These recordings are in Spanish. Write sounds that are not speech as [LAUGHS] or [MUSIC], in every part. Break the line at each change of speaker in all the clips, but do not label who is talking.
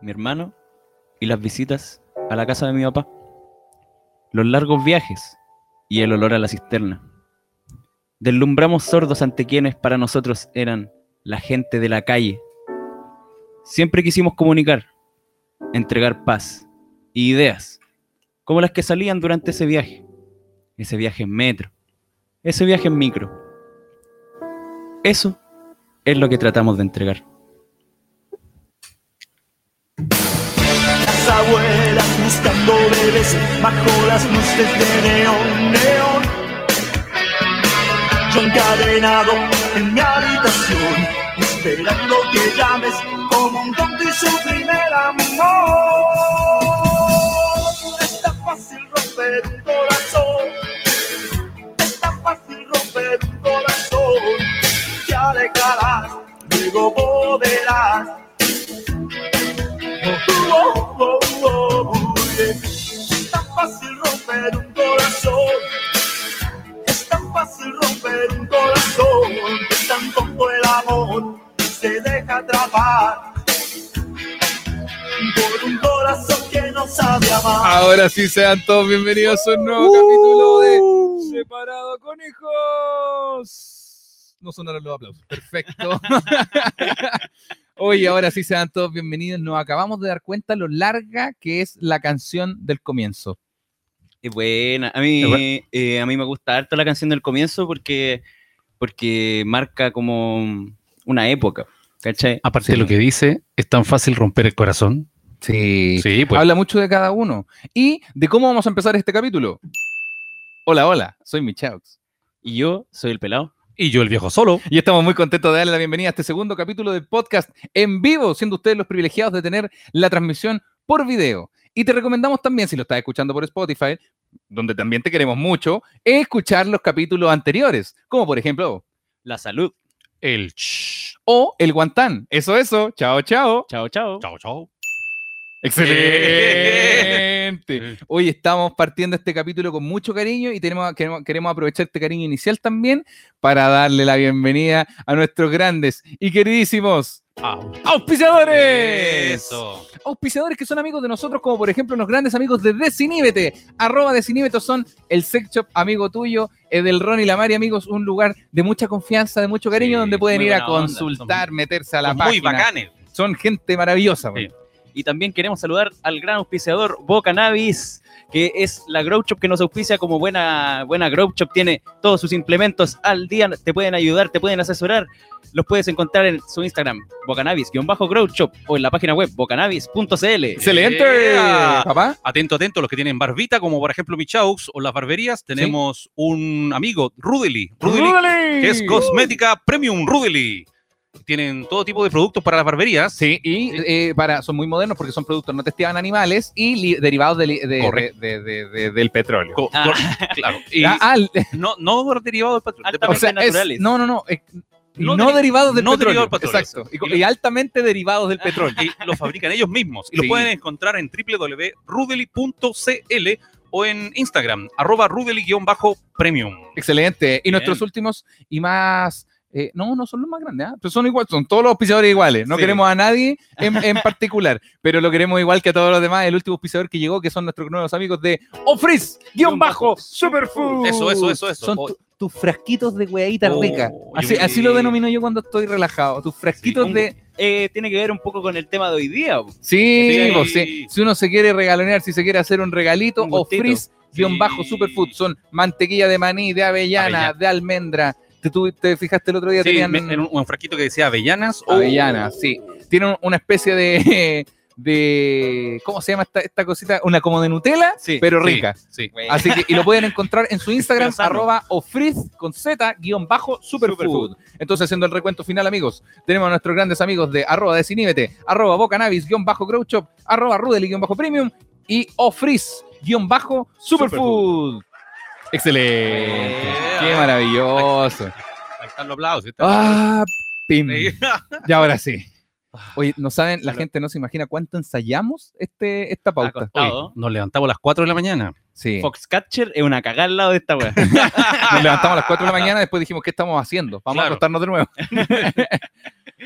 mi hermano y las visitas a la casa de mi papá. Los largos viajes y el olor a la cisterna. Deslumbramos sordos ante quienes para nosotros eran la gente de la calle. Siempre quisimos comunicar, entregar paz y ideas, como las que salían durante ese viaje. Ese viaje en metro, ese viaje en micro. Eso es lo que tratamos de entregar.
Las abuelas buscando bebés bajo las luces de neón, neón. Yo encadenado en mi habitación, esperando que llames como un tonto y su primer amor. Es tan fácil romper un corazón, es tan fácil romper un corazón. Te alejarás, luego volverás. Oh, oh, oh, oh, yeah. Es tan fácil romper un corazón. Es tan fácil romper un corazón. Es tan tonto el amor que se deja atrapar por un corazón que no sabe amar.
Ahora sí sean todos bienvenidos a un nuevo capítulo de Separado con Hijos. No sonaron los aplausos. Perfecto. Oye, ahora sí sean todos bienvenidos. Nos acabamos de dar cuenta lo larga que es la canción del comienzo.
Es buena. A mí,
Es buena.
eh, a mí me gusta harto la canción del comienzo porque, porque marca como una época. ¿Cachai?
Aparte de lo que dice, es tan fácil romper el corazón.
Sí.
Sí, pues.
Habla mucho de cada uno. Y de cómo vamos a empezar este capítulo. Hola, hola. Soy Michaux.
Y yo soy el pelado.
Y yo el viejo solo.
Y estamos muy contentos de darle la bienvenida a este segundo capítulo del podcast en vivo, siendo ustedes los privilegiados de tener la transmisión por video. Y te recomendamos también, si lo estás escuchando por Spotify, donde también te queremos mucho, escuchar los capítulos anteriores, como por ejemplo,
La salud.
El ch.
o El Guantán. Eso, eso. Chao, chao.
Chao, chao.
Chao, chao.
Excelente. Hoy estamos partiendo este capítulo con mucho cariño y tenemos, queremos, queremos aprovechar este cariño inicial también para darle la bienvenida a nuestros grandes y queridísimos
Ah.
¡Auspiciadores!
Eso.
Auspiciadores que son amigos de nosotros, como por ejemplo los grandes amigos de Desiníbete. Arroba Desiníbete son el sex shop amigo tuyo, el del Ron y la Mari, amigos, un lugar de mucha confianza, de mucho cariño,
Sí,
donde pueden
muy
ir a
buena onda, son
consultar, meterse a la
Son
página.
muy bacanes.
Son gente maravillosa, güey.
Sí.
Y también queremos saludar al gran auspiciador Bocanabis, que es la Grow Shop que nos auspicia como buena, buena Grow Shop. Tiene todos sus implementos al día, te pueden ayudar, te pueden asesorar. Los puedes encontrar en su Instagram, Bocanabis-Grow Shop, o en la página web bocanabis.cl.
¡Excelente!
Yeah.
¿Papá?
Atento, atento, los que tienen barbita, como por ejemplo Michaux o las barberías, tenemos un amigo, Rudely. Rudely, que es cosmética premium Rudely. Tienen todo tipo de productos para las barberías.
Sí, y
Sí.
eh, para, son muy modernos porque son productos no testeados en animales y li- derivados de li- de-
Correcto.
de- de- de- del petróleo.
Co-
Ah.
cor-
[LAUGHS]
claro. Y
Ah, ah, el-
no, no derivado del petróleo. de
Altamente
O sea, es-
naturales.
no, no, no. eh,
No
no,
deri-
derivados del
no
petróleo.
derivado del petróleo,
Exacto. Y,
exacto.
co- y altamente derivados del petróleo.
petróleo. Y lo fabrican ellos mismos. Y
Sí.
lo pueden encontrar en www.rudely.cl o en Instagram, arroba rudely-premium.
Excelente. Y nuestros últimos y más. eh, no, no son los más grandes, ¿ah? pero son igual, son todos los auspiciadores iguales. No
Sí.
queremos a nadie
[LAUGHS]
en, en particular, pero lo queremos igual que a todos los demás. El último auspiciador que llegó, que son nuestros nuevos amigos de Ofris, guión bajo, Superfood.
Eso, eso, eso, eso.
Son
Oh.
tu- tus frasquitos de hueadita
Oh,
rica.
yo
Así,
me-
así lo denomino yo cuando estoy relajado. Tus frasquitos
un-
de,
Eh, tiene que ver un poco con el tema de hoy día. pues, po.
Sí,
Sí.
vos, sí. si uno se quiere regalonear, si se quiere hacer un regalito,
Un
o
gustito.
frizz, guión
Sí.
bajo, superfood, son mantequilla de maní, de avellana,
Avellana.
de almendra. ¿Te, tú- te fijaste el otro día?
Sí,
tenían,
me- en un, Oh. un frasquito que decía avellanas. o
Avellanas, sí. tienen una especie de, [LAUGHS] de- ¿cómo se llama esta, esta cosita? Una como de Nutella,
Sí,
pero
Sí,
rica.
Sí.
Así que, y lo pueden encontrar [LAUGHS] en su Instagram,
Pero sano.
arroba ofriz con Z, guión bajo, superfood. Entonces, haciendo el recuento final, amigos, tenemos a nuestros grandes amigos de arroba desiníbete, arroba bocanabis, guión bajo grow shop, arroba rudely, guión bajo premium y ofriz, guión bajo, superfood. Excelente.
Yeah.
Qué maravilloso.
Ahí están los aplausos. ahí están los aplausos.
[LAUGHS] Ah, pim.
[LAUGHS] Sí.
Y ahora sí. Oye, no saben, la gente no se imagina cuánto ensayamos este, esta pauta.
Oye,
Acostado.
nos levantamos a las 4 de la mañana.
Sí.
Foxcatcher es una cagada al lado de esta
[LAUGHS]
wea.
Nos levantamos a las 4 de la mañana, después dijimos, ¿qué estamos haciendo? Vamos a
Claro.
acostarnos de
[LAUGHS] Oh.
nuevo.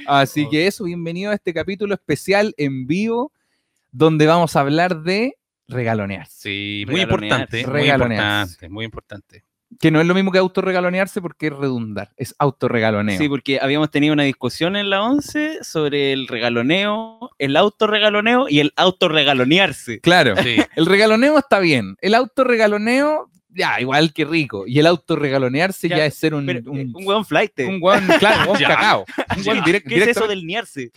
Así que eso, bienvenido a este capítulo especial en vivo donde vamos a hablar de regalonear.
Sí, muy
Regalonear.
importante, muy
Regalonear.
importante, muy importante.
Que no es lo mismo que autorregalonearse porque es redundar, es autorregaloneo.
Sí, porque habíamos tenido una discusión en la 11 sobre el regaloneo, el autorregaloneo y el autorregalonearse.
claro.
Sí.
El regaloneo está bien. El autorregaloneo, ya, igual que rico. Y el autorregalonearse ya,
Ya,
es ser un,
Pero, eh,
un,
un, weón flight. [LAUGHS]
un weón, claro, un weón
Ya.
cacao. Un weón direct-
¿Qué es
directo-
eso del niarse?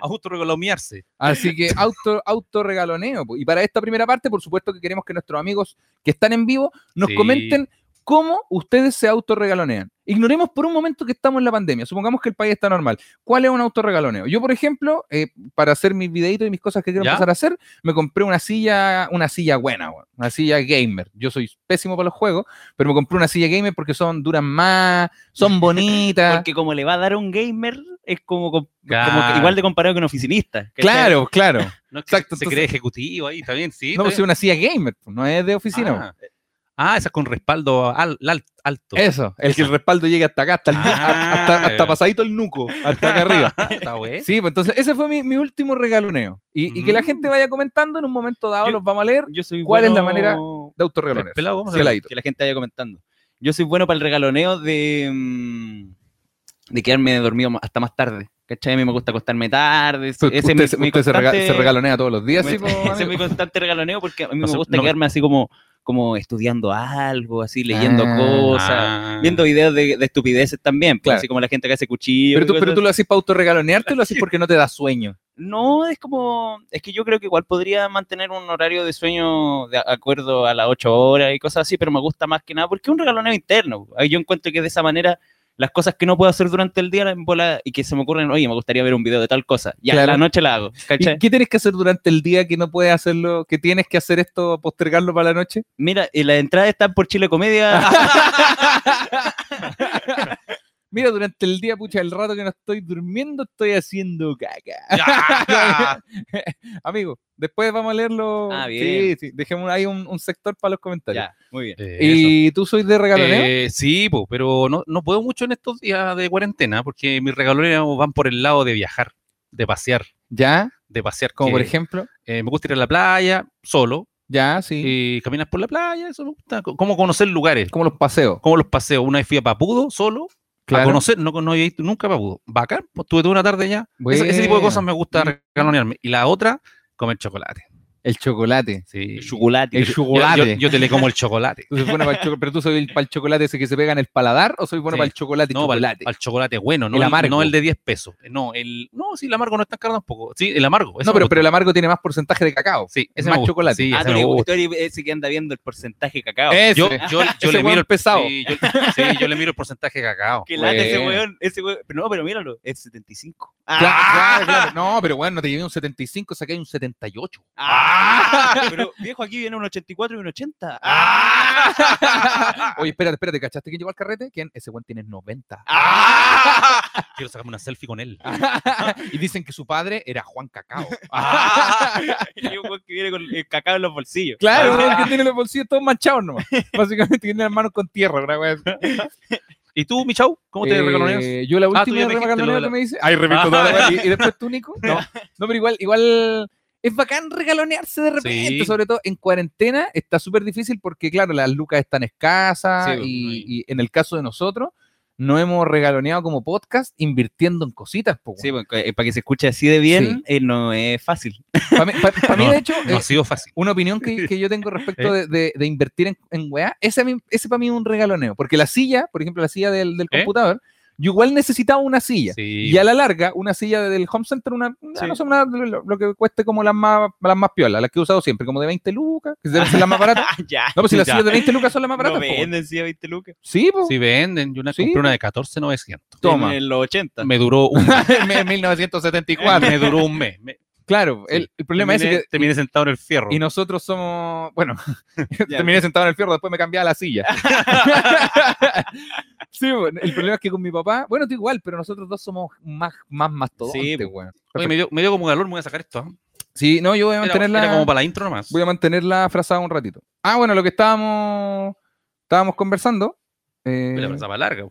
Autorregalomearse.
Así que auto, autorregaloneo. po. Y para esta primera parte, por supuesto que queremos que nuestros amigos que están en vivo nos
Sí.
comenten cómo ustedes se autorregalonean. Ignoremos por un momento que estamos en la pandemia. Supongamos que el país está normal. ¿Cuál es un autorregaloneo? Yo, por ejemplo, eh, para hacer mis videitos y mis cosas que quiero
¿Ya?
empezar a hacer, me compré una silla, una silla buena, weón, una silla gamer. Yo soy pésimo para los juegos, pero me compré una silla gamer porque son duran más,
[LAUGHS]
son bonitas.
Porque como le va a dar a un gamer, es como, com- como que
Claro.
igual de comparado que un oficinista. ¿cachai?
Claro,
[LAUGHS]
claro.
No es que
Exacto,
se cree ejecutivo ahí, está bien, sí.
No,
está
pues es
bien.
una silla gamer, pues, no es de oficina. weón.
Ah. Ah, esa con respaldo al, al- alto.
Eso, el que el respaldo llegue hasta acá, hasta, el-
Ah,
Eh, [LAUGHS] hasta, hasta
ya.
pasadito el nuco, hasta acá arriba.
Está bueno.
[LAUGHS] Sí, pues entonces ese fue mi, mi último regaloneo. Y, y que la
Mm.
gente vaya comentando, en un momento dado
Yo-
los vamos a leer
Yo soy
¿Cuál es la
bueno-
manera de
El
autorregaloneos.
pelado, vamos a
Sí,
ver.
peladito.
que la gente vaya comentando. Yo soy bueno para el regaloneo de, mm, de quedarme dormido ma- hasta más tarde. ¿Cachai? A mí me gusta acostarme tarde. Ese
Usted,
ese es mi-
usted
mi
se, rega-
constante- [LAUGHS]
se regalonea todos los días,
me-
sí, po,
ese es
amigo?
mi constante regaloneo porque a mí
No
me
sé,
gusta
no me-
quedarme así como, como estudiando algo, así leyendo
Ah.
cosas,
Ah.
viendo videos de, de estupideces también, pues,
Claro.
así como la gente que hace cuchillo.
Pero tú, pero tú lo haces para autorregalonearte o lo haces porque no te da sueño.
No, es como, es que yo creo que igual podría mantener un horario de sueño de acuerdo a las 8 horas y cosas así, pero me gusta más que nada porque es un regaloneo interno. Ahí Yo encuentro que de esa manera las cosas que no puedo hacer durante el día las bola y que se me ocurren, oye, me gustaría ver un video de tal cosa, ya
Claro.
a la noche la hago,
¿Y
¿cachai?
qué tienes que hacer durante el día que no puedes hacerlo, que tienes que hacer esto, postergarlo para la noche?
Mira, y las entradas están por Chile Comedia.
Ah,
[LAUGHS]
Mira, durante el día, pucha, el rato que no estoy durmiendo, estoy haciendo caca.
[LAUGHS]
[LAUGHS]
Ya.
Amigo, después vamos a leerlo.
Ah,
Sí,
bien.
sí, dejemos ahí un, un sector para los comentarios.
ya, muy bien.
Eh, eso.
¿Y tú sois de regaloneo?
Eh, sí, po, pero no, no puedo mucho en estos días de cuarentena porque mis regaloneos van por el lado de viajar, de pasear,
ya,
de pasear.
como por
que,
ejemplo.
eh, me gusta ir a la playa solo
Ya, sí.
y caminas por la playa, eso me gusta. co- Como conocer lugares,
Como los paseos.
como los paseos. Una vez fui a Papudo solo a
Claro.
conocer, no, no había ido nunca a Papudo. Bacán, pues, tuve toda una tarde ya. Ese, ese tipo de cosas
Bueno,
me gusta regalonearme. Y la otra, comer chocolate.
El chocolate.
Sí.
Chocolate.
El
Yo- yo-
chocolate.
Yo, te le como el chocolate.
¿Tú sois bueno para el choco- ¿Pero tú soy para el chocolate ese que se pega en el paladar o soy bueno
Sí.
para el chocolate?
No, al
chocolate?
chocolate bueno, no
El
el,
amargo.
no el de 10 pesos. No, el no, sí, el amargo no es tan caro tampoco. Sí, el amargo. ese
no,
me
pero,
gusta.
pero el amargo tiene más porcentaje de cacao.
sí, ese
más
me gusta.
chocolate.
Sí,
Ah,
ese
tú
me
eres-
gusta. Eh,
tú eres ese que anda viendo el porcentaje de cacao.
Ese.
Yo, yo, yo
Ese
le miro
hueón
el
pesado.
Sí, yo, sí, yo le miro el porcentaje de cacao.
Qué lata ese
Bueno.
weón, ese weón. Pero no, pero míralo, es 75.
Claro,
¡Ah!
claro, claro. No, pero bueno, te llevé un 75, saqué un 78.
¡Ah! [LAUGHS] Pero viejo, aquí viene un 84 y un [LAUGHS] 80.
Oye, espérate, espérate, ¿cachaste que llegó al carrete? ¿Quién? Ese buen tiene 90.
¡Ah! Quiero sacarme una selfie con él.
Ah, y dicen que su padre era Juan Cacao.
Ah.
Y un weón que viene con el cacao en los bolsillos. Ah.
Claro, que tiene los bolsillos todos manchados [LAUGHS] nomás. Básicamente tiene las manos con tierra, una wea así.
¿Y tú, Michau? ¿Cómo te
Eh,
regaloneas?
Yo la
tú ya
última
me dijiste
regaloneo
lo de
que
la-
me hice. Ay, repito
Ah.
toda la wea. ¿Y, y después tú, Nico? No. No, pero igual, igual. Es bacán regalonearse de repente,
Sí.
sobre todo en cuarentena, está súper difícil porque, claro, las lucas están escasas
Sí,
y,
no
y en el caso de nosotros, no hemos regaloneado como podcast invirtiendo en cositas. Po,
Sí, bueno, eh, para que se escuche así de bien,
Sí.
eh, no es fácil. [LAUGHS]
Para mí, pa- pa' mí,
No,
de hecho,
No ha
eh,
sido fácil.
una
[LAUGHS]
opinión que, que yo tengo respecto de,
Eh.
de- de invertir en, en weá, ese, a mí- ese para mí es un regaloneo. Porque la silla, por ejemplo, la silla del, del
¿Eh?
computador, yo igual necesitaba una silla.
Sí.
Y a la larga, una silla del home center, una, una-
Sí.
no sé, una- lo, lo que cueste como las más, las más piolas, las que he usado siempre, como de 20 lucas, que deben ser las más
[LAUGHS]
baratas.
Ah, ya.
No, pues si las
Ya.
sillas de 20 lucas son las más baratas.
No
po,
venden, sí, a 20 lucas.
Sí, pues.
Sí, venden. Yo una,
Sí,
compré una
po.
de 14,900.
Toma.
En los 80.
Me duró un
[LAUGHS] En 1974.
me duró un mes. Me-
Claro, el, el problema es
terminé-
que.
terminé sentado en el fierro.
Y nosotros somos.
[LAUGHS]
Bueno, [LAUGHS] terminé sentado en el fierro, después me cambié a la silla. sí, bueno, el problema es que con mi papá. Bueno, tú igual, pero nosotros dos somos más, más mastodontes,
Sí, po.
weón.
Oye, me dio, me dio como calor, me voy a sacar esto. ¿ah?
Sí, no, yo voy a
Era,
mantenerla.
era como para la intro nomás.
voy a mantenerla frazada un ratito. Ah, bueno, lo que estábamos, estábamos conversando. eh,
Oye, La pasaba larga.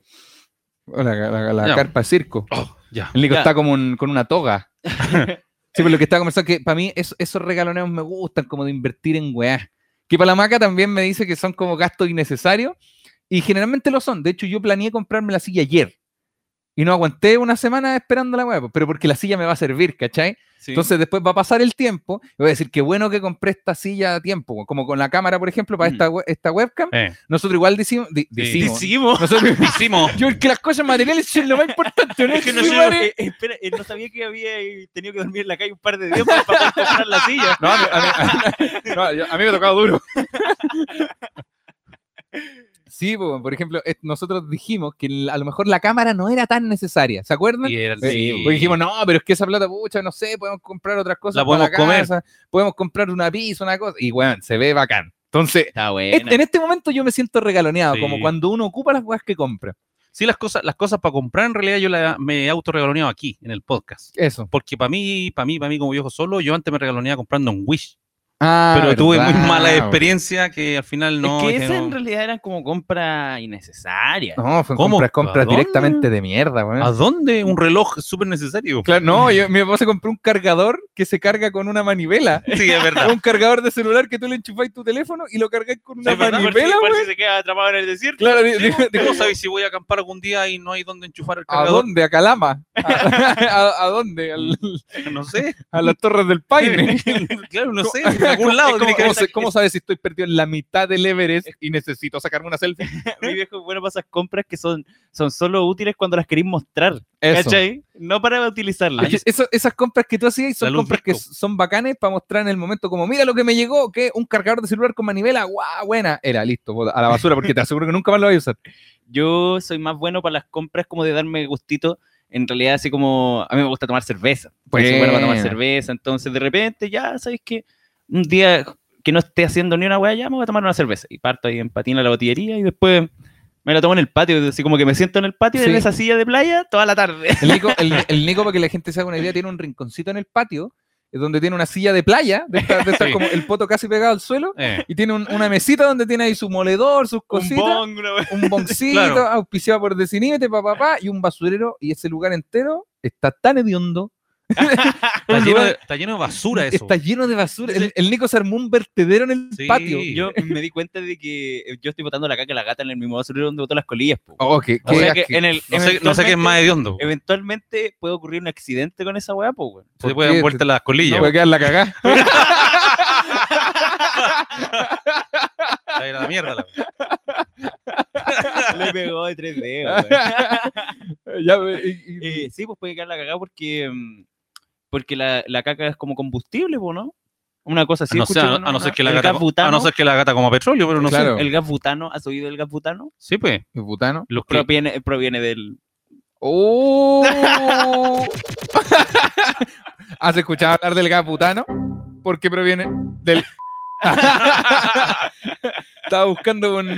la la- la
Ya.
carpa de circo.
Oh, ya.
El Nico
Ya.
[LAUGHS]
está como un- con una toga. Sí, pero lo que estaba conversando, que para mí eso- esos regaloneos me gustan, como de invertir en weá. Que para la maca también me dice que son como gastos innecesarios y generalmente lo son. De hecho, yo planeé comprarme la silla ayer y no aguanté una semana esperando la weá, pues, pero porque la silla me va a servir, ¿cachai?
Sí.
Entonces después va a pasar el tiempo y voy a decir, qué bueno que compré esta silla a tiempo, weón. como con la cámara, por ejemplo, para
Mm.
esta, we- esta webcam.
Eh,
Nosotros igual decimos... di- decimos.
Hicimos.
[LAUGHS] Nosotros-
Hicimos.
yo el que las cosas materiales son lo más importante, ¿no?
[LAUGHS] Es que
Sí,
no sé-
madre.
Eh, espera, eh, no sabía que había eh, tenido que dormir en la calle un par de días para poder
[LAUGHS]
comprar la silla.
No, a mí, a mí- no, yo- a mí me ha tocado duro. [LAUGHS] Sí, po, por ejemplo, eh, nosotros dijimos que el- a lo mejor la cámara no era tan necesaria, ¿se acuerdan?
Y era-
Eh,
sí.
porque dijimos, no, pero es que esa plata, pucha, no sé, podemos comprar otras cosas.
La
para
podemos comer.
casa, podemos comprar una pizza, una cosa. Y bueno, se ve bacán. Entonces,
Está
et-
bueno.
en este momento yo me siento regaloneado,
Sí.
como cuando uno ocupa las cosas que compra.
Sí, las cosas, las cosas para comprar en realidad yo la- me he autorregaloneado aquí en el podcast.
Eso.
Porque para mí, para mí, para mí como viejo solo, yo antes me regaloneaba comprando en Wish.
Ah,
pero tuve muy
¿verdad?
mala experiencia que al final no...
es que
dije,
esas en
no.
realidad eran como compras innecesarias.
No, fue
¿Cómo?
compras, compras
¿A dónde?
directamente de mierda, weón.
¿A dónde? Un reloj es súper necesario.
Claro, no, yo, mi papá se compró un cargador que se carga con una manivela.
[LAUGHS] Sí, es
Es [LAUGHS]
verdad.
un cargador de celular que tú le enchufáis tu teléfono y lo cargáis con una
Sí,
Por
¿verdad?
si-
manivela,
por si
güey.
se queda atrapado en el desierto.
Claro, di-
Sí,
dijo- [LAUGHS] dijo,
¿Cómo sabéis si voy a acampar algún día y no hay dónde enchufar el
¿a
cargador?
dónde? ¿A Calama?
[LAUGHS]
¿A, [LAUGHS] a- a dónde? Al- [LAUGHS]
No sé. [LAUGHS]
a las Torres del Paine.
claro, [LAUGHS]
[LAUGHS]
no sé. En algún lado
¿Cómo,
tiene que
cómo [LAUGHS]
haber.
se- cómo sabes si estoy perdido en la mitad del Everest y necesito sacarme una selfie?
[LAUGHS] Mi viejo es bueno para esas compras que son, son solo útiles cuando las queréis mostrar.
Eso.
¿Cachai? No para
Es
utilizarlas.
que eso- esas compras que tú hacías son
La luz
compras que
disco.
son bacanes para mostrar en el momento como, mira lo que me llegó, que un cargador de celular con manivela, guau, buena. Era, listo, bota, a la basura porque te aseguro que nunca más lo vas a usar.
Yo soy más bueno para las compras como de darme gustito. En realidad, así como a mí me gusta tomar cerveza. Pues soy bueno para tomar
Buena.
cerveza. Entonces, de repente, ya sabéis que un día que no esté haciendo ni una hueá, ya me voy a tomar una cerveza. Y parto ahí en patín a la botillería y después me la tomo en el patio. Así como que me siento en el patio en
Sí.
esa silla de playa toda la tarde.
El Nico, el, el Nico, para que la gente se haga una idea, tiene un rinconcito en el patio eh, donde tiene una silla de playa, de esta- de esta
Sí.
como el poto casi pegado al suelo,
Eh,
y tiene un- una mesita donde tiene ahí su moledor, sus cositas,
bong, una hueá.
un boncito,
[LAUGHS] Claro.
auspiciado por Desinibete, papá, papá, y un basurero, y ese lugar entero está tan hediondo.
está,
Un
lleno de,
lugar-
está lleno de basura eso.
Está lleno de basura. El, el Nico se armó un vertedero en el
Sí.
patio.
Yo me di cuenta de que eh, yo estoy botando la caca a la gata en el mismo basurero donde boto las colillas. po.
Oh, qué-
O
qué
sea que
asque-
en el,
No sé, no sé qué es más hediondo. Se
Eventualmente puede ocurrir un accidente con esa weá, pues, weón.
te
¿por
pueden
qué?
vueltas las
No,
colillas.
voy a quedar la cagada.
Está a ir a la mierda. la-
[LAUGHS] Le pegó de tres dedos, weón.
[LAUGHS] Ya, y-
[LAUGHS]
y-
Eh, sí, pues puede quedar la cagada porque, mm, porque la, la caca es como combustible, po, ¿no? Una cosa así.
a, no ser,
escuché,
a
¿no?
no ser que la
el
gata,
gas butano,
a no ser que la gata coma petróleo, pero no
Claro.
sé.
El gas butano, ¿has oído el gas butano?
Sí, pues.
Butano.
Los que-
Proviene, proviene del...
¡Oh! ¿Has escuchado hablar del gaputano? Porque proviene del. [LAUGHS] Estaba buscando con. [LAUGHS]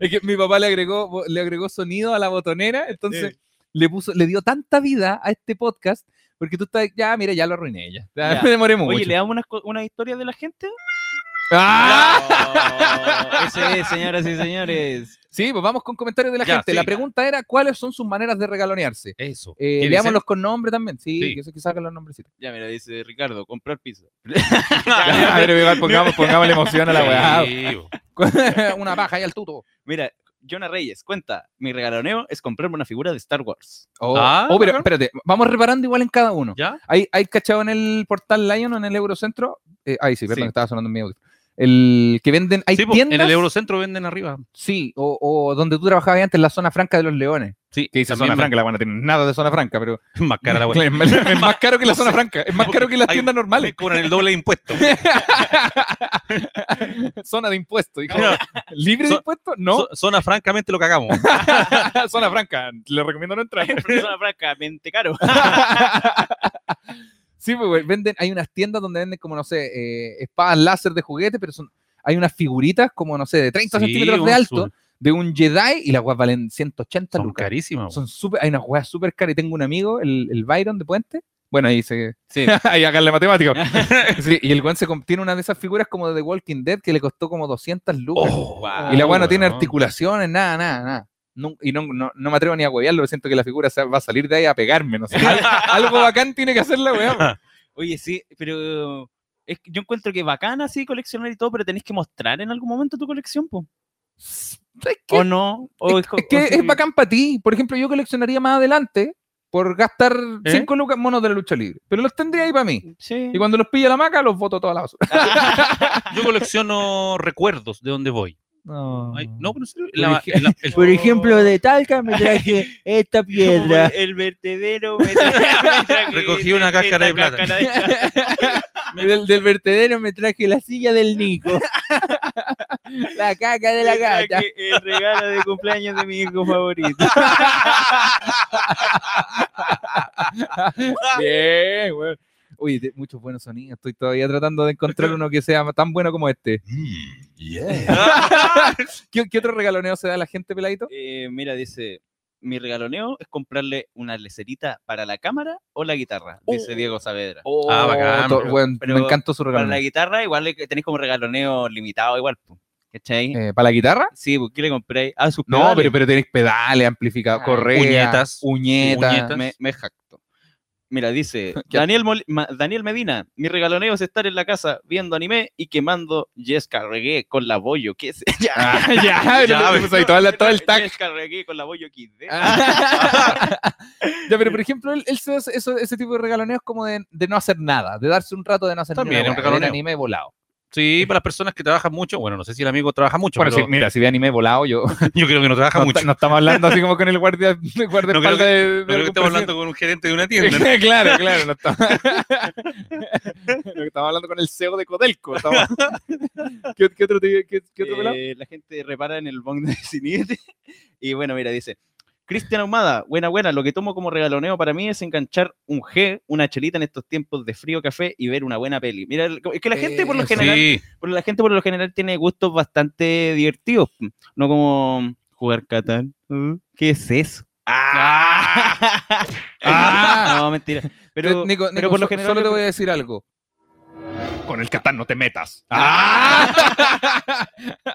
es que mi papá le agregó, le agregó sonido a la botonera, entonces le puso, le dio tanta vida a este podcast. Porque tú estás, ya, mira, ya lo arruiné ya. Ya,
Ya.
Me demoré mucho.
Oye, ¿le damos unas co- unas historias de la gente?
¡Ah!
[LAUGHS] No, Eso ¡Ah! es, señoras y señores.
Sí, pues vamos con comentarios de la
Ya,
gente.
sí.
La pregunta era, ¿cuáles son sus maneras de regalonearse?
Eso.
Eh,
¿Qué
leámoslos con nombre también. Sí,
Sí.
que eso que sacan
[LAUGHS]
los nombrecitos.
Ya, mira, dice Ricardo, comprar piso.
a ver, igual pongamos, pongamos la emoción a la weá.
dicen? Sí, po.
[LAUGHS] Una paja y al tuto.
Mira, Jonah Reyes, cuenta, mi regaloneo es comprarme una figura de Star
[LAUGHS]
Wars.
Oh,
Ah,
oh, pero
bacán.
espérate, vamos reparando igual en cada uno.
¿Ya?
¿Hay, hay cachado en el portal Lion o en el Eurocentro? Eh, ay, sí, perdón,
Sí.
estaba sonando en mi audio. El que venden, hay
Sí, po,
tiendas,
en el Eurocentro venden arriba.
sí, o, o donde tú trabajabas antes, la zona franca de los leones.
Sí,
Que dice
también
zona
ven-
franca, la van a tener nada de zona franca, pero
Más cara la weá.
es más- [LAUGHS] es
[LAUGHS]
más caro que la zona franca, es más caro que las
Hay-
tiendas normales.
Me cobran el doble de
[LAUGHS]
impuestos.
zona de impuestos. y como,
Mira,
¿Libre de
Zo-
impuestos? No,
zo- Zona francamente lo cagamos.
[LAUGHS] zona franca, le recomiendo no entrar.
Persona francamente caro.
Sí, pues, güey, venden, hay unas tiendas donde venden como, no sé, eh, espadas láser de juguete, pero son, hay unas figuritas como, no sé, de 30
Sí,
centímetros de
weón,
alto,
son-
de un Jedi, y las weas valen 180
Son
lucas.
carísimas. po.
Son súper, hay unas weas súper caras, y tengo un amigo, el, el Byron de Puente, bueno, ahí se...
[LAUGHS] Sí.
[LAUGHS] ahí acá la matemática. [LAUGHS] Sí, y el weón se contiene una de esas figuras como de The Walking Dead que le costó como 200 lucas.
Oh,
Wow.
y la wea no
weón.
tiene articulaciones, nada, nada, nada. no- y no, no, no me atrevo ni a huevearlo, siento que la figura se- va a salir de ahí a pegarme,
[LAUGHS]
no sé. Al- algo bacán tiene que hacer la weá.
Oye, sí, pero es que yo encuentro que bacán así coleccionar y todo, pero tenés que mostrar en algún momento tu colección, po.
¿Sabes qué?
¿O no?
oh,
O
es,
co-
es
o
que
si-
es bacán para ti. Por ejemplo, yo coleccionaría más adelante por gastar
¿Eh?
5 lucas monos de la lucha libre. Pero los tendría ahí para mí.
Sí. [LAUGHS]
Y cuando los pilla la maca, los voto toda la basura. [LAUGHS]
Yo colecciono recuerdos de donde voy. Ay, [LAUGHS]
Mm.
no, pero en serio, la-
ej-
la-
[LAUGHS]
el-
Por ejemplo, de Talca me traje esta piedra.
El vertedero. me tra- me traje
Recogí una
esta
cáscara de plátano.
cáscara de plátano.
Del, del vertedero me traje la silla del [LAUGHS] Nico. la caca de la
Me traje
gata.
El regalo de cumpleaños de mi hijo favorito.
Bien, weón. Oye, te- muchos buenos sonidos. Estoy todavía tratando de encontrar uno que sea tan bueno como este. ¿Qué, qué otro regaloneo se da a la gente, peladito?
Eh, mira, dice, mi regaloneo es comprarle una lecerita para la cámara o la guitarra, dice Diego Saavedra.
[LAUGHS] Ah, bacán,
to-
pero-
weón,
pero
me encantó su
Para
regaloneo.
la guitarra igual le- tenéis como regaloneo limitado igual, po, ¿cachai?
Eh, ¿Para la guitarra?
Sí, porque le compré a sus
No,
pedales.
pero, pero tenéis pedales, amplificador,
Ah,
correa,
uñetas.
uñetas.
Uñetas.
me, me jacto. Mira, dice
[LAUGHS]
Daniel, Mol- Ma- Daniel Medina, mi regaloneo es estar en la casa viendo anime y quemando Jessica Reggae con la Boyo. ¿Qué es? [LAUGHS] Ya,
[LAUGHS] Ah, ya, pero
Ya,
le puso ahí
[LAUGHS]
todo, el- todo el tag.
Jessica Reggae con la Boyo XD.
ya, pero por ejemplo, él, él se da ese- ese- ese tipo de regaloneos como de, de no hacer nada, de darse un rato de no hacer
También
nada.
es un
weón, ver
regaloneo.
anime volado.
Sí, para las personas que trabajan mucho. Bueno, no sé si el amigo trabaja mucho,
Eh, Bueno,
pero
si- mira, si ve anime volado, yo
[LAUGHS] yo creo que no trabaja
no,
mucho.
está- no estamos hablando así como con el guardia, [LAUGHS] el guardaespaldas
No creo que-
de, de
No creo
algún
que estamos
presidente.
hablando con un gerente de una
[LAUGHS]
tienda. ¿no?
claro, claro, no estamos... [LAUGHS] no, estamos hablando con el CEO de Codelco.
[LAUGHS]
estamos- ¿Qué, qué otro, te- qué, qué otro pelado?
Eh, la gente repara en el bong de [LAUGHS] Cinete. Y bueno, mira, dice. Cristian Ahumada, buena, buena. Lo que tomo como regaloneo para mí es enganchar un G, una chelita en estos tiempos de frío café y ver una buena peli. Mira, el- es que la gente por lo
Eso.
general,
Sí,
por, la gente por lo general tiene gustos bastante divertidos, no como jugar Catán. ¿Mm? ¿Qué es eso? [LAUGHS]
Ah.
no, mentira.
Pero,
Pero,
Nico,
pero
Nico,
por lo
so-
general
solo te
yo-
voy a decir algo.
Con el Catán no te metas.
[LAUGHS] Ah.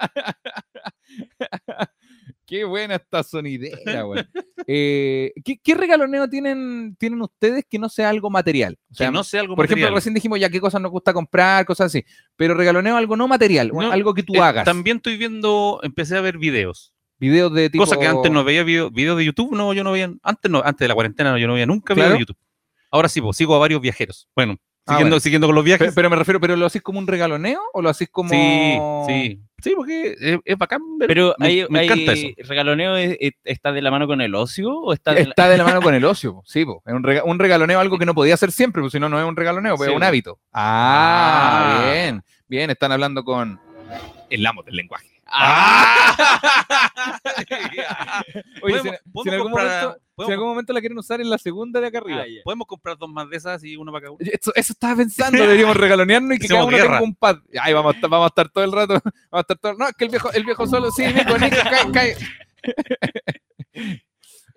Qué buena esta sonidera,
[LAUGHS]
güey. Eh, ¿qué, qué regaloneo tienen, tienen ustedes que no sea algo material? O sea,
que no sea algo
por ejemplo,
material.
recién dijimos ya qué cosas nos gusta comprar, cosas así. Pero regaloneo algo no material,
No,
algo que tú
Eh,
hagas.
También estoy viendo, empecé a ver videos.
Videos de tipo.
Cosa que antes no veía video- videos de YouTube, no, yo no veía, antes no, antes de la cuarentena no, yo no veía nunca videos
Claro.
de YouTube. Ahora sí, pues, sigo a varios viajeros. Bueno,
Ah,
siguiendo,
bueno.
siguiendo con los
Pe-
viajes.
Pero, me refiero, ¿pero lo haces como un regaloneo o lo haces como.
sí, sí. Sí, porque es, es bacán ver-
Pero
me,
hay,
me
hay-
encanta eso.
regaloneo es- es- está de la mano con el ocio o está de la-
Está de la
[LAUGHS]
mano con el ocio, po. sí, po. Es un, rega- un regaloneo, algo que no podía hacer siempre, pues si no, no es un regaloneo, pues
Sí,
es un
po.
hábito. Ah,
Ah.
bien, bien, están hablando con.
El amo del lenguaje.
Ah.
[LAUGHS]
Oye, si,
podemos,
en-
podemos
si en algún
comprar,
momento, si en
podemos,
algún momento la quieren usar en la segunda de acá arriba.
Ah, ya.
podemos comprar dos más de esas y una para cada uno.
Eso, eso estaba pensando,
[LAUGHS]
deberíamos regalonearnos y que cada
Hacemos
uno
guerra.
tenga un pad. Ay, vamos a estar, vamos a estar todo el rato. [LAUGHS] Vamos a estar todo, no, es que el viejo, el viejo solo, sí, Nico, Nico, cae, cae. [LAUGHS]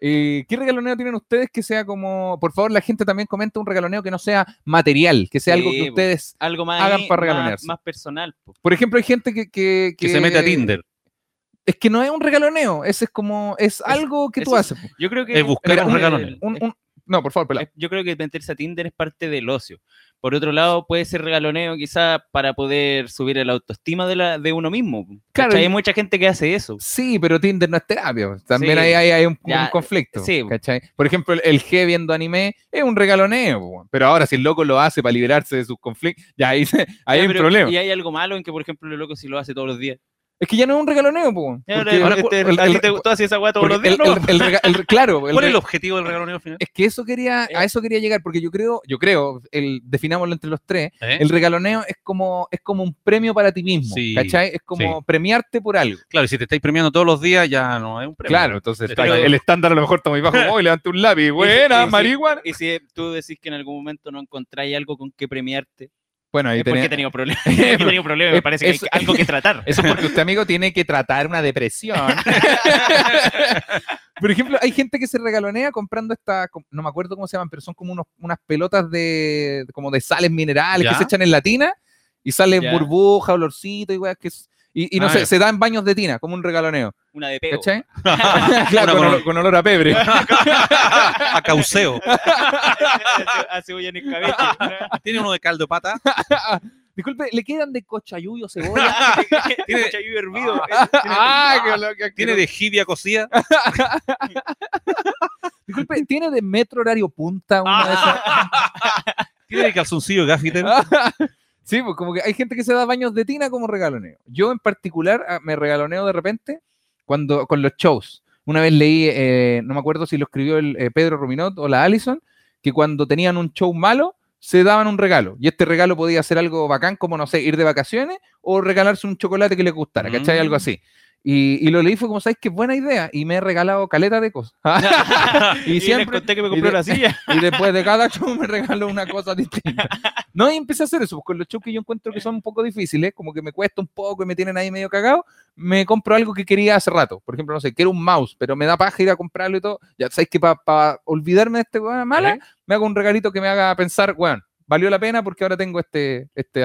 Eh, ¿Qué regaloneo tienen ustedes que sea como, por favor, la gente también comenta un regaloneo que no sea material, que sea algo
Sí,
que
po.
ustedes,
algo más,
Hagan
ahí,
para
más-
regalonearse.
más personal. po.
por ejemplo, hay gente que, que,
Que se mete a Tinder.
Es que no es un regaloneo, ese es como, es algo que tú
eso-
haces. po.
Yo creo que
Es buscar
parte
un
regaloneo.
del-
Un- un- no, por favor, pelado.
es- yo creo que meterse a Tinder es parte del ocio. Por otro lado, puede ser regaloneo quizá para poder subir la autoestima de, la, de uno mismo.
Claro,
¿cachai?
y-
Hay mucha gente que hace eso.
Sí, pero Tinder no es terapia. pues. También
Sí.
ahí hay, hay un, un
Ya,
conflicto.
sí, pues.
¿cachai? Por ejemplo, el, el G viendo anime es un regaloneo. pues, weón. Pero ahora, si el loco lo hace para liberarse de sus conflictos, ya ahí, se- ahí
Ya,
hay un
pero-
problema.
Y hay algo malo en que, por ejemplo, el loco si lo hace todos los días.
Es que ya no es un regaloneo. pues, weón,
Ya,
porque-
ahora,
porque
este,
el-
a ti
el-
te gustó así esa weá todos
porque
los días.
el- el- el rega-
[LAUGHS]
el- Claro, el
¿Cuál es el
re-
objetivo del regaloneo final?
es que eso quería, a eso quería llegar, porque yo creo, yo creo, el, definámoslo entre los tres,
¿Eh?
el regaloneo es como, es como un premio para ti mismo,
Sí,
¿cachai? Es como premiarte por algo.
Claro, y si te estáis premiando todos los días, ya no es un premio.
Claro, entonces está-
Pero-
el estándar a lo mejor está muy
[LAUGHS]
bajo. Hoy levanté un lápiz, buena,
sí.
marihuana.
Y si tú decís que en algún momento no encontráis algo con que premiarte,
Bueno, ahí
es porque
tenés-
he tenido problemas. porque he tenido problemas, me
[LAUGHS] Es-
parece que hay
eso-
algo que
[LAUGHS]
tratar.
Eso es porque usted, amigo, tiene que tratar una depresión. Por ejemplo, hay gente que se regalonea comprando esta, com- no me acuerdo cómo se llaman, pero son como unos- unas pelotas de como de sales minerales
Ya.
que se echan en la tina y sale
Ya.
burbuja, olorcito y weas que es- Y, y no
Ah,
sé,
ya.
se dan baños de tina, como un regaloneo.
Una de peo. [LAUGHS]
¿Cachai? [LAUGHS] claro, con,
Una
olor, con olor a pebre.
a cauceo.
a cebolla en el cabello.
[LAUGHS] Tiene uno de caldo de
[LAUGHS]
pata.
Disculpe, ¿le quedan de cochayuyo
[LAUGHS]
cebolla? [LAUGHS]
Tiene chayú hervido. [LAUGHS]
ah, qué olor, qué
Tiene de jibia cocida.
Disculpe, ¿tiene de metro horario punta una de esas?
Tiene de
[LAUGHS]
calzoncillo gaffiter.
Sí, pues como que hay gente que se da baños de tina como regaloneo. Yo en particular ah, me regaloneo de repente cuando con los shows. Una vez leí, eh, no me acuerdo si lo escribió el, eh, Pedro Ruminot o la Allison, que cuando tenían un show malo se daban un regalo. Y este regalo podía ser algo bacán, como no sé, ir de vacaciones o regalarse un chocolate que les gustara, ¿cachai? Algo
Mm.
así. Y, y lo leí, fue como, ¿sabes qué buena idea? Y me he regalado caleta de cosas. [LAUGHS] y siempre,
conté que me
compré
compré
una
una silla.
y después de cada show me regaló una cosa distinta. [LAUGHS] No, y empecé a hacer eso, pues, con los shows que yo encuentro que son un poco difíciles, como que me cuesta un poco y me tienen ahí medio cagado, me compro algo que quería hace rato. Por ejemplo, no sé, quiero un mouse, pero me da paja ir a comprarlo y todo. Ya sabéis que para olvidarme de este weón mala, me hago un regalito que me haga pensar, weón, valió la pena porque ahora tengo este, este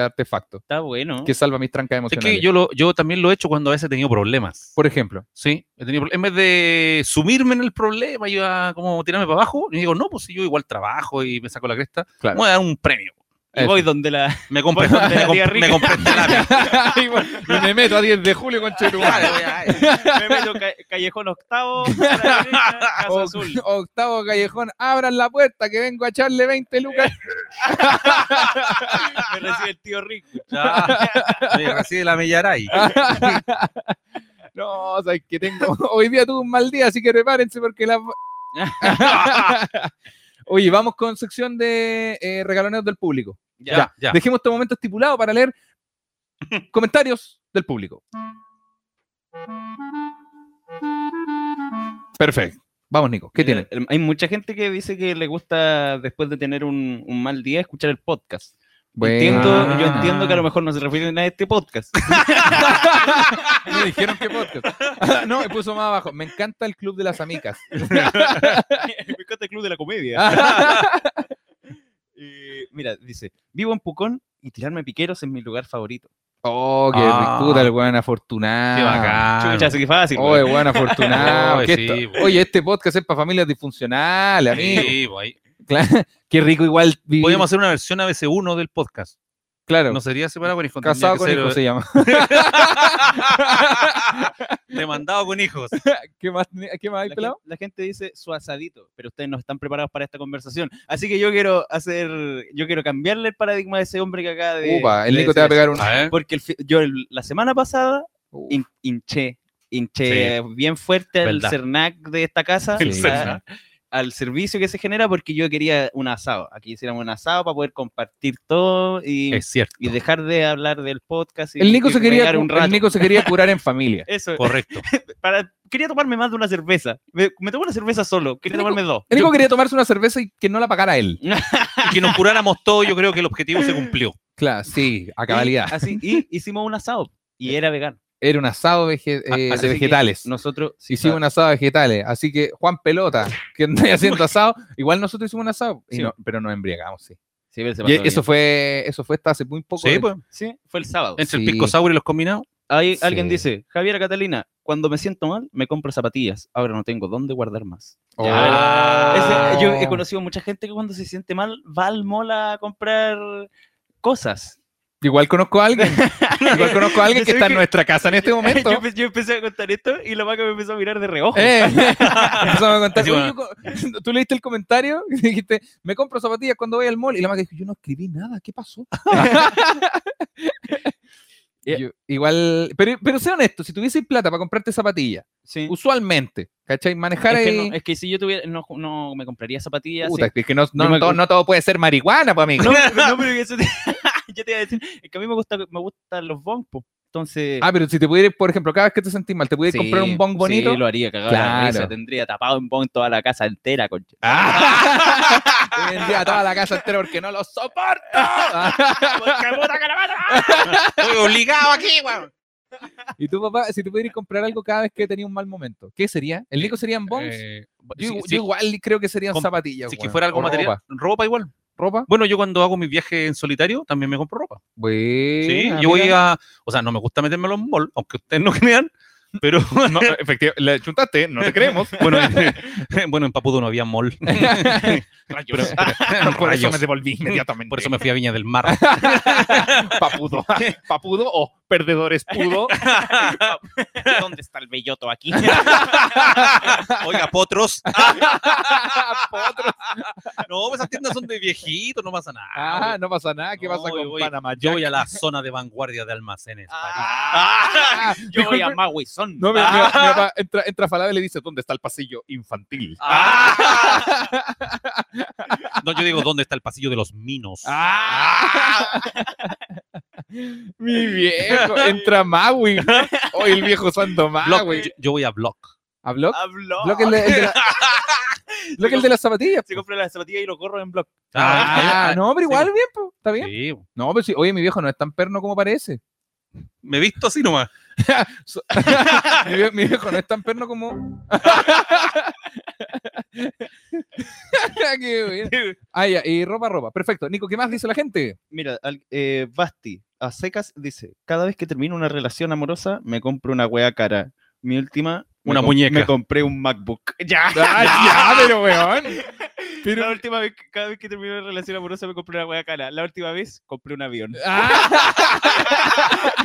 [LAUGHS]
artefacto
Está bueno.
que salva mis trancas
Es
emocionales.
que yo, lo, yo también lo he hecho cuando a veces he tenido problemas.
Por ejemplo,
Sí, he tenido problemas. En vez de sumirme en el problema y a como tirarme para abajo, yo digo, no, pues si yo igual trabajo y me saco la cresta,
Claro.
voy a dar un premio.
Y voy donde la.
[LAUGHS]
[LAUGHS]
Me compré,
Voy donde
me
la tía
compré, me
rica.
compré este [LAUGHS] lápiz.
y bueno, y me meto a 10 de julio con Chetumal.
Me meto ca- callejón
[LAUGHS]
octavo. a la derecha, Casa Azul.
Octavo Callejón, abran la puerta que vengo a echarle 20 lucas
Me recibe el tío Rico.
Ya. Me recibe la Mellaray.
Ah, No, o sea, es que tengo. [LAUGHS] Hoy día tuve un mal día, así que prepárense porque la. Oye, vamos con sección de eh, regaloneos del público.
Ya, ya.
Dejemos este momento estipulado para leer comentarios del público. Perfecto. Vamos, Nico. ¿Qué
Mira,
tienen?
Hay mucha gente que dice que le gusta, después de tener un, un mal día, escuchar el podcast. Entiendo, yo entiendo que a lo mejor no se refieren a este podcast.
[LAUGHS] Me dijeron que podcast. [LAUGHS] no, me puso más abajo. Me encanta el Club de las Amicas. [LAUGHS]
Me encanta [LAUGHS] el Club de la Comedia.
Ah.
[LAUGHS] Eh, mira, dice, vivo en Pucón y tirarme piqueros es mi lugar favorito.
Oh, qué
Ah.
puta el buen
Qué
afortunado.
bacán.
Chucha, así que fácil.
Ah. Oye,
güey.
bueno, afortunado.
Oye,
que
sí,
esto-
pues.
Oye, este podcast es para familias disfuncionales, amigo.
Sí, pues ahí.
Claro, Qué rico igual vivir.
Podríamos hacer una versión ABC1 del podcast.
claro,
No sería separado con hijos.
casado con hijos se llama. [LAUGHS]
Demandado con hijos.
¿Qué más, qué más hay,
la, gen-
pelado?
la gente dice su asadito, pero ustedes no están preparados para esta conversación. Así que yo quiero hacer, yo quiero cambiarle el paradigma de ese hombre que acaba de...
Upa, el
de
Nico te va [LAUGHS] a
decir
pegar un...
A ver.
eso. Ah, Porque el fi- yo el- la semana pasada
Uh,
hin- hinché, hinché bien fuerte al
Verdad.
Cernac de esta casa,
El
a-
Cernac.
al servicio que se genera, porque yo quería un asado. Aquí hiciéramos un asado para poder compartir todo y,
Es cierto.
y dejar de hablar del podcast. Y,
El Nico,
y
se quería,
regar
cu-
un
el
rato.
Nico se quería curar
[LAUGHS]
en familia.
Eso,
Correcto.
para, quería tomarme más de una cerveza. Me, me tomé una cerveza solo, quería
Nico-
tomarme dos.
El Nico quería tomarse una cerveza y que no la pagara él.
Y que nos curáramos todos, yo creo que el objetivo se cumplió.
Claro, sí, a
Y
cabalidad.
así, y
[LAUGHS]
hicimos un asado y era vegano.
Era un asado vege-
A-
eh,
Ah, así
de
que
vegetales.
Nosotros
Hicimos un asado de vegetales. Así que, Juan Pelota, que andáis haciendo asado, igual nosotros hicimos un asado, y
Sí.
no- pero nos embriagamos, sí.
Sí, pero se
Y
pasó
eso
bien.
fue, eso fue hasta hace muy poco.
Sí,
de-
pues.
Sí, fue el sábado.
Entre el
Sí.
pisco sour y los
[LAUGHS]
combinados.
Ahí alguien
Sí.
dice, Javiera Catalina, cuando me siento mal, me compro zapatillas. Ahora no tengo dónde guardar más.
Oh. Ah.
Ya.
Ese- yo
eh,
he conocido mucha gente que cuando se siente mal va al mola a comprar cosas.
Igual conozco a [LAUGHS] alguien. Igual conozco a alguien que
Yo sé
está en
que-
nuestra casa en [LAUGHS]
[LAUGHS]
este
Yo,
momento.
empe- yo empecé a contar esto y la vaca me empezó a mirar de reojo.
[LAUGHS] Eh, empezamos a contar,
Así,
"Oye,
bueno.
yo co- [LAUGHS] Tú leíste el comentario [LAUGHS] y dijiste, me compro zapatillas cuando voy al mall. Y la madre dijo, yo no escribí nada, ¿qué pasó? Y [LAUGHS] yo, igual, pero, pero sé honesto, si tuvieses plata para comprarte zapatillas,
Sí.
usualmente, ¿cachai? Manejar
es, que
ahí.
no- es que si yo tuviera, no, no me compraría zapatillas.
Puta,
sí.
es que no, no-
Yo me-
todo, no todo puede ser marihuana, pues, [LAUGHS] amigo.
No, pero- no, pero eso te- [LAUGHS] yo te iba a decir, es que a mí me, gusta, me gustan los bong, po. Entonces,
Ah, pero si te pudieras, por ejemplo, cada vez que te sentís mal, te pudieras
sí,
comprar un bong bonito.
Sí, lo haría, cagado. la risa,
Claro.
tendría tapado un bong toda la casa entera, concha.
Te vendría toda la casa entera porque no lo soporto.
[LAUGHS]
Estoy obligado aquí, weón.
Y tu papá, si tú pudieras comprar algo cada vez que tenía un mal momento, ¿qué sería? ¿El Nico serían bonds?
Eh,
yo,
si-
yo
si-
igual creo que serían
com-
zapatillas.
si que
weón,
fuera algo
o
material,
ropa.
ropa, igual.
ropa.
Bueno, yo cuando hago mi viaje en solitario también me compro ropa.
Bueno,
Sí,
amiga.
yo voy a. O sea, no me gusta meterme en los malls, aunque ustedes no [LAUGHS] crean, pero.
No, efectivamente, la chuntaste, no te
[LAUGHS]
creemos.
[LAUGHS] bueno, [LAUGHS] en, bueno, en Papudo no había mall.
Pero- pero- por eso me devolví inmediatamente.
Por eso [LAUGHS] me fui a Viña del Mar.
papudo. Papudo o perdedores pudo.
[LAUGHS] [LAUGHS] ¿Dónde está el belloto aquí?
Oiga, potros. Ah, No, esas tiendas son de viejitos, no pasa nada.
[LAUGHS] Ah, no pasa nada. ¿Qué
No,
pasa
yo
con
voy-
Panamá?
Yo voy a la zona de vanguardia de almacenes.
Ah.
Ah, [LAUGHS] yo voy a Maguizón. Ah,
No, mi, mi- mi papá entra, entra Falabella y le dice,
Dice, ¿dónde está el pasillo infantil?
Ah.
No, yo digo, ¿dónde está el pasillo de los minos?
Ah,
ah, [LAUGHS]
mi viejo, entra Maui. Oye, el viejo santo
Block.
Maui.
Yo, yo voy a Block.
¿A Block?
Habló.
Block el de, el de [LAUGHS] la- Block el de las zapatillas.
Se compra las zapatillas y lo corro en blog. [LAUGHS]
Ah, no, pero igual
Sí.
bien, po, está bien.
Sí,
No, pero sí, oye, mi viejo no es tan perno como parece.
me he visto así nomás.
[LAUGHS] Mi vie- mi viejo no es tan perno como. [LAUGHS] Qué bien. Ah, ya, y ropa, ropa. Perfecto. Nico, ¿qué más dice la gente?
Mira, al- eh, Basti, a secas, dice: Cada vez que termino una relación amorosa, me compro una wea cara. Mi última. me
Una
com-
muñeca.
Me compré un MacBook. Ya.
Ah,
[LAUGHS]
ya, pero weón.
La última vez, que- cada vez que termino una relación amorosa, me compré una wea cara. La última vez, compré un avión. [LAUGHS]
Ah,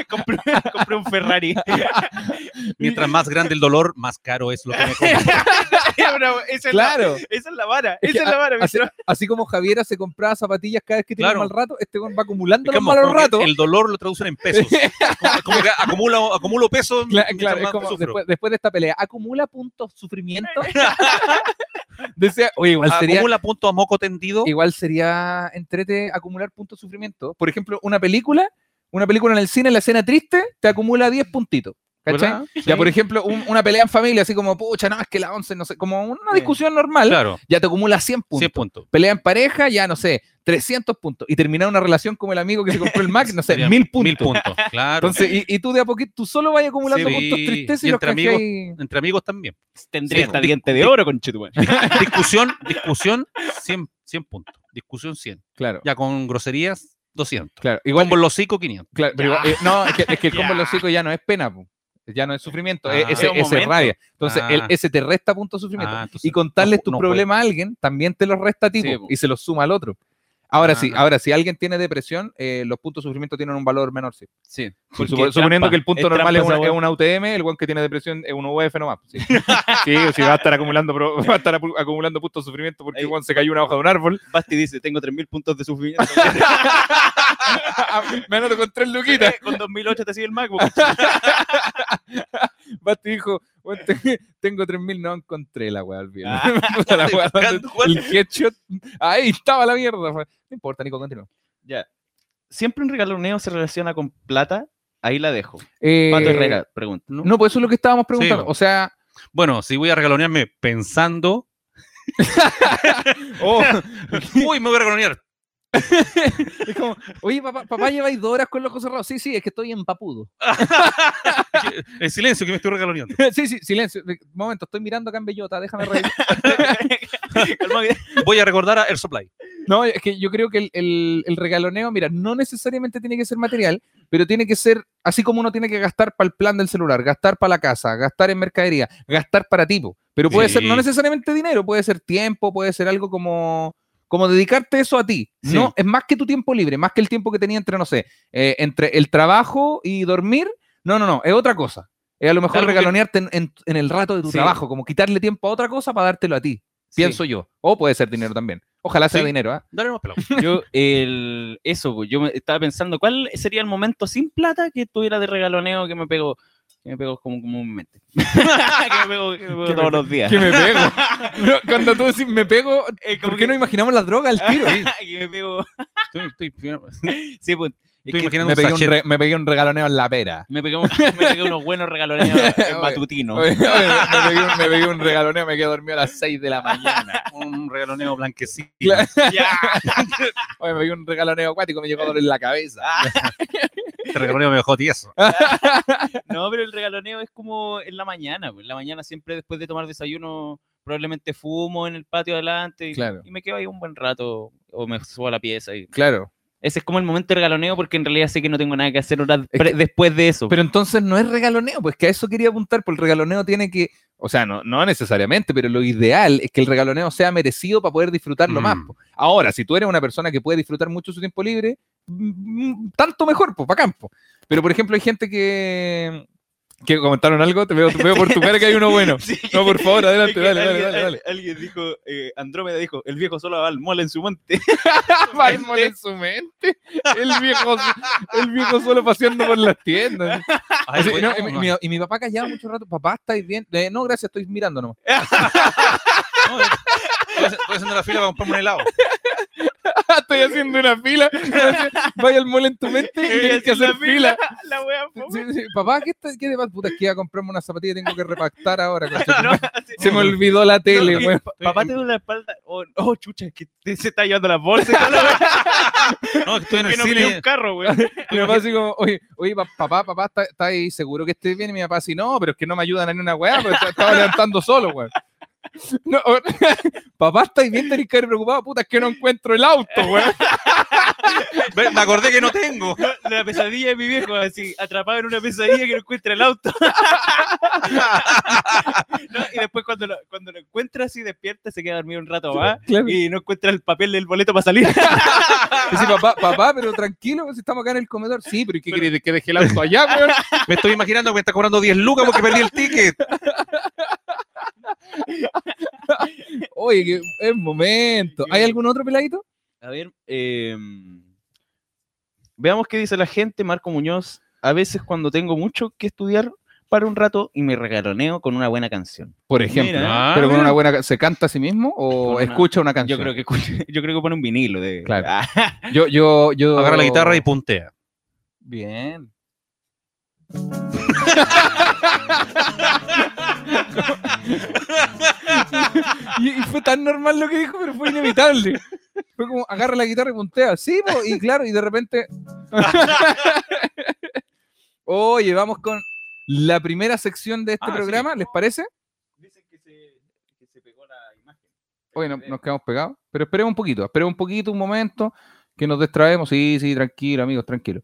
[LAUGHS]
compré, compré un [LAUGHS] Ferrari.
Mientras más grande el dolor, más caro es lo que me
[LAUGHS]
compro.
Una- esa, es la,
Claro.
esa es la vara.
Es que
Esa es la vara.
Así, así como Javiera se compraba zapatillas cada vez que tenía
Claro.
un mal rato, este weón va acumulando
Es
los
como-
malos
como que
ratos.
El dolor lo traducen en pesos. Como, como que acumulo, acumulo pesos. [LAUGHS]
Cla- Claro,
mientras
es
más
como
sufro.
después, después de esta pelea, acumula puntos
[LAUGHS]
sufrimiento. [LAUGHS] Desea, oye, igual sería,
Acumula punto a moco tendido.
igual sería entrete acumular puntos sufrimiento. Por ejemplo, una película, una película en el cine, en la escena triste, te acumula 10 puntitos. ¿Cachai?
¿Verdad?
Ya, por ejemplo, un- una pelea en familia, así como, pucha, no, es que la 11, no sé, como una discusión normal,
Claro,
ya te acumula 100 puntos.
100 puntos.
pelea en pareja, ya no sé, 300 puntos. Y terminar una relación como el amigo que se compró el Mac, no sé,
Sería
mil puntos.
Mil puntos, claro.
Entonces, y, y tú de a poquito, tú solo vas acumulando
Sí,
puntos
y-
tristeza y,
y
los
entre amigos-
canjeas
Entre amigos también.
Tendría
Sí.
hasta diente de oro con Chituan.
Discusión, discusión, 100, 100 puntos. Discusión, 100.
Claro,
Ya con groserías, 200.
claro. Igual,
Igual con los 5, 500.
claro, pero igual- eh, no, es que,
[LAUGHS]
es que el combo en los hijos ya no es pena, po. ya no es sufrimiento, es-
Ah.
ese,
Es un
ese es
momento.
rabia. Entonces, el-
Ah.
ese te resta puntos de sufrimiento.
Ah, entonces,
y contarles
no-
tus
no puede.
problemas a alguien también te los resta a ti
Sí,
po,
po.
y se los suma al otro. Ahora sí,
Ah.
ahora si alguien tiene depresión, eh, los puntos de sufrimiento tienen un valor menor, sí.
Sí.
Supo- suponiendo que el punto
es
normal es
trampa
una,
esa
es
hueá.
una UTM, el weón que tiene depresión es un UF nomás.
[LAUGHS]
Sí.
Sí, o si va a estar
[LAUGHS]
acumulando, pro- va a estar apu- acumulando puntos de sufrimiento porque
Ey.
Juan se cayó una hoja de
[LAUGHS]
un árbol.
Basti dice: Tengo 3.000 puntos de sufrimiento. [LAUGHS]
Ah, Menos con tres luquitas.
[LAUGHS]
[LAUGHS]
con 2008 te sigue el MacBook.
Basti dijo, "Weón, te- [LAUGHS] tengo 3000, no encontré la weá al bien. [LAUGHS]
Ah.
Puta la weá,
Estoy
¿dónde-
buscando, Juan.
el headshot. Ahí estaba la mierda. weón. No importa, Nico, continúa.
Ya. Siempre un regaloneo se relaciona con plata. Ahí la dejo.
Eh,
Pato Herrera pregunta. ¿no?
No, pues eso es lo que estábamos preguntando.
bueno.
o sea,
Bueno, si voy a regalonearme pensando.
[LAUGHS]
oh,
Uy, me voy a regalonear.
[LAUGHS] es como, oye, papá, papá lleváis dos horas con los ojos cerrados. Sí, sí, es que estoy empapudo.
En silencio, que me estoy regaloneando.
[LAUGHS] sí, sí, silencio. Momento, estoy mirando acá en Bellota, déjame reír.
Voy a recordar a Air Supply.
No, es que yo creo que el, el- el regaloneo, mira, no necesariamente tiene que ser material, pero tiene que ser, así como uno tiene que gastar para el plan del celular, gastar para la casa, gastar en mercadería, gastar para tipo. Pero puede ser no
Sí.
necesariamente dinero, puede ser tiempo, puede ser algo como, como dedicarte eso a ti.
Sí.
No, es más que tu tiempo libre, más que el tiempo que tenía entre, no sé, eh, entre el trabajo y dormir. No, no, no, es otra cosa. Es a lo mejor
Algo que-
regalonearte en, en- en el rato de tu
Sí.
trabajo, como quitarle tiempo a otra cosa para dártelo a ti, pienso yo. O puede ser dinero también. Ojalá sea
Sí.
dinero, ¿ah?
Dale más pelado.
Yo, el, eso, pues, yo me- estaba pensando, ¿cuál sería el momento sin plata que tuviera de regaloneo que me pegó? Que me pegó como comúnmente. [LAUGHS] que me pegó, que me pegó todos los días.
que me [LAUGHS] pego. No, cuando tú decís me pego,
Eh,
¿por qué no imaginamos la droga al tiro?
que me pegó.
Estoy, estoy-
[LAUGHS] Sí, pues, es
estoy
que
imaginando
Me
un
pegué, un
sachet.
re- me pegué un regaloneo en la pera.
me pegué, un- me pegué unos buenos [LAUGHS] regaloneos
Oye,
matutinos.
[LAUGHS] Oye, oye, me, pegué un, me pegué un regaloneo, me quedé dormido a las 6 de la mañana.
un regaloneo blanquecito.
Claro.
Ya.
Oye, me pegué un regaloneo acuático, me llegó a doler la cabeza. Ah.
Este regaloneo me dejó tieso.
No, pero el regaloneo es como en la mañana. pues, En la mañana siempre después de tomar desayuno probablemente fumo en el patio adelante y,
Claro.
y me quedo ahí un buen rato o me subo a la pieza. Y...
Claro.
Ese es como el momento de regaloneo porque en realidad sé que no tengo nada que hacer horas
Es que-
pre- después de eso.
Pero entonces no es regaloneo, pues que a eso quería apuntar, porque el regaloneo tiene que, o sea, no, no necesariamente, pero lo ideal es que el regaloneo sea merecido para poder disfrutarlo más.
Mm.
po. Ahora, si tú eres una persona que puede disfrutar mucho su tiempo libre, mm, tanto mejor, pues, para campo. Pero, por ejemplo, hay gente que... que comentaron algo? Te veo, te veo por tu cara que hay uno
[LAUGHS]
bueno. No, por favor, adelante, [LAUGHS] dale, dale, dale. dale.
Alguien dijo, eh, Andrómeda dijo, el viejo solo va al mole en su monte.
Batman en su mente. El viejo, el viejo solo paseando por las tiendas.
[LAUGHS] Ay,
Así,
bueno,
no, y, mi-
no,
mi, y mi papá callaba mucho rato. Papá, ¿estáis bien? Eh, no, gracias, estoy mirando
[LAUGHS]
nomás.
no, estoy haciendo- estoy haciendo la fila para comprarme un helado.
estoy haciendo una
[LAUGHS]
fila. Vaya al mole en tu mente y tienes que hacer fila.
La wea,
Sí, sí, Papá, ¿qué, está, qué te pasa? Puta, es que iba a comprarme una zapatilla y tengo que repactar ahora. [LAUGHS] concha tu madre. Se me olvidó la tele, weón.
Papá te duele la espalda. Oh, oh, chucha, que te- se está llevando las bolsas. y
[LAUGHS]
todo, weón,
No, estoy en el
que no pillé
cine.
un carro, weón.
Mi papá así como, oye, oye, pa- papá, papá, ¿está- ¿está ahí seguro que estés bien? Y mi papá así, no, pero es que no me ayudan en una weá, porque estaba levantando solo, weón. No, [LAUGHS] o- papá, ¿estáis bien? Tenés que haber preocupado, puta, es que no encuentro el auto, weón.
Ve, Me acordé que no tengo.
La pesadilla de mi viejo, así, atrapado en una pesadilla que no encuentra el auto. [LAUGHS] No, y después cuando lo, cuando lo encuentra así, despierta, se queda dormido un rato más
Claro.
y no encuentra el papel del boleto para salir.
Y así, papá, papá, pero tranquilo, si estamos acá en el comedor. Sí, pero ¿y ¿qué querés? ¿Que deje el auto allá, weón?
Me estoy imaginando que me está cobrando 10 lucas porque perdí el ticket.
Oye, que es momento. ¿Hay algún otro peladito?
A ver, em, veamos qué dice la gente. Marco Muñoz, a veces cuando tengo mucho que estudiar, paro un rato y me regaloneo con una buena canción.
Por ejemplo. ¿ah?
Mira.
pero con una buena. ca- ¿Se canta a sí mismo o
Con una-
escucha una canción?
Yo creo que escucha- [LAUGHS] yo creo que pone un vinilo de. Ah.
Claro. Yo, yo, yo.
Agarra la guitarra y puntea.
Bien. [LAUGHS] y, y fue tan normal lo que dijo, pero fue inevitable. Fue como, agarra la guitarra y puntea. Sí, po, y claro, y de repente... Oye, vamos con la primera sección de este
Ah, sí.
programa, ¿les parece?
Dicen que se, pegó la imagen.
Oye, no- nos quedamos pegados, pero esperemos un poquito, esperemos un poquito, un momento, que nos distraemos. Sí, sí, tranquilo, amigos, tranquilo.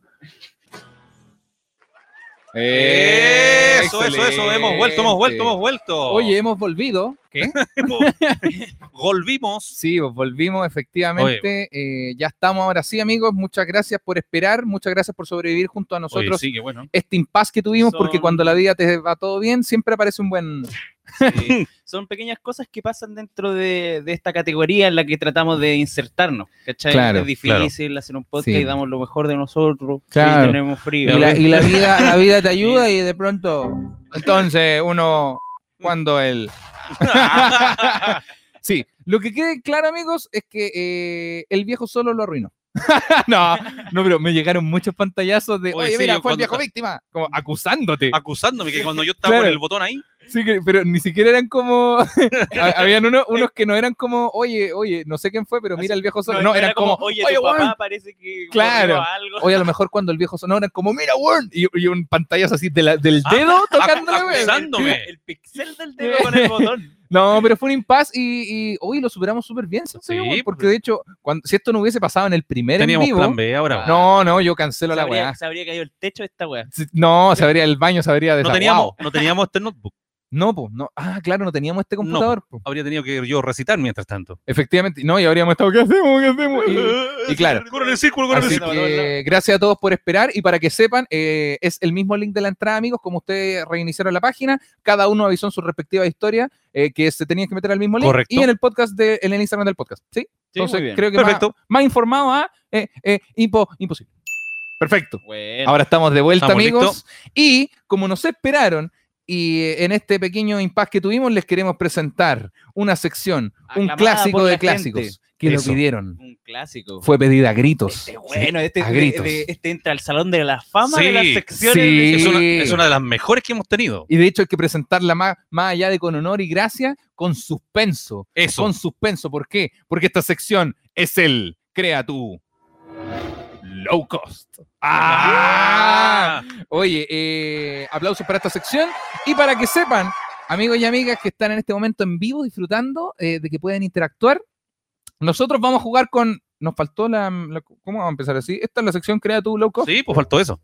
Eso, eso, eso. Hemos vuelto, hemos vuelto,
Excelente.
hemos vuelto.
Oye, hemos volvido.
volvimos.
Sí, pues volvimos efectivamente. eh, ya estamos ahora sí, amigos. Muchas gracias por esperar. Muchas gracias por sobrevivir junto a
Oye,
nosotros.
sí, que bueno.
Este impasse que tuvimos, porque
Son-
cuando la vida te va todo bien, siempre aparece un buen.
Sí, Son pequeñas cosas que pasan dentro de, de esta categoría en la que tratamos de insertarnos. ¿cachai?
Claro,
es difícil hacer un podcast
Sí.
y damos lo mejor de nosotros.
Claro.
Y tenemos
Y
frío.
la, y la vida, la [LAUGHS] vida te ayuda y de pronto. Entonces, uno. Cuando el. [LAUGHS] sí, lo que quede claro, amigos, es que eh, el viejo solo lo arruinó. [LAUGHS] no, no, pero me llegaron muchos pantallazos de.
Oye,
Oye,
sí,
mira,
yo
fue el
cuando-
viejo víctima. Como acusándote.
Acusándome que cuando yo estaba
Claro.
con el botón ahí,
Sí, que- pero ni siquiera eran como. ha- Habían uno- unos que no eran como, oye, oye, no sé quién fue, pero mira el viejo solo. No, eran como,
oye,
"Oye,
tu
weón".
papá parece que
Claro.
corrió algo.
Oye, a lo mejor cuando el viejo sonó eran como, mira, Warren. Y, y un pantallazo así de la- del
Ah, [LAUGHS]
dedo tocando la wea.
acusándome.
El pixel del dedo con el
[LAUGHS]
botón.
No, pero fue un impasse y, y hoy lo superamos súper bien, ¿sabes?
Sí, pues.
weón? porque de hecho, cuando, si esto no hubiese pasado en el primer
Teníamos
en vivo.
plan B ahora.
No, no, yo cancelo la
Sabría,
weá.
sabría que hay el techo de esta weá.
Si- No, se abría el baño, se abría de
No teníamos, no teníamos este notebook.
No, pues, no. Ah, claro, no teníamos este
No, pues. po.
computador. po.
Habría tenido que yo recitar mientras tanto.
Efectivamente, no, y habríamos estado, ¿qué hacemos? ¿Qué hacemos?
[LAUGHS]
Y- y claro.
Corre Eh, el círculo, corre el
Así
círculo.
que gracias a todos por esperar y para que sepan, eh, es el mismo link de la entrada, amigos, como ustedes reiniciaron la página, cada uno avisó en su respectiva historia eh, que se tenían que meter al mismo link
Correcto.
y en el podcast, de, en el Instagram del podcast, ¿sí? Entonces
muy bien.
creo que más-
Perfecto.
Más, informado a eh, eh, impo- imposible. Perfecto.
Bueno.
Ahora estamos de vuelta,
Estamos
amigos. Y como nos esperaron y eh, en este pequeño impasse que tuvimos, les queremos presentar una sección,
Aclamada
un clásico
por
de
la
clásicos
gente.
que
Eso.
lo pidieron.
Un clásico.
Fue pedida a gritos.
Este bueno, este,
A
de-
gritos.
de- este entra al salón de la fama de las
Sí,
secciones.
sí.
Es una, es una de las mejores que hemos tenido.
Y de hecho hay que presentarla más, más allá de con honor y gracia, con suspenso.
Eso.
Con suspenso. ¿Por qué? Porque esta sección es el Crea tú. Low cost. ¡Ah!
Ah.
Oye, eh, aplausos para esta sección. Y para que sepan, amigos y amigas que están en este momento en vivo disfrutando eh, de que pueden interactuar. Nosotros vamos a jugar con. Nos faltó la, la- ¿Cómo vamos a empezar así? Esta es la sección Crea tu Low Cost.
Sí, pues faltó eso.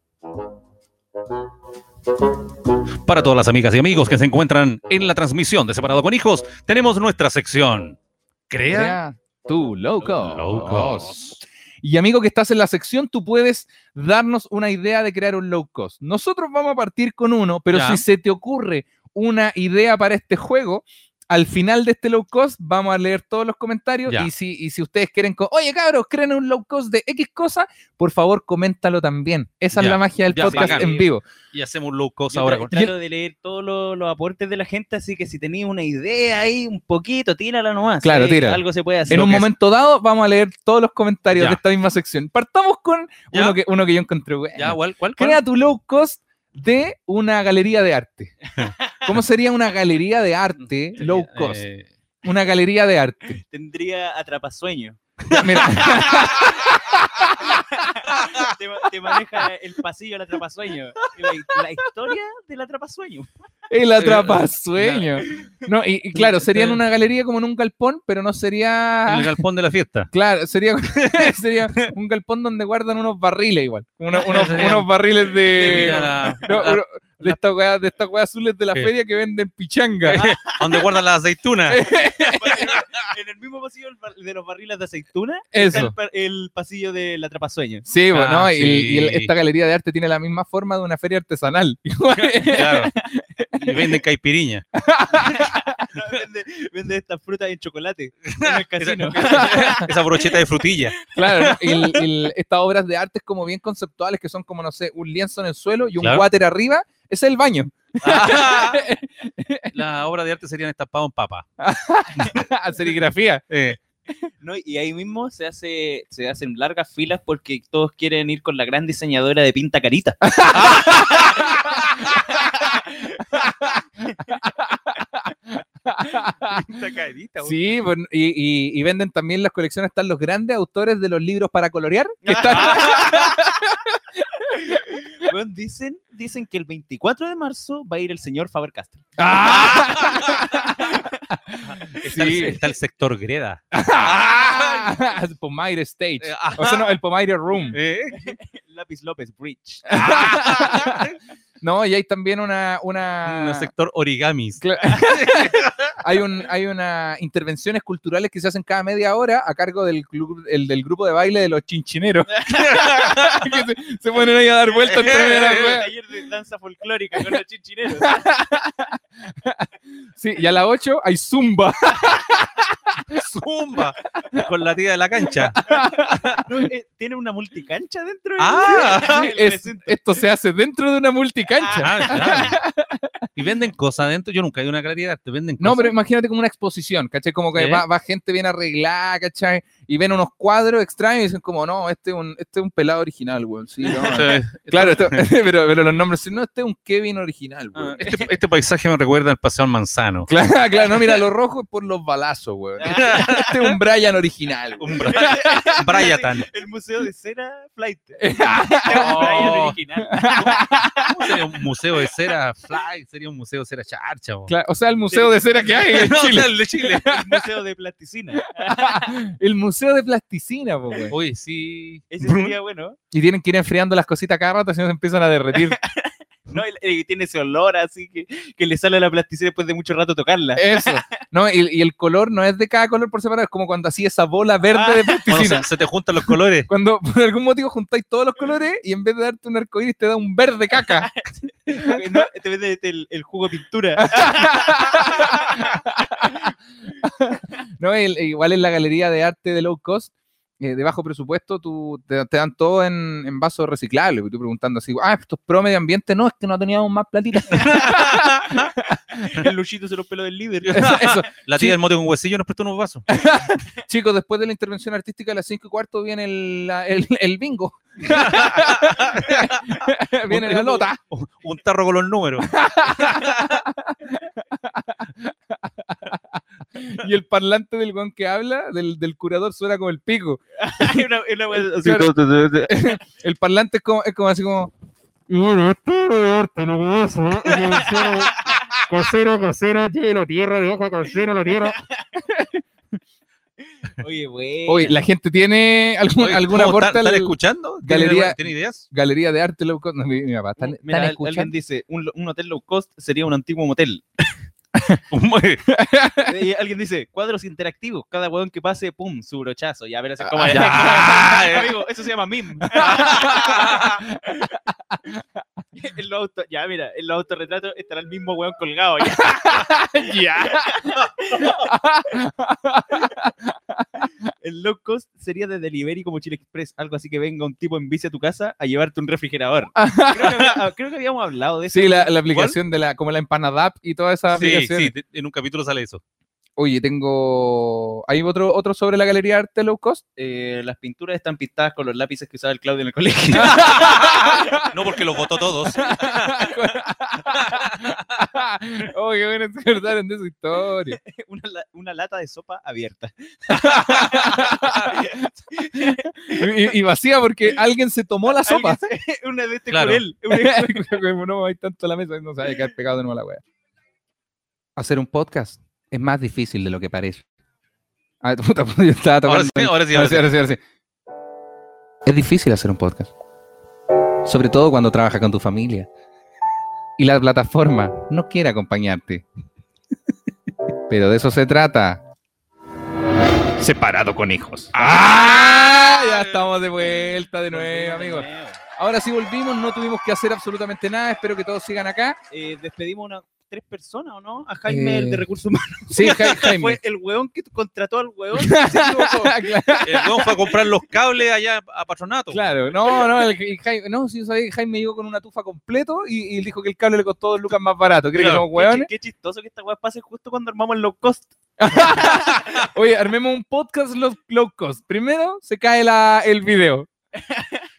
Para todas las amigas y amigos que se encuentran en la transmisión de Separado con Hijos, tenemos nuestra sección. Crea.
Crea tu Low Cost.
Low cost.
Y amigo que estás en la sección, tú puedes darnos una idea de crear un low cost. Nosotros vamos a partir con uno, pero
Ya.
si se te ocurre una idea para este juego, al final de este low cost vamos a leer todos los comentarios
Ya.
y si, y si ustedes quieren, co- oye cabros, creen un low cost de X cosa, por favor coméntalo también. Esa es
Ya.
la magia del
Ya,
podcast
bacán.
en vivo.
Y hacemos un low
pues
cost
Yo
ahora
tra-
con.
trato de leer todos los, los aportes de la gente, así que si tenéis una idea ahí, un poquito, tírala nomás.
Claro,
ahí
tírala.
Algo se puede hacer.
En un momento dado vamos a leer todos los comentarios
Ya.
de esta misma sección. Partamos con
Ya.
uno que, uno que yo encontré. bueno.
Ya, ¿cuál? ¿Cuál? cuál?
Crea tu low cost de una galería de
[LAUGHS]
arte. ¿Cómo sería una galería de arte low cost?
Eh,
Una galería de
[LAUGHS]
arte.
Tendría atrapasueño.
Mira,
te, ma- te maneja el pasillo del atrapasueño. La, la historia del atrapasueño. [LAUGHS]
el atrapasueño. No, y, y claro, sería en una galería como en un galpón, pero no
en el
sería.
galpón de la fiesta.
Claro, sería, [LAUGHS] sería un galpón donde guardan unos barriles igual. Uno- unos,
Sería-
unos barriles
Mira
de.
la-
Eh, no,
la-
no, de estas weas de estas weas azules de la
Sí.
feria que venden
[LAUGHS]
pichanga.
donde guardan las aceitunas.
en el mismo pasillo del bar- de los barriles de aceituna. está
Eso.
El, pa- el pasillo del
[LAUGHS]
atrapasueño.
Sí, bueno,
Ah,
y, y el-
sí.
esta galería de arte tiene la misma forma de una feria artesanal. [LAUGHS]
Claro. Y venden caipiriña.
Vende, vende estas frutas en chocolate. En el casino.
[LAUGHS] Esa brocheta de frutilla.
Claro, ¿no? Y el- el- estas obras de arte es como bien conceptuales, que son como, no sé, un lienzo en el suelo y un
Claro.
water arriba. Ese es el baño. [LAUGHS]
Ah, la obra de arte serían estampados en papa.
serigrafía.
Eh,
No, y ahí mismo se hace se hacen largas filas porque todos quieren ir con la gran diseñadora de pinta carita.
Sí, pues, y, y- y venden también las colecciones, están los grandes autores de los libros para colorear. que
[LAUGHS]
están-
Weón, dicen, dicen que el 24 de marzo va a ir el señor Faber Castell.
está, el, está el sector greda.
[LAUGHS] Ah, Pomaire Stage.
Eh,
O sea, no, el Pomaire Room.
Eh,
[LAUGHS] Lápiz López [LAUGHS] Bridge.
No, y hay también una... una...
no, sector origamis.
hay un hay una intervenciones culturales que se hacen cada media hora a cargo del club el del grupo de baile de los chinchineros [LAUGHS] que se, se ponen ahí a dar vueltas entre
[LAUGHS]
las weas.
Taller de danza folclórica con los chinchineros.
sí, y a las 8 hay zumba
[LAUGHS] Zumba. Con la tía de la
[LAUGHS]
cancha.
[LAUGHS] No, eh, Tiene una multicancha dentro. del-
Ah,
del
Es-
recinto.
esto se hace dentro de una multicancha
Ah, claro. Y venden cosas adentro. Yo nunca he ido a una galería de arte. Venden
no,
cosas.
pero imagínate como una exposición, ¿cachai? Como que
¿Eh?
va, va gente bien arreglada, ¿cachai? Y ven unos cuadros extraños y dicen como, no, este es un, este es un pelado original, weón. Sí, no, claro, esto- [LAUGHS] pero, pero los nombres, no, este es un Kevin original, weón.
Este, este paisaje me recuerda al paseo al manzano.
[LAUGHS] Claro, claro, no, mira, lo rojo es por los balazos, weón. Este es un Brian original. weón.
Un
[LAUGHS]
Bra- Bryatan.
[LAUGHS] El museo de cera flight.
Oh.
original.
¿Cómo sería un museo de cera fly? Sería un museo de cera charcha. bo?
Claro, o sea, el museo de cera que hay en
[LAUGHS] No,
Chile.
claro, el de Chile.
El museo de plasticina.
El museo de plasticina, po, weón.
Oye, sí.
Ese sería bueno.
Y tienen que ir enfriando las cositas cada rato, si no se empiezan a derretir.
No, y- y tiene ese olor así que, que le sale a la plasticina después de mucho rato tocarla.
[LAUGHS] Eso. No, y, y el color no es de cada color por separado, es como cuando hacía esa bola verde de
[LAUGHS] Cuando
plasticina.
se, se te juntan los colores.
Cuando [LAUGHS] por algún motivo juntáis todos los colores y en vez de darte un arcoíris te da un verde caca.
No, te vende el, el jugo de pintura.
No, El- igual en la galería de arte de low cost, eh, de bajo presupuesto, tú, te, te dan todo en, en vasos reciclables. Y tú preguntando así, ah, esto es pro medio ambiente. No, es que no teníamos más platita. [LAUGHS]
El luchito se los pelos del líder.
Eso, eso.
La
Sí.
tía del mote con huesillo nos prestó unos vasos.
Chicos, después de la intervención artística a las 5 y cuarto viene el, la- el- el bingo. [LAUGHS] viene la lota.
Un, un tarro con los
[LAUGHS]
números.
Y el parlante del guan que habla, del, del curador, suena como el pico.
Hay [LAUGHS] una- hay una wea así.
Claro. el
¿eh?
[LAUGHS]
parlante es como, es como así como...
Cocero, cocero, hielo, tierra de hoja, cocero, lo tierra.
Oye, güey.
Oye, la gente tiene algún,
Oye,
algún
¿cómo
aporte
están-
a la
¿Están escuchando?
galería-
¿Tienen ¿Tienen ideas? [LAUGHS]
galería de arte. low cost? No, mi, mi papá, ¿están,
Mira,
están
al- alguien
escuchando?
dice, un, lo- un hotel low cost sería un antiguo motel. Y alguien dice, cuadros interactivos, cada hueón que pase, pum, su brochazo. Ya verás
Ah,
cómo [LAUGHS]
ya.
Amigo, eso se llama
[LAUGHS]
meme. En los auto- ya, mira, en los autorretratos estará el mismo hueón colgado. Ya.
[LAUGHS]
El low cost sería de delivery como Chile Express, algo así que venga un tipo en bici a tu casa a llevarte un
[LAUGHS]
refrigerador. Creo que, había- ah, creo que habíamos hablado de eso.
Sí, la, la aplicación de la, como la empanadap y toda esa
Sí,
aplicación.
sí, te- en un capítulo sale eso.
Oye, tengo. ¿Hay otro, otro sobre la galería de arte low cost? [LAUGHS]
Eh, las pinturas están pintadas con los lápices que usaba el Claudio en el colegio.
No, porque los votó todos.
Oye, bueno, se acordaron de esa historia.
[LAUGHS] una, la- una lata de sopa abierta.
Y, y vacía porque alguien se tomó la sopa.
[LAUGHS] una de este
Claro.
curel.
[LAUGHS] no hay tanto a la mesa, no se va a quedar pegado de nuevo a la wea. Hacer un podcast es más difícil de lo que parece. Ah, [LAUGHS] puta, yo estaba tocando.
Ahora sí, ahora sí, ahora sí.
ahora sí, ahora sí. Es difícil hacer un podcast. Sobre todo cuando trabajas con tu familia. Y la plataforma no quiere acompañarte. [LAUGHS] Pero de eso se trata.
Separado con hijos.
¡Ah! Ya estamos de vuelta de nuevo, amigos. Ahora sí volvimos, no tuvimos que hacer absolutamente nada. Espero que todos sigan acá.
Eh, despedimos a unas tres personas, ¿o no? A Jaime, el de
Eh,
Recursos Humanos. [LAUGHS]
Sí, Ja- [LAUGHS] Jaime.
Fue el hueón que contrató al hueón. que se
[LAUGHS]
equivocó.
El weón fue a comprar los cables allá a Patronato.
Claro, no, no, el, el Jaime, no, si yo sabía que Jaime llegó con una tufa completo y, y dijo que el cable le costó dos lucas más barato. ¿Crees que
Claro.
somos
Qué chi-
hueones?
Qué chistoso que esta hueá pase justo cuando armamos el low cost.
Oye, armemos un podcast low, low cost. Primero se cae la, el video.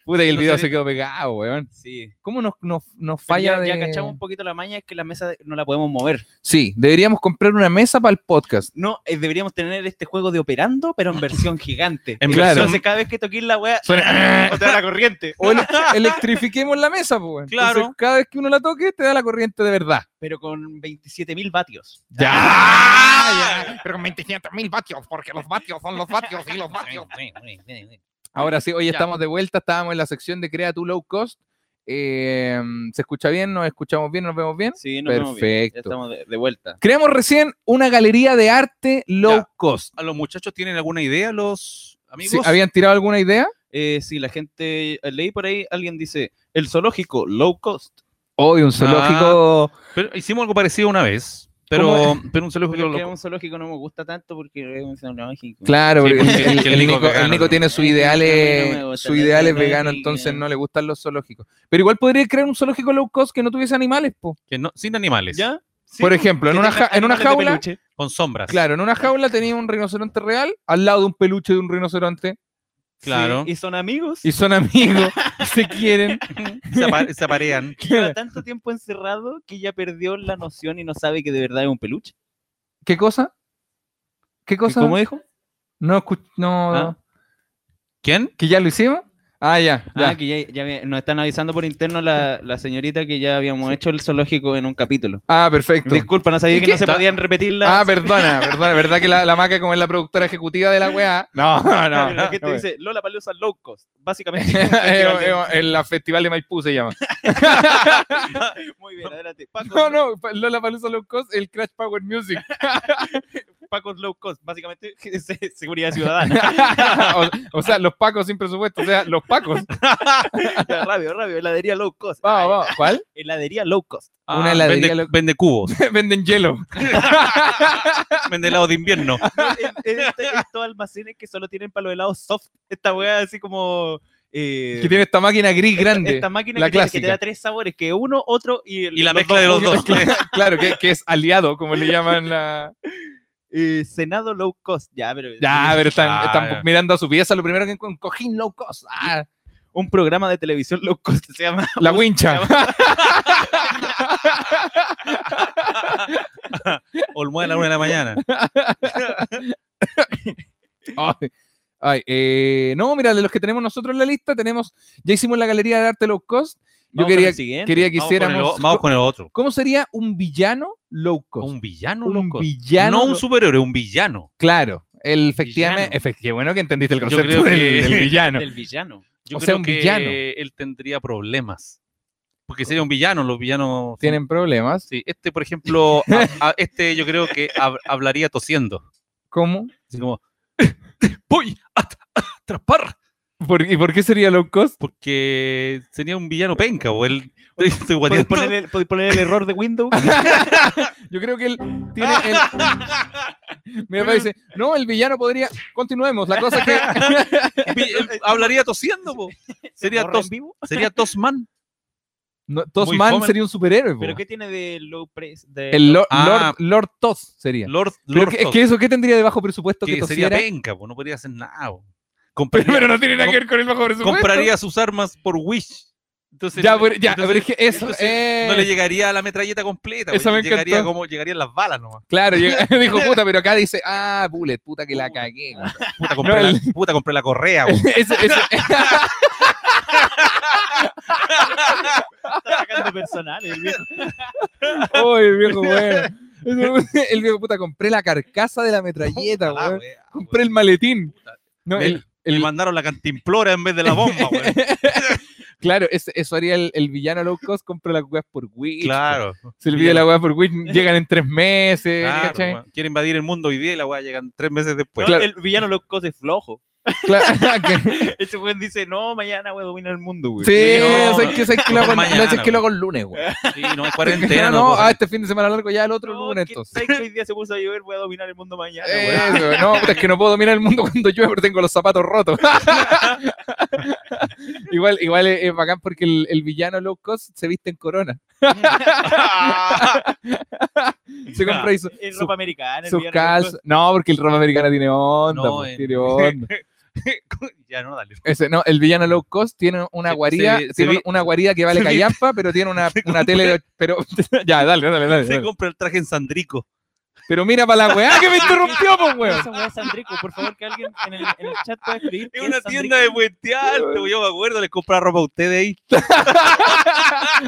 Puta, y el
No
video
sería-
se quedó pegado, weón.
Sí.
¿Cómo nos, nos, nos
Falla
falla
ya,
de-
cachamos un poquito la maña, es que la mesa no la podemos mover.
Sí, deberíamos comprar una mesa para el podcast.
No, eh, deberíamos tener este juego de operando, pero en versión gigante.
En
Claro.
versión-
Entonces cada vez que toquís la hueá,
Suena-
o te da la corriente.
O ele- electrifiquemos la mesa, pues. weón. Entonces,
Claro.
cada vez que uno la toque, te da la corriente de verdad.
Pero con 27.000 vatios.
Ya, ya. Pero con 25 mil vatios, porque los vatios son los vatios y los vatios.
Ahora sí, hoy
Ya.
estamos de vuelta, estábamos en la sección de Crea tu Low Cost. Eh, ¿Se escucha bien? ¿Nos escuchamos bien? ¿Nos vemos bien?
Sí, nos vemos bien. Ya
Perfecto.
estamos de, de vuelta.
Creamos recién una galería de arte low
Ya.
cost.
¿A los muchachos tienen alguna idea, los amigos?
Sí, ¿Habían tirado alguna idea?
Eh, sí, la gente, eh, leí por ahí, alguien dice, el zoológico, low cost.
Hoy Oh, un zoológico.
Ah.
Pero hicimos algo parecido una vez, pero, pero un
Pero
zoológico
es que
loco.
un zoológico no me gusta tanto porque es un zoológico.
Claro,
Sí,
porque
porque
el,
es que
el
el Nico
Nico,
es
el
vegano,
Nico
¿no?
tiene su
Es que a
ideal
mí no
es,
me gusta
su
la
ideal es
tecnología.
vegano, entonces no le gustan los zoológicos. Pero igual podría crear un zoológico low cost que no tuviese animales, po.
Que no- sin animales,
¿Ya? Sí,
Por
que
ejemplo, en
tenga
una, ja- en una
animales de
jaula,
peluche.
con sombras.
claro, en una jaula tenía un rinoceronte real al lado de un peluche de un rinoceronte
claro.
Sí, y son amigos.
y son amigos, se quieren.
Se, apa- se aparean.
[LAUGHS]
[LAUGHS]
Lleva tanto tiempo encerrado que ya perdió la noción y no sabe que de verdad es un peluche.
¿Qué cosa? ¿Qué cosa?
¿Cómo dijo?
No, escu- no,
Ah.
¿Quién?
¿Que ya lo hicimos? Ah, ya, ya.
Ah, que ya, ya me- nos están avisando por interno la, la señorita que ya habíamos hecho el zoológico en un capítulo.
Ah, perfecto.
Disculpa, no sabía
¿Y
que
qué?
no se podían repetir las... [LAUGHS]
Ah, perdona, perdona, verdad que la, la maca como es la productora ejecutiva de la weá. No, no,
Ah,
no.
la gente
no. [LAUGHS]
dice Lola Palusa low cost, básicamente. [LAUGHS]
Eh, eh, En la festival de Maipú se llama.
[LAUGHS] Muy bien, adelante. Paco,
No, no, pa- Lola Palusa Low Cost, el Crash Power Music.
Paco low cost, básicamente [LAUGHS] se- seguridad
[LAUGHS]
ciudadana.
Ah, o, o sea, los pacos sin presupuesto, o sea, los pacos.
Ya, rápido, rápido, heladería low cost.
Vamos, vamos. ¿Cuál? [LAUGHS]
Ay, Heladería low cost.
Ah,
Una heladería
vende,
loca.
vende cubos,
Venden hielo.
vende helado de invierno.
[LAUGHS]
Es- es- es- este, Estos almacenes que solo tienen para los helados soft. Esta weá así como... eh,
Que tiene esta máquina gris grande.
Esta máquina
la
que, te- que te
clásica.
da tres sabores, que uno, otro y, el-
Y la mezcla de los dos. [LAUGHS]
Claro, que, que es aliado, como le llaman la.
Eh, Senado low cost, ya, pero...
Ya, pero están,
Ah,
están
ya.
mirando a su pieza, lo primero que encuentran, un cojín low cost. Ah,
Un programa de televisión low cost se llama...
la wincha.
Olmué a la una de
[LAUGHS]
la mañana.
[LAUGHS] Ay, ay, eh, no, mira, de los que tenemos nosotros en la lista, tenemos, ya hicimos la galería de arte low cost, Yo
Vamos con
quería,
el siguiente.
quería que
Vamos con, el,
hiciéramos.
o- vamos con el otro.
¿Cómo sería un villano low cost?
Un villano,
Un
loco.
villano
No
lo-
un superhéroe, un villano.
Claro. El efectivamente,
Villano.
efect- qué bueno que entendiste el
Yo
concepto
creo
del,
que-
del
[LAUGHS]
villano.
Del
[LAUGHS]
villano.
Yo
O sea,
creo
un
que
villano.
él tendría problemas. Porque sería un villano, los villanos. son-
Tienen problemas.
Sí, este, por ejemplo, a- a- este yo creo que hab- hablaría tosiendo.
¿Cómo?
Así como, [LAUGHS] voy a at- a atrapar.
¿Por- ¿Y por qué sería low cost?
Porque sería un villano penca, o [LAUGHS] él. este Estoy
¿Podéis
guateando. [LAUGHS]
poner, el, podéis poner el error de
[LAUGHS]
Windows?
Yo creo que él tiene el.
[LAUGHS]
Mira, parece. No, el villano podría. Continuemos. La cosa es que.
Vi- él [LAUGHS] Hablaría tosiendo, po. Sería,
¿Ahorra en
tos,
vivo?
[LAUGHS] sería Tosman.
No, Tosman
joven.
sería un superhéroe. po.
¿Pero qué tiene de low press? De
[LAUGHS]
El Lord,
Ah.
Lord, Lord Tos sería.
Lord,
Pero
Lord
que- es
Tos,
que eso, ¿qué tendría de bajo presupuesto que,
que sería
tosiera?
penca, po, no podría hacer nada. po.
[LAUGHS] Pero,
Compraría,
no tiene nada que ver con el bajo presupuesto.
compraría sus armas por Wish. Entonces,
Ya, pero, ya,
entonces-
pero es que eso.
entonces,
eh,
no le llegaría a la metralleta completa.
Eso
güey,
me
llegaría
encantó.
como llegarían las balas nomás.
Claro, llega- [LAUGHS] dijo puta, pero acá dice, ah, bullet, puta que la
Puta.
cagué.
[LAUGHS] Puta, compré,
No,
la, puta, compré la correa. güey.
[LAUGHS] Ese- [LAUGHS] ese-
sacando personal. el viejo.
oh, el viejo
[LAUGHS]
bueno. [LAUGHS] Ese- El viejo puta, compré la carcasa de la metralleta,
Ojalá,
weón.
güey.
Compré el maletín. No,
Me-
el-
Ah, Me
el-
mandaron la cantimplora en vez
[LAUGHS]
de la bomba. güey.
claro, ese- eso haría el, el villano low cost, compró la weas por Wii.
claro.
Se olvida la wea por
[LAUGHS]
Wii, llegan en tres meses,
claro,
¿cachai?
güey. Quiere invadir el mundo hoy día y la weá llegan tres meses después.
Claro.
El villano loco es flojo. [LAUGHS]
[LAUGHS] Claro, Ah, que-
Ese weón dice, no, mañana voy a dominar el mundo, weón.
sí,
no,
sabes que, sabes que lo hago, en-
mañana,
sabes que lo
güey.
hago el lunes, güey.
Sí, no, es
[LAUGHS]
cuarentena.
no,
no,
ah,
pues,
este fin de semana largo ya el otro
No,
lunes
que-
entonces.
¿sabes que hoy día se puso a llover? Voy a dominar el mundo mañana,
Eh,
weón.
Eso, no, puta, es que no puedo dominar el mundo [LAUGHS] cuando llueve, pero tengo los zapatos rotos. [LAUGHS] igual igual es, es bacán porque el, el villano low cost se viste en
[LAUGHS]
corona. [LAUGHS] se compra ahí su-
En
su-
ropa americana, el
sus
villano loco.
calzas. No, porque el ropa americana tiene onda,
pues. No,
pues,
en- [LAUGHS]
tiene onda.
ya, no, dale.
Ese, no, el villano low cost tiene una
Se-
guarida,
se vi- se
tiene
vi-
una guarida que vale
se vi-
callampa, pero tiene
[LAUGHS]
una, una tele de- pero [LAUGHS] ya, dale, dale, dale.
Se
dale.
compra el traje en Sandrico.
Pero mira para la weá
[LAUGHS]
que me interrumpió, pues weón.
Esa weá es Sandrico, por favor, que alguien en el, en el chat pueda escribir. qué
Es una
Sandrico.
tienda de puente alto. Yo me acuerdo, les compraba ropa a ustedes ahí.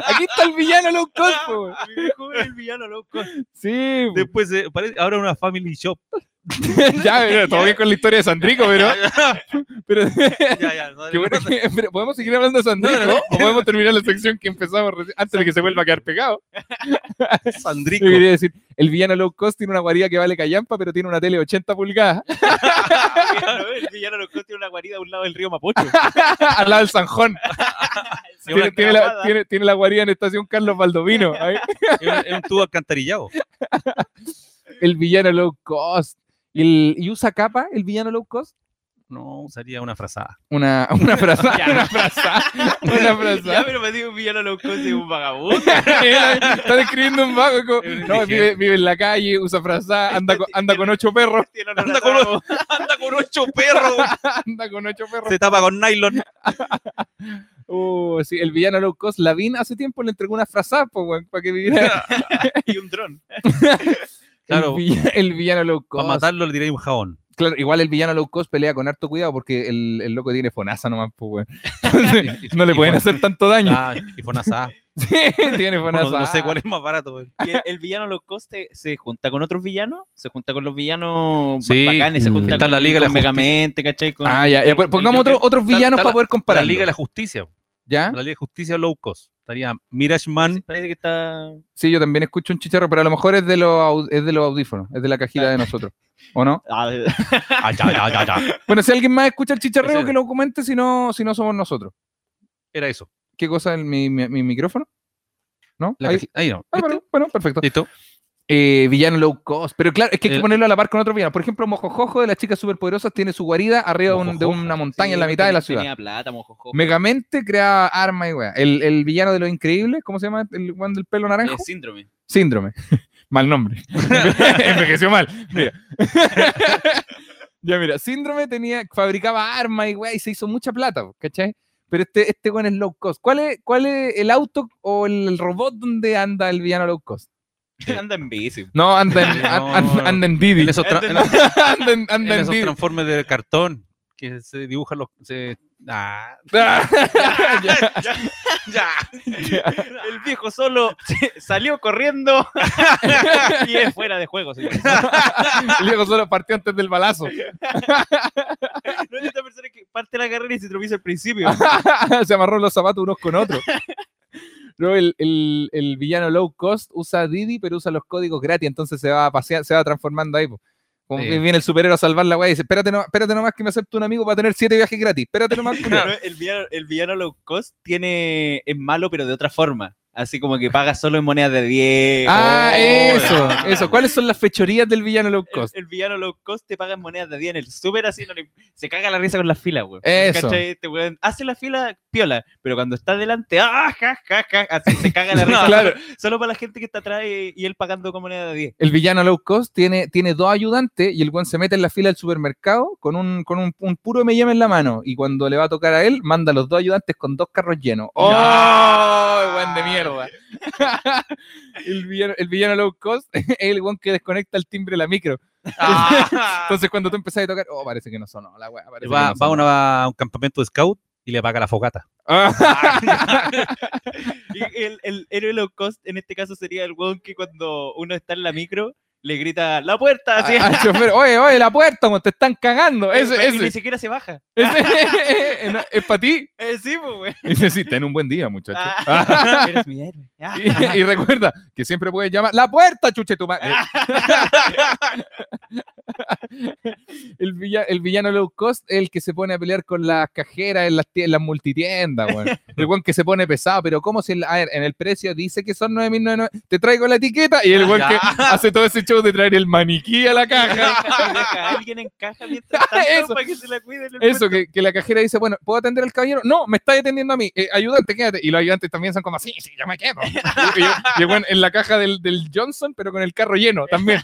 Aquí está el villano low cost, po, weón.
Mi viejo es el villano [LAUGHS] loco.
Sí, po.
Después, eh, parece, ahora una
[LAUGHS]
family shop.
ya, mira, todo bien con la historia de Sandrico,
[LAUGHS]
pero. [LAUGHS] pero
Ya, ya, no,
qué bueno que- pero ¿Podemos seguir hablando de Sandrico?
No, no, no.
¿O podemos terminar la sección que empezamos recién, antes de que se vuelva a quedar pegado? Yo
Sandrico.
quería decir: el villano low cost tiene una guarida que vale callampa, pero tiene una tele de 80 pulgadas
El villano loco tiene una guarida a un lado del río
[LAUGHS]
Mapocho.
al lado del
[LAUGHS]
Sanjón.
Se
Tiene,
ve
tiene la,
clavada.
tiene- tiene la guarida en estación Carlos
[LAUGHS]
Baldovino. ahí.
Es un, es un tubo alcantarillado.
El villano low cost. ¿Y, el- y usa capa el villano low cost?
No, usaría una frazada.
Una, una
[LAUGHS]
frase.
[LAUGHS]
una frase. Una frase.
Ya, pero me dijo un villano loco de un vagabundo.
[LAUGHS] Él está describiendo un vago. como,
Es un
no, vive,
indigente.
vive en la calle, usa frazada, anda, con- anda con ocho perros. [LAUGHS]
Tiene olor a
Anda con,
trago.
un- anda con ocho perros.
Anda con ocho perros.
Se tapa con nylon.
Uh, sí, el villano low cost, Lavín, hace tiempo le entregó una frazada, pues, weón, para que
[LAUGHS]
viviera.
y un dron.
Claro.
El, villa- el villano low
Para
cost.
matarlo le tiré un jabón.
Claro, igual el villano low cost pelea con harto cuidado porque el, el loco tiene fonasa nomás,
[LAUGHS]
pues, weón. Entonces, [LAUGHS] no le
y
pueden
Fon-
hacer tanto daño.
Ah, y Fonazá.
[LAUGHS] Sí, tiene
Bueno,
fonasa.
no sé cuál es más barato. güey.
Y
[LAUGHS]
el, el villano loco se, se junta con otros villanos, se junta con los villanos
Sí,
bacanes, se junta
está
con,
la Liga de la
con
Justicia.
Megamente, ¿cachai? Con,
Ah, ya, ya, pues, pongamos otro- otros villanos
está
para
la-
poder
La
comparar.
Liga de la Justicia.
¿Ya?
La Liga de Justicia Low Cost. Estaría Mirage Man.
Parece que está...
Sí, yo también escucho un chicharro, pero a lo mejor es de los, au- es de los audífonos, es de la cajita de nosotros. ¿O no?
[LAUGHS] Ah,
Ah, ya, ya, ya, ya.
Bueno, si alguien más escucha el chicharreo,
[LAUGHS] Ese-
que lo comente si no, si no somos nosotros.
Era eso.
¿Qué cosa el, mi, mi- mi micrófono? ¿No?
La
Ahí.
caji- ahí no.
Ah, bueno, bueno, perfecto.
Listo.
Eh, villano low cost. Pero claro, es que hay que
El-
ponerlo a la par con otro villano. Por ejemplo, Mojojojo de las chicas superpoderosas tiene su guarida arriba de un- de
Mojojojo.
una montaña en la mitad de la ciudad.
Tenía plata,
[LAUGHS]
mojojo.
Megamente crea arma y weá. El, el villano de los increíbles, ¿cómo se llama? El weón del pelo
Ah,
naranja.
Es síndrome.
Síndrome. [LAUGHS] mal
[LAUGHS]
nombre. Envejeció mal. Mira. [LAUGHS] ya, mira, síndrome tenía, fabricaba armas y weá, y se hizo mucha plata, po, ¿cachai? Pero este, este weón es low cost. ¿Cuál es, ¿Cuál es el auto o el robot donde anda el villano low cost?
Anda en
[LAUGHS]
bici.
No, anda en,
[LAUGHS]
an-
No.
an- anda en
En
Didi.
esos, tra- en-
[LAUGHS] anda en,
en
anda en
esos
Didi.
transformes de cartón que se dibujan los. Se Ah,
Ya.
ya.
El viejo
[LAUGHS]
solo salió corriendo [LAUGHS] y es fuera de juego,
[LAUGHS]
señor.
[LAUGHS] El viejo solo partió antes del balazo.
No es esta persona que parte la carrera y se tropieza al principio.
Ah, [LAUGHS] se amarró los zapatos unos
[LAUGHS]
con otros. Luego el, el- el villano low cost usa Didi, pero usa los códigos gratis, entonces se va a pasear, se va transformando ahí. po. Como
Sí.
que viene el superhéroe a salvar la weá y dice, espérate, no, espérate nomás que me acepte un amigo para tener siete viajes gratis. Espérate nomás.
[LAUGHS]
culiao".
Pero el, villano, el villano low cost tiene, es malo, pero de otra forma. Así como que paga solo en monedas de 10.
[LAUGHS] ah,
Oh,
eso,
ya.
eso. ¿Cuáles son las fechorías del villano low
El,
cost?
el villano low cost te paga en monedas de 10 en el súper así. no le- se caga la risa con las filas, güey.
Eso.
¿Cachai? Este weón hace la fila piola, pero cuando está delante, ¡ah, ja, ja, ja! Así se caga [LAUGHS]
[LAUGHS]
la risa.
Claro.
Solo para la gente que está atrás y, y él pagando con moneda de 10.
El villano low cost tiene, tiene dos ayudantes y el buen se mete en la fila del supermercado con un, con un, un puro me en la mano. Y cuando le va a tocar a él, manda a los dos ayudantes con dos carros llenos. ¡Oh! buen de mierda! [LAUGHS] el, villano, el villano low cost [LAUGHS] es el buen que desconecta el timbre de la micro. [LAUGHS] Entonces cuando tú empezás a tocar, oh, parece que no sonó la weá. parece que no
Ah. Va, va a
sonó. [LAUGHS]
una- a un campamento de scout y le apaga la fogata.
Ah,
Y el, el héroe low cost en este caso sería el weón que cuando uno está en la micro le grita ¡la puerta! Así,
ah, Al chofer, oye, oye, la puerta, mo, te están cagando. ah, Ese,
y ni
ese,
siquiera se baja.
ese- [LAUGHS] no, es para ti.
Eh, sí, pues, weón.
Y dice, sí, ten un buen día, muchacho.
Ah, [LAUGHS] Eres mi héroe.
[LAUGHS]
Ah.
Y, y recuerda que siempre puedes llamar la puerta, chuche tu eh. madre. [LAUGHS] el, villa- el villano low cost es el que se pone a pelear con las cajeras en las, tie- en las multitiendas, weón. El weón que se pone pesado, pero como si en, la- a ver, en el precio dice que son 9.999? Te traigo la etiqueta y el weón que hace todo ese show de traer el maniquí a la caja.
Y deja a alguien en caja mientras tanto
Eso.
para que se la cuiden. el
Eso, que, que la cajera dice, bueno, ¿puedo atender al caballero? No, me está atendiendo a mí. Eh, ayudante, quédate. Y los ayudantes también son como, sí, sí, yo me
[LAUGHS]
quedo. y, y- y el weón en la caja del, del Johnson, pero con el carro lleno
[LAUGHS]
también.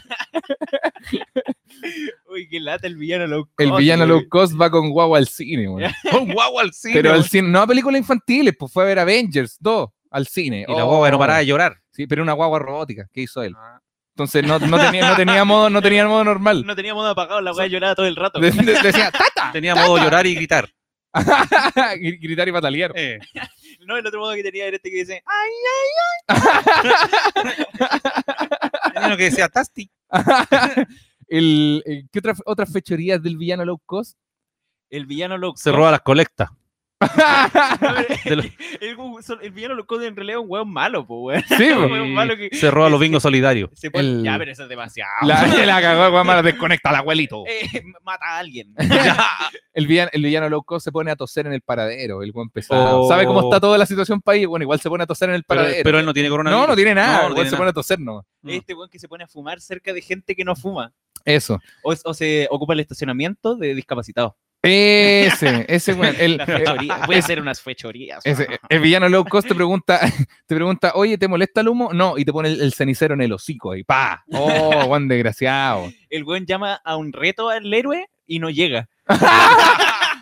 Uy, qué lata el villano Oh, low
Oh,
cost.
El villano
güey.
low cost va con guagua al cine, weón.
[LAUGHS] Un guau al cine.
Pero al cine, no a películas infantiles, pues fue a ver Avengers 2 al cine.
[LAUGHS] Y la
Oh.
guagua no paraba de llorar.
Sí, pero una guagua robótica, ¿qué hizo él?
Ah.
Entonces no, no, tenía, no, tenía modo, no tenía modo
[LAUGHS]
normal.
No tenía modo apagado, la weá lloraba todo el rato.
De- de- decía,
Tenía modo de llorar y gritar.
"Ah", gr- gritar y patalear.
[LAUGHS] Eh,
No, el otro modo que tenía era este que dice,
tenía uno que decía Tasti.
El, el- ¿Qué otra- otras fechorías del villano low cost?
el villano loco. [LAUGHS]
Se roba las colectas. de los-
El, gu- son- el villano loco en realidad es un weón malo, pues weón.
[LAUGHS]
Sí,
Un
po.
weón malo que
Se roba los bingos solidarios.
se pone-
El-
Ya, pero eso es demasiado.
La, [LAUGHS] la cagó, weón, mala,
Desconecta al abuelito.
Eh, mata a
[LAUGHS]
alguien.
El villano, el villano low cost se pone a toser en el paradero, el buen pesado.
Oh.
¿Sabe cómo está toda la situación país? Bueno, igual se pone a toser en el
Pero,
paradero.
pero él no tiene coronavirus.
no, no tiene nada.
No, no
el weón
tiene
se
nada.
pone a toser, no.
Este weón que se pone a fumar cerca de gente que no fuma.
Eso.
O, o se ocupa el estacionamiento de discapacitados.
Ese, ese weón. El,
La fechoría. Voy a hacer unas fechorías.
Eh, ese- el villano low cost te pregunta, [LAUGHS] te pregunta, oye, ¿te molesta el humo? No, y te pone el, el cenicero en el hocico ahí. ¡Pa! Oh, Juan desgraciado.
El weón llama a un reto al héroe y no llega.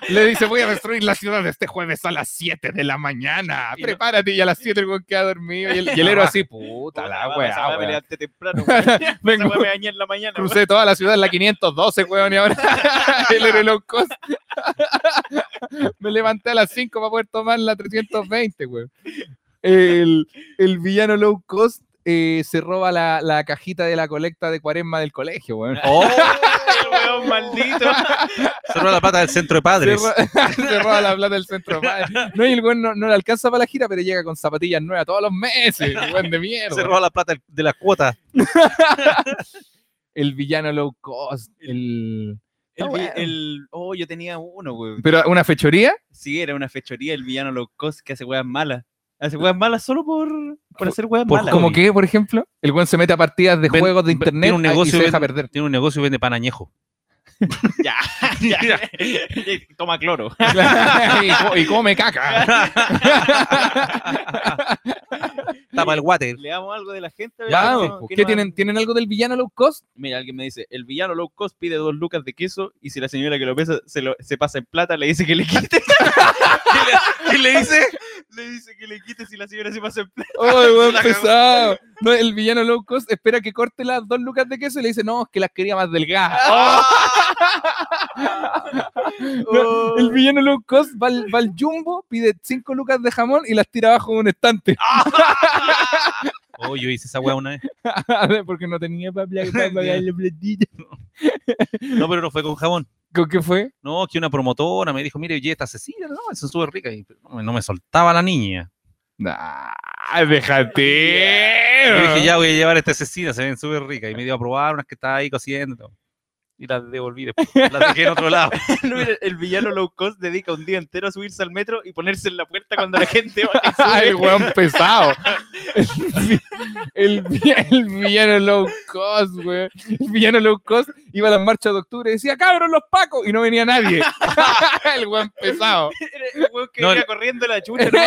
Le dice, voy a ver.
Destruir la ciudad este jueves a las 7 de la mañana.
Y no-
Prepárate y a las 7 el weón queda dormido. Y el, y el héroe así, puta la
Puta, esa
weá.
weá me
weón.
levanté temprano. weón. Esa
[LAUGHS] Vengo-
weá me dañé en la mañana. weón.
Crucé toda la ciudad en la 512, weón, y ahora [LAUGHS] el héroe low cost. [LAUGHS] Me levanté a las 5 para poder tomar la 320, weón. El, el villano low cost eh, se roba la, la cajita de la colecta de cuaresma del colegio, weón.
El Oh, weón maldito.
Se roba la plata del centro
Se,
de padres.
ro- [LAUGHS] se roba la plata del centro. madre. No, y el weón no, no le alcanza para la gira, pero llega con zapatillas nuevas todos los meses, weón de
Se
mierda.
roba la plata de las cuotas.
El villano low cost. el-
El,
Ah,
vi-
bueno.
el- oh, yo tenía uno, weón.
Pero una fechoría.
Sí, era una fechoría el villano low cost que hace weas malas. Hace weas malas solo por, por hacer weas
Por
malas.
Como
Oye.
que, por ejemplo, el buen se mete a partidas de
Ah, Ven-
juegos de
ven-
internet
tiene un
ah, y
negocio
se
ven-
deja perder. [LAUGHS]
Tiene un negocio y vende pan añejo.
Ya, [LAUGHS] ya. Toma cloro.
y, co- y come
[LAUGHS]
caca.
Tapa el water.
Le damos algo de la gente. a ver
Ya,
qué-
po.
qué
¿Qué
nos-
tienen? ¿Tienen algo del villano low
[LAUGHS]
cost?
Mira, alguien me dice, el villano low cost pide dos lucas de queso y si la señora que lo pesa se, lo, se pasa en plata, le dice que le quite.
¿Qué le dice?
[LAUGHS] le dice que le quite si la señora se pasa en plata.
¡Ay, buen pesado! No,
[LAUGHS] Oh.
el villano low cost espera que corte las dos lucas de queso y le dice, no, es que las quería más delgadas. [LAUGHS] No, el villano low cost va al, va al jumbo, pide 5 lucas de jamón y las tira abajo de un estante. [LAUGHS]
Ah. Oh, yo hice esa weá una vez.
Porque no tenía para
[LAUGHS]
pagar la platita.
No, pero no fue con jabón.
¿Con qué fue?
No, que una promotora me dijo, mire, oye, esta Cecilia, no, eso es súper rica. Y no me- no me soltaba la niña.
Nah, déjate.
Yo dije, ya voy a llevar esta cecina, se ven súper ricas. Y me dio a probar unas que estaba ahí cociendo. Y las devolví después. Las dejé en otro lado.
El villano low cost dedica un día entero a subirse al metro y ponerse en la puerta cuando la gente va.
Ah, [LAUGHS] el weón pesado. El, vi- el vi- el villano low cost, weón. El villano low cost iba a las marchas de octubre y decía, cabros, los pacos. Y no venía nadie. [LAUGHS] el weón pesado.
El weón que
No,
venía
no.
corriendo la chucha, ¿no?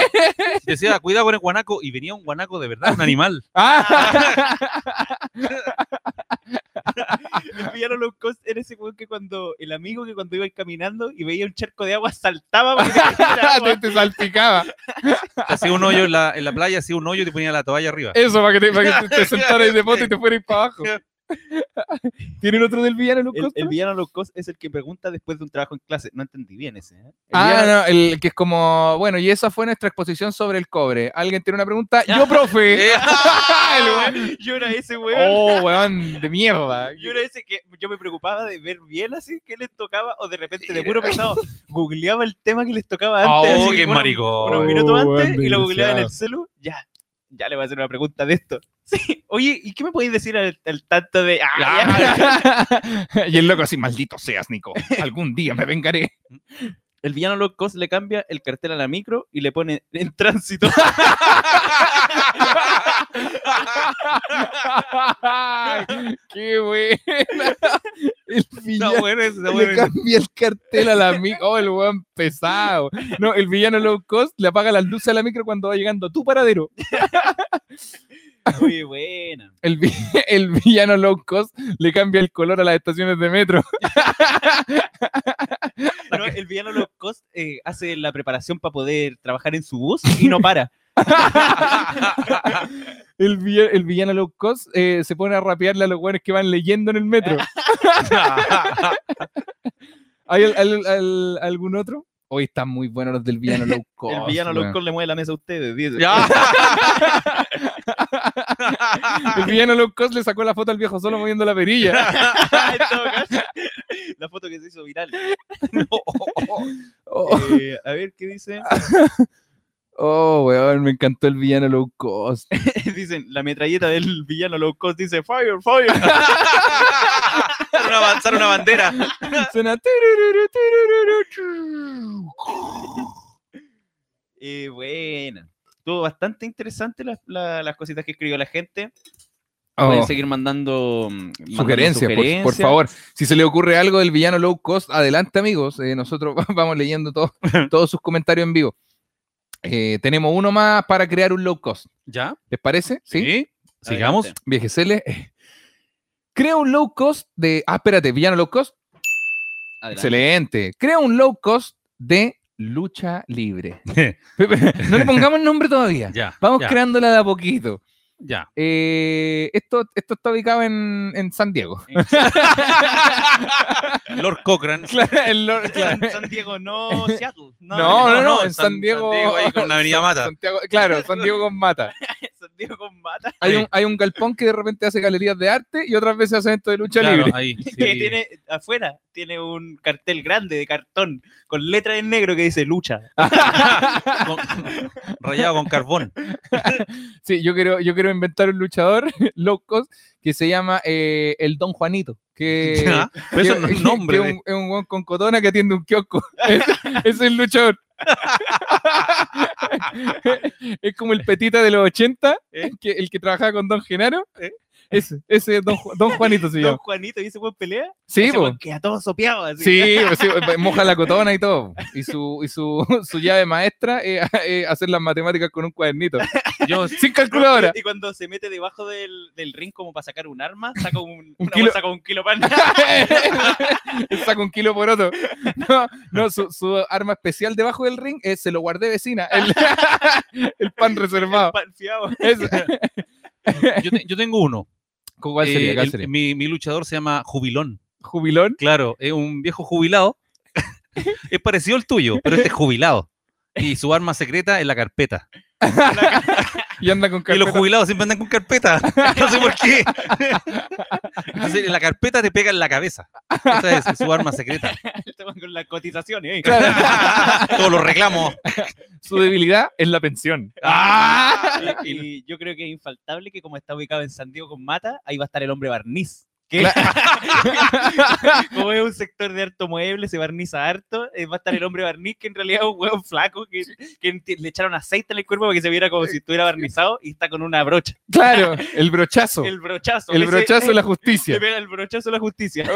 Decía, cuidado con el guanaco. Y venía un guanaco de verdad, un animal.
Ah,
El villano low cost era ese weón que cuando, el amigo que cuando iba caminando y veía un charco de agua saltaba para que le cayera agua.
Ah, te, [LAUGHS] te salpicaba.
Te Hacía un hoyo en la, en la playa, hacía un hoyo y te ponía la toalla arriba.
Eso, para que te, para que te, te sentaras de moto y te fueras para abajo. ¿Tienen otro del villano low
El,
cost?
el villano low cost es el que pregunta después de un trabajo en clase. No entendí bien ese. ¿eh? El
Ah,
villano-
no, el que es como, bueno, y esa fue nuestra exposición sobre el cobre. ¿Alguien tiene una pregunta? Yo, [LAUGHS]
Eh,
profe. El weón-
Yo era ese weón.
Oh, weón, [LAUGHS] de mierda.
Yo era ese que yo me preocupaba de ver bien así que les tocaba o de repente de puro pesado googleaba el tema que les tocaba antes.
Oh,
así,
qué
unos- Unos
maricón.
minutos
Oh,
antes
weón,
y lo googleaba en el
desgraciado.
celu. Ya, ya le voy a hacer una pregunta de esto. [LAUGHS] Sí. Oye, ¿y qué me podéis decir al, al tanto de... ah, ya?
[LAUGHS] y el loco así, maldito seas, Nico. Algún día me vengaré.
[LAUGHS] El villano low cost le cambia el cartel a la micro y le pone en [LAUGHS] tránsito.
[LAUGHS] [LAUGHS] ¡Qué buena! El
Está [LAUGHS]
villano
bueno ese, está
le
bueno ese.
cambia el cartel a la micro. ¡Oh, el weón pesado! No, el villano low cost le apaga las luces a la micro cuando va llegando a tu paradero.
Oye, buena.
El, vi- [LAUGHS] el villano low cost le cambia el color a las estaciones de metro.
No, el villano low cost eh, hace la preparación para poder trabajar en su bus y no
[LAUGHS]
para.
El, vi- el villano low cost eh, se pone a rapearle a los weones que van leyendo en el metro. ¿Hay al- al- al- algún otro? Hoy están muy buenos los del villano low cost.
[LAUGHS] el villano low
weón.
cost le mueve la mesa a ustedes. dice.
El villano low cost le sacó la foto al viejo solo moviendo la
[LAUGHS]
perilla.
[LAUGHS] En todo caso, [LAUGHS] la foto que se hizo viral.
[LAUGHS] Oh,
Eh, a ver qué dice. [LAUGHS]
oh, weón, me encantó el villano low
[LAUGHS]
cost.
Dicen, la metralleta del villano low cost dice fire, fire.
Lanzaron una- lanzaron una bandera.
Suena turururu, turururu.
Eh, buena. Estuvo bastante interesante las- la- las cositas que escribió la gente. Pueden
Oh,
seguir mandando, mm, mandando
Sugerencias, por- Por,
sugerencias.
favor. Si se le ocurre algo del villano low cost, adelante, amigos. Eh, nosotros [LAUGHS] vamos
[LAUGHS]
leyendo todo- todos sus comentarios en vivo. Eh, tenemos uno más para crear un low cost.
¿Ya?
¿Les parece? Sí.
Sigamos.
Adelante.
Viejecele. eh, Crea un low cost de. Ah, espérate, villano low cost.
Adelante. [LAUGHS]
Excelente. Crea un low cost de lucha
[LAUGHS]
libre. [LAUGHS] no le pongamos nombre todavía.
Ya.
Vamos
ya,
creándola de a poquito.
Ya.
Eh, esto, esto está ubicado en, en San
[LAUGHS]
Diego.
Lord Cochran.
El [LAUGHS] Lord- claro.
San Diego, no,
[LAUGHS]
Seattle. No,
No, no,
no,
no,
en
en
San-
San Diego.
San Diego, ahí con la Avenida
San-
Mata.
Santiago- claro, San Diego con Mata.
San Diego con mata. [LAUGHS]
Hay
Sí.
un, hay un galpón que de repente hace galerías de arte y otras veces hace eventos de lucha
Claro,
libre.
ahí, sí.
Que tiene afuera, tiene un cartel grande de cartón con letra en negro que dice lucha.
Con- rayado con
[LAUGHS]
carbón.
Sí, yo quiero, yo quiero inventar un luchador [LAUGHS] low cost que se llama eh, el Don Juanito.
[LAUGHS]
Que,
Ya, Pero eso
que-
no es
que-
nombre.
que
de-
un- es un weón con cotona que atiende un kiosco. [LAUGHS] Es, es el luchador. [LAUGHS] es como el petita de los 80,
¿Eh?
que, el que trabajaba con Don Genaro. Ese, ese es Don, Ju- Don Juanito se
[LAUGHS]
Don
llama.
Juanito y ese buen pelea.
oh. Sí,
ese
po.
weón queda todo sopeado así. [LAUGHS]
Sí, pues sí, moja la cotona y todo. Y su, y su, [LAUGHS] su llave maestra es es hacer las matemáticas con un cuadernito.
yo-
Sin calculadora.
Y cuando se mete debajo del, del ring como para sacar un arma, saca
[LAUGHS]
un, una
kilo.
bolsa con un kilo [LAUGHS]
[LAUGHS]
pan.
saca un kilo por otro. No, no, su, su arma especial debajo del ring es se lo guardé vecina, el, [LAUGHS] el pan reservado.
pan fiado.
Eso.
yo, te- yo tengo uno.
¿Cuál
Eh,
sería? [LAUGHS] ¿Cuál
el-
sería?
mi, mi luchador se llama Jubilón.
jubilón.
Claro, es un viejo jubilado. [LAUGHS] es parecido al tuyo, pero este es jubilado. Y su arma secreta es la carpeta.
Y anda con
Y los
carpeta.
jubilados siempre andan con [LAUGHS] carpeta. No sé por qué. Entonces, en la carpeta te pega en la cabeza. Esa es su arma secreta.
con las cotizaciones. ¿eh?
[LAUGHS] Todos los reclamos.
Su debilidad es la pensión. [LAUGHS]
Y, y yo creo que es infaltable que como está ubicado en San Diego con Mata, ahí va a estar el hombre barniz. que- [LAUGHS] como es un sector de harto mueble, se barniza harto, eh, va a estar el hombre barniz que en realidad es un huevo flaco que, que enti- le echaron aceite en el cuerpo para que se viera como si estuviera barnizado y está con una brocha.
Claro, el brochazo. El,
El brochazo. ese-
brochazo de la justicia.
le pega el brochazo a la
[LAUGHS]
justicia.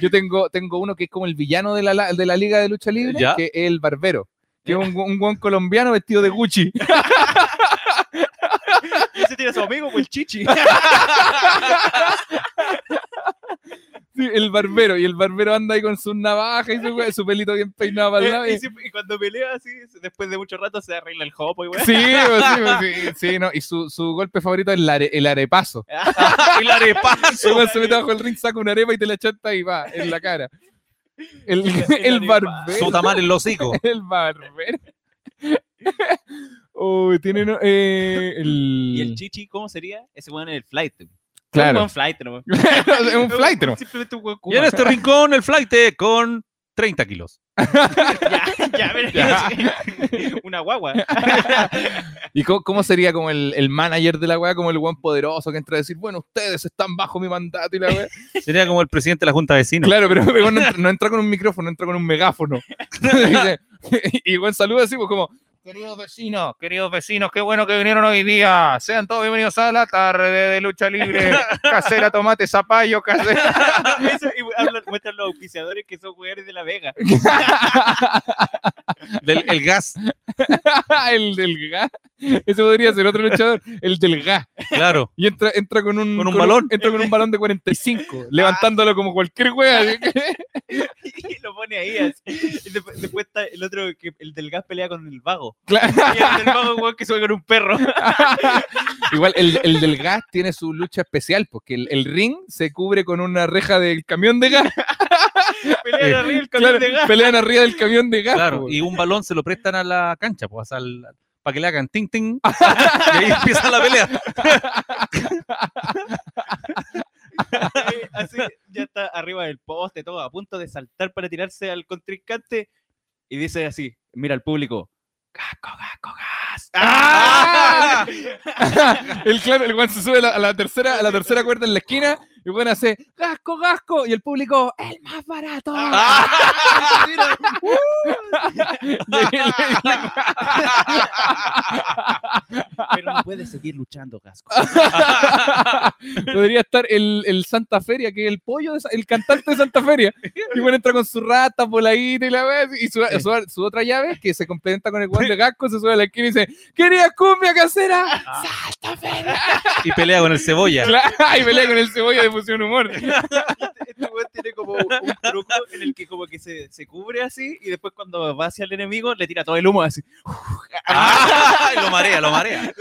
Yo tengo, tengo uno que es como el villano de la, la- de la Liga de Lucha Libre,
Ya.
que es el barbero. Que es un, un buen colombiano vestido de Gucci.
Y ese tiene a su amigo, pues, el
[LAUGHS]
chichi.
Sí, el barbero. Y el barbero anda ahí con su navaja y su, su pelito bien peinado para el lado.
Eh, y, siempre- y cuando pelea así, después de mucho rato se arregla el hopo y [LAUGHS] weón.
Sí, pues, sí, pues, sí, sí, no. Y su, su golpe favorito es el, are- el arepazo.
Ah,
El arepazo.
Uno se mete bajo el ring, saca una arepa y te la chanta y va, en la cara. El, [LAUGHS] el
arepa.
barbero.
Su tamal en los hocico.
El barbero. Uy, tienen eh, el...
Y el chichi, ¿cómo sería? Ese weón es el flight. pues.
Claro.
Un flight, ¿no?
[LAUGHS] es un flight, ¿no?
Simplemente un weón
Y en este rincón, el flight con 30 kilos.
Ya, ya, pero- [LAUGHS] Una guagua.
¿Y cómo, cómo sería como el, el manager de la weá, como el buen poderoso que entra a decir, bueno, ustedes están bajo mi mandato y la weá?
Sería como el presidente de la Junta
[LAUGHS]
Vecina.
Claro, pero el weón no, entra, no entra con un micrófono, entra con un megáfono. [LAUGHS] y buen saludo así, pues como,
Queridos vecinos, queridos vecinos, qué bueno que vinieron hoy día. Sean todos bienvenidos a la tarde de lucha libre. Casera, tomate, zapallo, casera.
Ah, Eso, y hablan- muestran los auspiciadores que son weones de la Vega. [LAUGHS]
Del, el gas,
[LAUGHS] el del gas. Ese podría ser otro luchador, el del gas.
claro.
Y entra, entra con un...
Con un balón.
entra con un balón de
[LAUGHS]
45, levantándolo como cualquier weá. así que-
Y lo pone ahí. así. Y después, después está el otro, que, el del gas pelea con el vago.
Claro.
Y el del vago, weón, que sube con un
[LAUGHS]
perro. [LAUGHS]
Igual el, el del gas tiene su lucha especial, porque el, el ring se cubre con una reja del camión de gas.
Pelea arriba el camión
Eh, Claro,
de gas.
Pelean arriba del camión de gas.
Claro,
po.
y un balón se lo prestan a la cancha, pues, para que le hagan ting ting. y ahí empieza la pelea.
Eh, Así ya está arriba del poste, todo a punto de saltar para tirarse al contrincante. Y dice así: Mira al público. Gasco, gasco, gas.
¡Ah! [LAUGHS] el claro, el weón se sube a la, a la tercera, a la tercera cuerda en la esquina y el weón hace gasco, gasco. Y el público, el más barato.
Ah.
[LAUGHS] Y el-
Pero no puede seguir luchando, Gasco.
Podría estar el, el Santa Feria, que es el pollo, de Sa- el cantante de Santa Feria. Y bueno, entra con su rata, voladita y la vez. Y su, su- su otra llave, que se complementa con el guante de gasco, se sube a la esquina y dice: ¡Quería cumbia casera! ¡Santa Feria!
Y pelea con el cebolla.
Claro, [LAUGHS] y pelea con el cebolla de fusión humor.
Este weón tiene como un truco en el que como que se, se cubre así y después cuando va hacia el enemigo le tira todo el humo así.
Ah, lo marea, lo marea.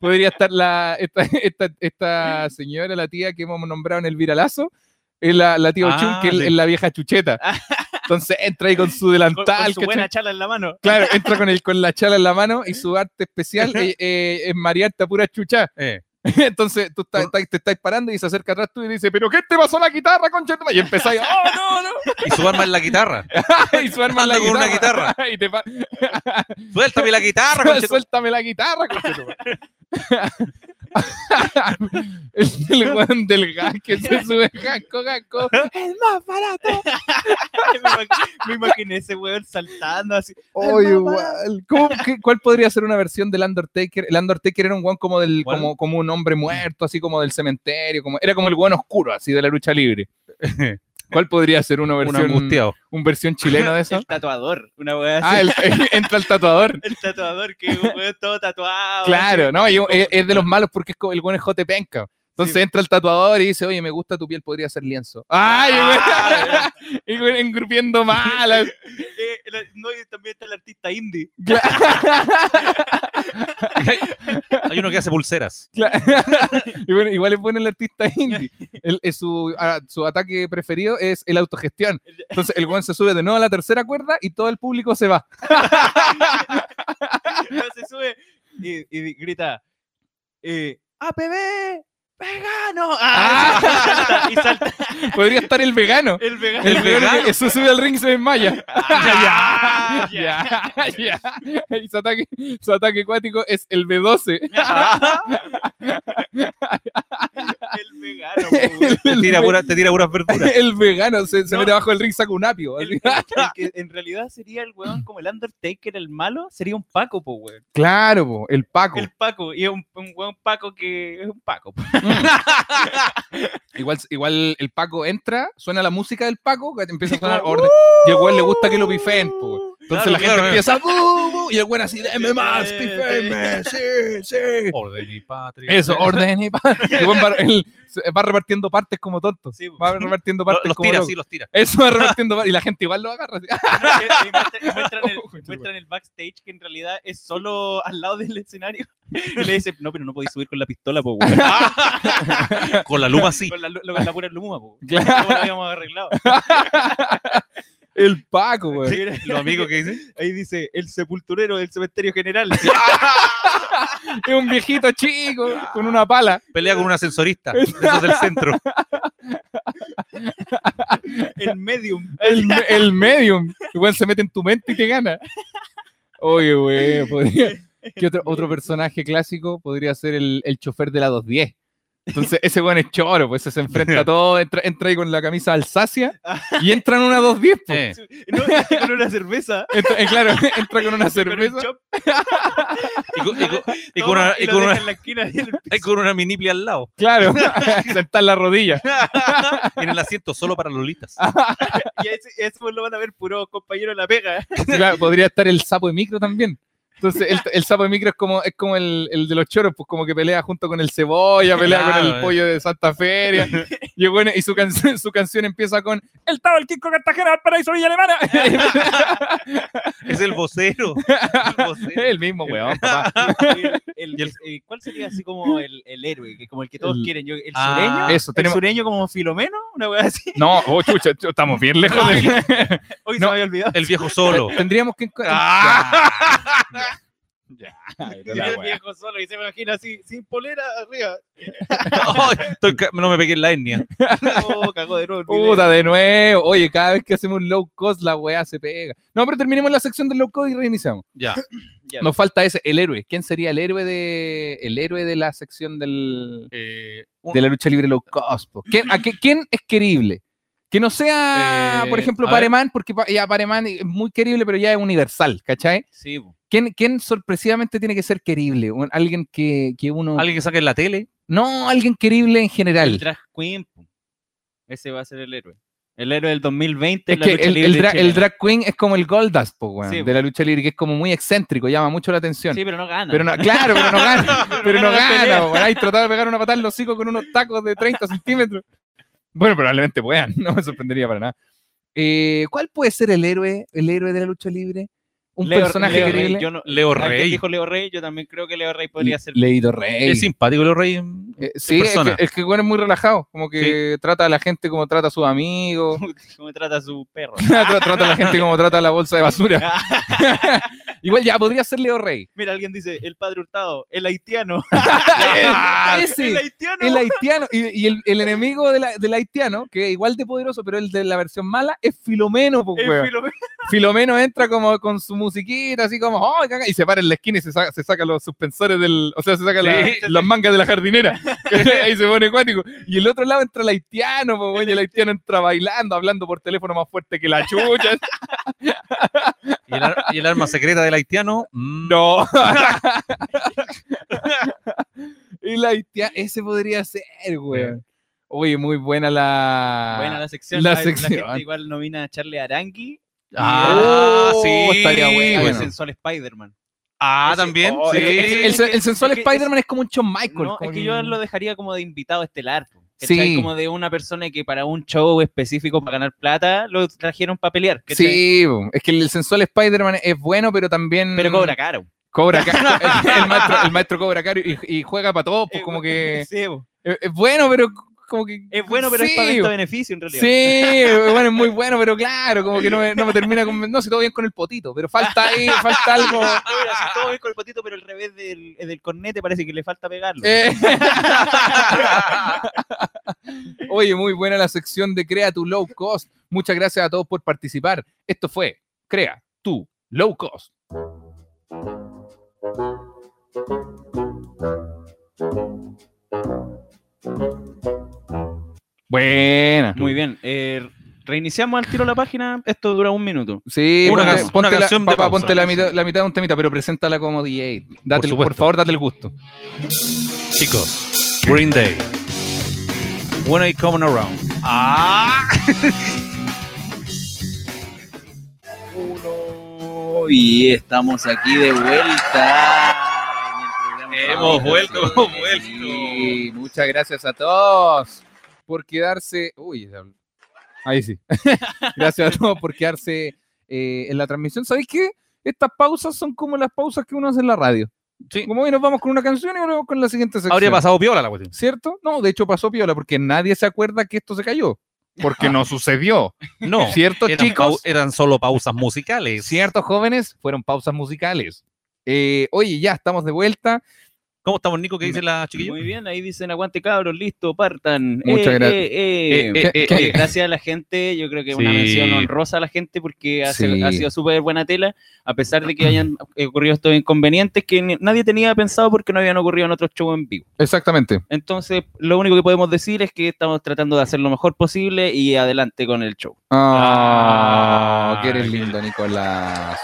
Podría estar la, esta, esta, esta señora, la tía que hemos nombrado en el viralazo. Es la, la tía Ochun,
Ah,
que es-
sí.
es la vieja chucheta. Entonces entra ahí Ah. con su delantal.
Con, con su
¿cachai?
buena chala en la mano.
Claro, entra con, el, con la chala en la mano y su arte especial eh, eh, es marearte a pura chucha. [LAUGHS]
Eh.
Entonces tú estás- estás- te estás parando y se acerca atrás tú y dice, ¿pero qué te pasó la guitarra, concha? de tu madre?" Y [LAUGHS] empezáis, ¡oh, no, no!
Y su arma es la guitarra.
Y su arma es la
Anda con una
[LAUGHS] y te pa-
Suéltame la guitarra,
[LAUGHS]
conche-
suéltame la guitarra, concha. de tu [LAUGHS] madre. el, el weón del gas que se sube, gasco, gasco. El más barato.
[LAUGHS] me, imag- me imaginé ese weón saltando así.
Oh, igual. ¿Cómo- qué- ¿Cuál podría ser una versión del Undertaker? El Undertaker era un guan como, del,
¿Cuál?
como, como un hombre muerto, así como del cementerio. Como, era como el guan oscuro, así de la lucha [LAUGHS] libre. ¿Cuál podría ser una
un
versión,
angustiado.
un versión chilena de [LAUGHS] eso?
El tatuador. Una weón así.
ah, el- entra el tatuador.
El tatuador que es un weón todo tatuado.
Claro, no, y un- es, es de los malos porque es co- el guan es jote penca. Entonces
Sí.
entra el tatuador y dice, oye, me gusta tu piel, Ah, [LAUGHS] podría ser lienzo. ¡Ay! güey! y güey, engrupiendo malas.
así. Eh, el el- no, y también está el artista indie. [LAUGHS]
Hay uno que hace pulseras.
Y bueno, igual es bueno el artista indie. El- es su, a- su ataque preferido es el autogestión. Entonces el weón se sube de nuevo a la tercera cuerda y todo el público se va.
Entonces se sube y, y grita: eh, ¡APB! ¡Vegano! Ah, Y salta
Podría estar el vegano.
el vegano.
El, vegano que se sube al ring y se desmaya.
Ah, ya, ya.
[LAUGHS] Ya, ya. Y su ataque, su ataque acuático es el B12.
El vegano. po, güey.
Te tira, pura- te tira puras verduras.
[LAUGHS] El vegano se, se
No.
mete abajo del ring, saca un apio.
El, [LAUGHS]
así.
el que en realidad sería el weón como el Undertaker, el malo, sería un Paco, po, weón.
Claro, po, el Paco.
El Paco, y es un, un weón Paco que es un Paco. po.
Igual, igual el Paco entra, suena la música del Paco, que te empieza a sonar orden. Y al weón le gusta que lo pifeen, po, güey. Entonces
Claro,
la gente
claro,
empieza "Bu, bu", y el weón así, deme más,
Sí,
pifeenme, sí, sí.
Orden y patria. [LAUGHS]
Eso, orden y pa- y el weón va, él se- va repartiendo partes como tonto.
Sí, po.
Va repartiendo
Lo-
partes
los
como
tira,
loco.
sí, los tira.
Eso
[LAUGHS]
va repartiendo partes. Y la gente igual lo agarra. así.
[LAUGHS]
"Ah,
Y muestra- y muestran, [LAUGHS] el,
Oh, conchetumare.
muestran el backstage que en realidad es solo al lado del escenario. [LAUGHS] Y le dice, no, pero no podéis subir con la pistola, po, weón. [LAUGHS]
Con la
[LAUGHS]
luma sí.
Con la, lu- con la pura lumuma, po.
Claro.
¿Cómo lo habíamos [LAUGHS] arreglado?
El Paco, weón.
Los amigos que dicen.
Ahí dice, el sepulturero del cementerio [LAUGHS] general.
Es un viejito chico con una
[LAUGHS]
pala.
Pelea con un
[LAUGHS]
ascensorista. de Esos del centro.
el medium.
El, me- el medium. Igual se mete en tu mente y te gana. Oye, güey, podría- ¿Qué otro, otro personaje clásico podría ser el, el chofer de la 210? Entonces, ese weón es choro, pues ese se enfrenta
[LAUGHS]
a todo, entra, entra ahí con la camisa Alsacia y entra en una 210, pues.
Eh,
[LAUGHS] No, es que con una cerveza.
Entra- eh, claro, [LAUGHS] entra con una
con un
cerveza.
chop,
Y con, y con- y con
toma,
una,
Y
y
lo
con
deja
una-
en la esquina. y el-
y con una minipli al lado.
Claro,
[LAUGHS]
sentar la rodilla.
En el asiento solo para lolitas.
Ah.
[LAUGHS] Y ese, ese pues lo van a ver puro compañero de la pega.
Claro, podría estar el sapo de micro también. Entonces, el, el sapo de micro es como, es como el, el de los choros, pues como que pelea junto con el cebolla, pelea
Claro,
con el
eh.
pollo de Santa Feria. Y, bueno, y su, canción su canción empieza con El Tao, el Kiko Cartagena, el paraíso Villa Alemana. [LAUGHS]
Es el vocero. El vocero.
el mismo, weón, papá.
[LAUGHS] El- el-
Y el-
eh, ¿Cuál sería así como el, el héroe? Que como el que todos
El-
quieren. Yo, el sureño.
Ah,
Eso,
¿El
tenemos.
sureño como Filomeno? Una wea así. [LAUGHS]
No, oh, chucha, chu- estamos bien lejos
Ah,
de.
Hoy
No.
se me había olvidado.
el viejo
[LAUGHS]
solo. [LAUGHS]
Tendríamos que. enco-
Ah,
Y el viejo solo y se imagina así, sin polera
[LAUGHS]
arriba.
Ay, estoy ca- no me pegué en la etnia.
Oh, cagó de nuevo. el video.
Puta, de nuevo. Oye, cada vez que hacemos un low cost, la weá se pega. No, pero terminemos la sección del low cost y reiniciamos.
Ya.
Ya.
Nos falta ese, el héroe. ¿Quién sería el héroe de, el héroe de la sección del,
Eh, un-
de la lucha libre low cost? po? ¿Quién, a qué- quién es querible? Que no sea,
Eh,
por ejemplo,
a ver.
Pareman, porque pa- ya Pareman es muy querible, pero ya es universal, ¿cachai?
sí, po.
¿Quién, quién sorpresivamente tiene que ser querible? Un- Alguien que, que uno...
Alguien que saque en la tele.
No, alguien querible en
El
general.
drag queen. po. Ese va a ser el héroe. El héroe del 2020.
Es
en la
que
lucha
el, el
libre
dra- el
chilena.
drag queen es como el Goldust, po, weón,
Sí,
de la lucha libre, que es como muy excéntrico, llama mucho la atención.
Sí, pero no gana.
Pero no, claro, pero no gana. pero no
gana la pelea.
gana. po, Ahí trataba de pegar una patada en los hocico con unos tacos de 30 centímetros. Bueno, probablemente puedan. [LAUGHS] No me sorprendería para nada. Eh, ¿Cuál puede ser el héroe, el héroe de la lucha libre? Un
Leo-
personaje
Leo Rey,
querible.
yo no-
Leo
alguien
Rey.
dijo Leo Rey, yo también creo que Leo Rey podría ser.
Leído Rey.
Es simpático Leo Rey.
Eh, sí, es que,
persona.
es que el weón es muy relajado. Como que trata a la gente como trata a
[LAUGHS]
sus amigos. [LAUGHS]
¿Cómo trata a su perro?
Tra- trata a la gente como trata la bolsa
[LAUGHS]
de basura. [LAUGHS] Igual ya podría ser Leo Rey.
Mira, alguien dice, el padre Hurtado, el
[LAUGHS]
haitiano.
Ese.
el haitiano.
Ah, El haitiano, y, y el,
Eh.
el enemigo de la- del haitiano, que es igual de poderoso, pero el de la versión mala, es Filomeno, po,
El
weón.
Filomeno.
Filomeno entra como con su musiquita, así como, "Ay, caca", y se para en la esquina y se saca, se saca los suspensores del. O sea, se saca la-
Sí.
las mangas de la jardinera. [LAUGHS] Ahí se pone acuático. Y el otro lado entra el haitiano, po, weón, y el haitiano entra bailando, hablando por teléfono más fuerte que la chucha.
Y el, ar- y el arma secreta del haitiano. mm,
No. el haitiano, ese podría ser, weón. Oye, muy buena la.
Buena la sección.
Ah. la
La, la
sección.
gente igual nomina a Charlie Arangui.
Ah,
Oh,
sí. pues,
estaría
y
bueno.
el
bueno.
sensual Spider-Man.
Ah,
Ese-
también.
oh,
sí.
El, el- el sensual
es que-
Spider-Man es como un Shawn Michael.
No,
como
es que yo lo dejaría como de invitado estelar. po. ¿cachai?
Sí.
Como de una persona que para un show específico para ganar plata lo trajeron para pelear. ¿cachai?
Sí, bo. es que el sensual Spider-Man es bueno, pero también.
Pero cobra caro. [LAUGHS]
Cobra caro. el, maestro, el maestro cobra caro y, y juega para todos,
Eh,
pues como que. Es,
[LAUGHS] Sí, bo.
es bueno, pero como que.
es bueno, pero es para
Sí,
esto
bo.
beneficio en realidad.
Sí, bueno, es muy bueno, pero claro, como que no me, no me termina con. No, si todo bien con el potito, pero falta ahí, falta algo.
No, Ah, mira, si todo bien con el potito, pero el revés del, del cornete parece que le falta pegarlo.
[LAUGHS]
Eh. [LAUGHS] Oye, muy buena la sección de Crea tu Low Cost. Muchas gracias a todos por participar. Esto fue Crea tu Low Cost. Buena.
Muy bien. eh, reiniciamos al tiro la página. Esto dura un minuto.
Sí,
Una
ponte,
can-
ponte
una
la,
canción de
papá,
pausa.
ponte la mitad, la mitad de un temita, pero preséntala como DJ. Date el- por
supuesto.
favor, date el gusto.
Chicos, Green Day. When I Come Around.
Y estamos aquí de vuelta.
Hemos
Ah,
vuelto, hemos vuelto.
Sí, muchas gracias a todos por quedarse. Uy, ya hablé. ahí sí. [LAUGHS] gracias a todos por quedarse eh, en la transmisión. ¿Sabéis qué? Estas pausas son como las pausas que uno hace en la radio.
Sí.
Como hoy nos vamos con una canción y volvemos con la siguiente sección.
Habría pasado piola la cuestión.
¿Cierto? No, de hecho pasó piola porque nadie se acuerda que esto se cayó. Porque
[LAUGHS]
no sucedió.
No.
¿Cierto,
Eran,
chicos?
pau- eh, eran solo pausas musicales.
¿Cierto, jóvenes? Fueron pausas musicales. Eh, oye, ya estamos de vuelta.
¿Cómo estamos, Nico? ¿Qué dice la chiquilla?
Muy bien, ahí dicen aguante cabros, listo, partan.
Muchas gracias.
eh, eh.
Eh, eh,
Que
eh.
Gracias a la gente, yo creo que es una
Sí.
mención honrosa a la gente porque ha,
Sí.
ha sido súper buena tela, a pesar de que hayan [CLEARS THROAT] ocurrido estos inconvenientes que ni- nadie tenía pensado porque no habían ocurrido en otros shows en vivo.
Exactamente.
Entonces, lo único que podemos decir es que estamos tratando de hacer lo mejor posible y adelante con el show.
Ah,
Ah,
que eres
qué-
lindo, Nicolás.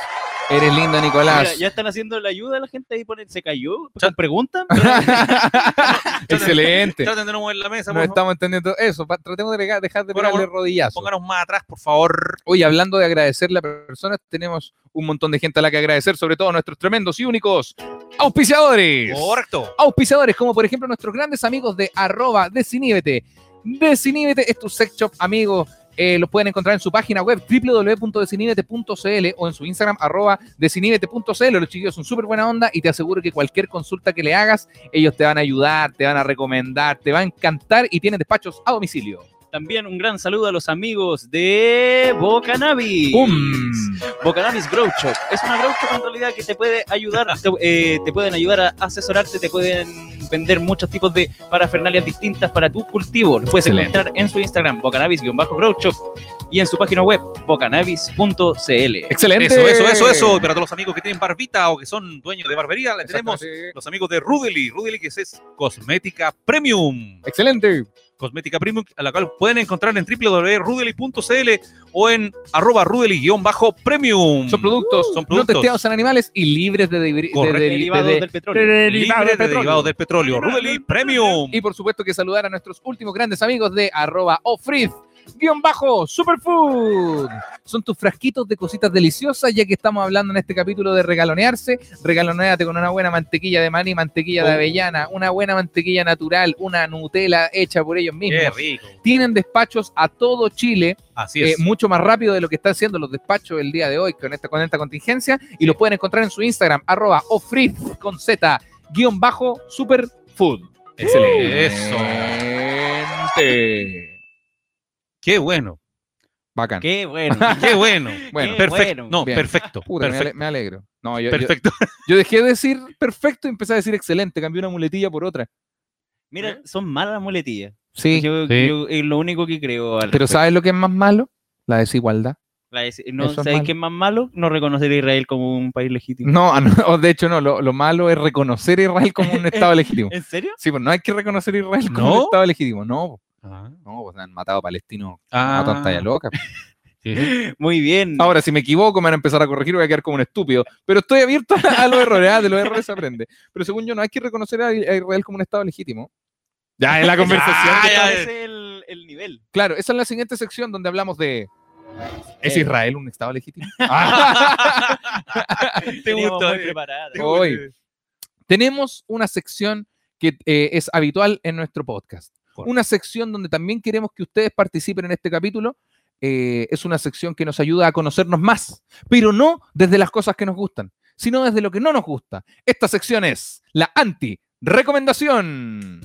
Eres lindo,
Mira,
Nicolás.
ya están haciendo la ayuda a la gente ahí ponen, se cayó, preguntan.
Excelente.
Traten de no mover la mesa,
No
por favor.
estamos entendiendo eso. pa- Tratemos de pegar- dejar de
Por
pegarle
favor,
rodillazo.
Pónganos más atrás, por favor.
Hoy, hablando de agradecerle a personas, tenemos un montón de gente a la que agradecer, sobre todo a nuestros tremendos y únicos auspiciadores.
Correcto.
auspiciadores, como por ejemplo nuestros grandes amigos de arroba Desiníbete. Desiníbete es tu sex shop, amigo. Eh, los pueden encontrar en su página web www.desiníbete.cl o en su Instagram arroba desiníbete.cl. Los chiquillos son súper buena onda y te aseguro que cualquier consulta que le hagas, ellos te van a ayudar, te van a recomendar, te va a encantar y tienen despachos a domicilio.
También un gran saludo a los amigos de Bocanabis.
¡Pum!
Bocanabis Grow Shop. Es una grow shop en realidad que te puede ayudar, te, eh, te pueden ayudar a asesorarte, te pueden vender muchos tipos de parafernalias distintas para tu cultivo. Lo puedes
Excelente.
encontrar en su Instagram, bocanabis-grow shop, y en su página web, bocanabis.cl.
¡Excelente!
Eso, eso, eso, eso. Y para todos los amigos que tienen barbita o que son dueños de barbería, le tenemos
Exactamente.
los amigos de Rudely. Rudely, que es, es cosmética premium.
¡Excelente!
Cosmética premium, a la cual pueden encontrar en www.rudely.cl o en arroba rudely-premium.
Son productos,
Son
Mm. no
productos.
testeados en animales y libres de, deri- de-
Correcto.
de- de-
Derivados
de-
del petróleo.
Libre de derivados del petróleo. Rudely Premium.
Y por supuesto que saludar a nuestros últimos grandes amigos de arroba ofriz guión bajo superfood. Son tus frasquitos de cositas deliciosas, ya que estamos hablando en este capítulo de regalonearse. Regaloneate con una buena mantequilla de maní, mantequilla
Oh.
de avellana, una buena mantequilla natural, una Nutella hecha por ellos mismos.
Qué rico.
Tienen despachos a todo Chile,
Así es.
eh, mucho más rápido de lo que están haciendo los despachos el día de hoy con esta, con esta contingencia. Y los pueden encontrar en su Instagram, arroba ofriz con Z, guión bajo superfood.
Excelente. Eso. Qué bueno.
Bacán.
Qué bueno.
[LAUGHS]
Qué bueno.
Bueno,
Qué
perfecto.
bueno.
No,
Bien.
perfecto.
puta, me, ale-
perfecto.
me alegro. No, yo, yo- [LAUGHS]
perfecto.
yo dejé de decir perfecto y empecé a decir excelente. Cambié una muletilla por otra.
Mira, son malas las muletillas.
Sí,
Yo,
Sí.
yo- es lo único que creo. al
pero
respecto.
¿sabes lo que es más malo? La desigualdad.
La des- no,
eso es
¿Sabes
malo.
qué es más malo? No reconocer a Israel como un país legítimo.
No, ah, no, [LAUGHS] o de hecho no. Lo, lo malo es reconocer a Israel como [LAUGHS] un Estado legítimo.
¿En serio?
Sí, pues no hay que reconocer a Israel como un
¿No?
Estado legítimo. No, po.
Ah,
no, pues han matado a palestinos
ah,
a pantalla loca.
sí, sí.
Muy bien.
Ahora, si me equivoco, me van a empezar a corregir y voy a quedar como un estúpido. Pero estoy abierto [LAUGHS] a los errores, ah, de los errores se aprende. Pero según yo, no hay que reconocer a Israel como un Estado legítimo. Ya,
[LAUGHS]
es la conversación.
Ah, ya, ya.
Ese es el, el nivel.
Claro, esa es la siguiente sección donde hablamos de. ¿Es
Eh.
Israel un Estado legítimo?
Te
Teníamos
gustó,
muy
eh.
preparada.
Hoy tenemos una sección que eh, es habitual en nuestro podcast.
mejor.
una sección donde también queremos que ustedes participen en este capítulo. Eh, es una sección que nos ayuda a conocernos más, pero no desde las cosas que nos gustan, sino desde lo que no nos gusta. Esta sección es la anti-recomendación.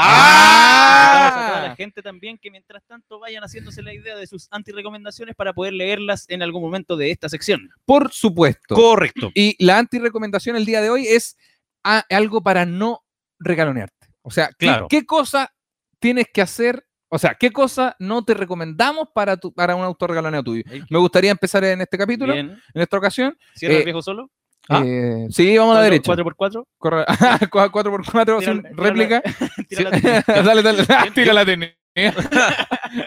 ¡Ah!
a toda la gente también que mientras tanto vayan haciéndose la idea de sus antirecomendaciones para poder leerlas en algún momento de esta sección.
Por supuesto.
Correcto.
Y la anti-recomendación el día de hoy es a- algo para no regalonearte. O sea, ¿qué,
Claro.
qué cosa tienes que hacer? O sea, ¿qué cosa no te recomendamos para, tu, para un autorregaloneo tuyo? Me gustaría empezar en este capítulo,
Bien.
en esta ocasión.
¿Cierra
Eh,
el viejo solo?
Ah.
Eh, sí, vamos a la
¿Cuatro-
derecha.
¿Cuatro por cuatro?
Corre- [LAUGHS] Cua- cuatro por cuatro
Tira-
sin
tira la-
réplica. [LAUGHS]
Tira [LAUGHS]
Sí.
la-
dale, dale. [LAUGHS] Tira la tenía.
[LAUGHS] ¿Qué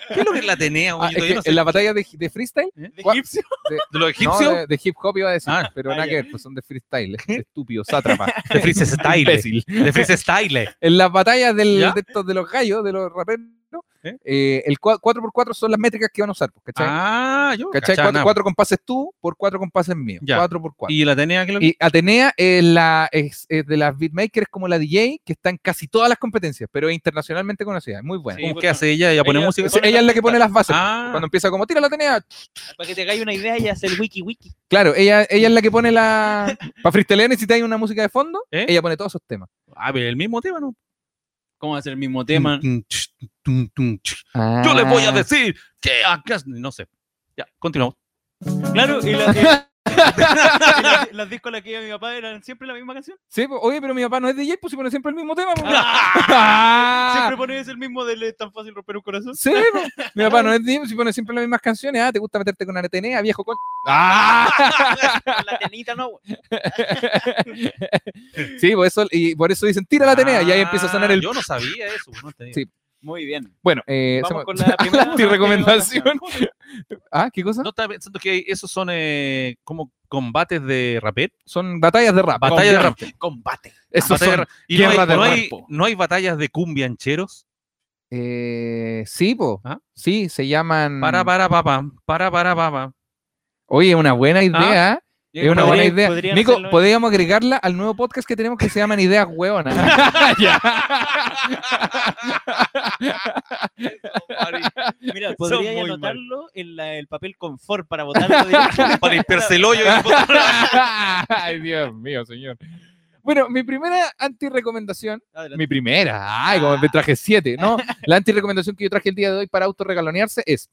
es lo que es la Atenea? güey?
Ah,
Yo
es
todavía
que
no sé.
en la batalla de, de freestyle,
¿De
[LAUGHS] ¿Cuál?
egipcio?
¿De los
no,
egipcios?
de, de hip hop iba a decir,
Ah.
pero nada
Ah,
que ver, pues son de freestyle, estúpido, sátrapa.
De Freeze Style.
Imbécil.
De Freeze [LAUGHS] Style.
En las batallas del-
¿Ya?
de, estos, de los gallos, de los raperos,
¿Eh?
eh, el cua- 4x4 son las métricas que van a usar, pues, ¿cachai?
Ah, yo.
¿Cachai?
cachaba
Cuatro,
nada.
cuatro compases tú por cuatro compases míos.
Ya.
4x4. Y,
¿Y la Atenea? qué es lo que-
Atenea es, la, es, es de las beatmakers como la DJ, que está en casi todas las competencias, pero es internacionalmente conocida, es muy buena.
Sí,
¿Cómo
pues,
que hace ella? ¿Ella pone
ella-
música?
Sí, ella es la que pone las bases.
Ah.
Cuando empieza como tira la Atenea,
Para que te hagáis una idea y hacer el wiki wiki.
claro, ella, ella es la que pone
[LAUGHS]
la. Para freestylear necesitáis una música de fondo,
¿Eh?
ella pone todos esos temas.
Ah, pero el mismo tema, ¿no?
¿Cómo va a ser el mismo tema?
Tum, ch, tum, tum, ch. Yo le
Ah.
voy a decir que acá... No sé. Ya, continuamos.
Claro,
[LAUGHS]
y, la- [LAUGHS] y la- y la- las discos a las que iba mi papá eran siempre la misma canción.
Sí, pues, oye, pero mi papá no es DJ, pues si pone siempre el mismo
[LAUGHS]
tema. pues.
Ah.
Ah.
Ah.
Siempre ponías el mismo de "Es tan fácil romper un corazón.
Sí, po. mi papá no es DJ, si pone siempre las mismas canciones. Ah, te gusta meterte con Atenea, viejo con.
[LAUGHS]
Ah. [LAUGHS]
La tenita no. güey.
Sí, por eso, y por eso dicen tira la Atenea, y ahí empieza a sonar el.
Ah, Yo no sabía eso. [LAUGHS] No tenía.
Sí.
Muy bien.
Bueno, eh, se
Vamos
me-
con
[LAUGHS]
la primera.
antirrecomendación. Ah, ¿qué cosa?
No estaba pensando que esos son eh, como combates de rapet.
Son batallas de rap.
Batalla de rap.
Combate.
Eso
Batalla de
son.
rap. Y no hay,
guerra de
no, hay,
cuerpo.
no hay batallas de cumbiancheros.
Eh, sí, po.
¿Ah?
Sí, se llaman.
Para, para, pa, pam. Para, para, pa, pam.
Oye, una
Ah,
buena idea. ¿eh? Es una buena
Podría-
idea.
podrían
Nico,
hacerlo-
podríamos agregarla al nuevo podcast que tenemos que se llaman Ideas Hueonas.
[LAUGHS]
Mira,
Son
podría
muy mal.
anotarlo en la- el papel confort para votarlo directamente.
[LAUGHS] Para limpiarse el
Ah,
hoyo.
[LAUGHS] Ay, Dios mío, señor. Bueno, mi primera antirecomendación,
[LAUGHS] Adelante.
mi primera, ay, como me
Ah.
traje siete,
[LAUGHS]
¿no? La antirecomendación que yo traje el día de hoy para autorregalonearse es,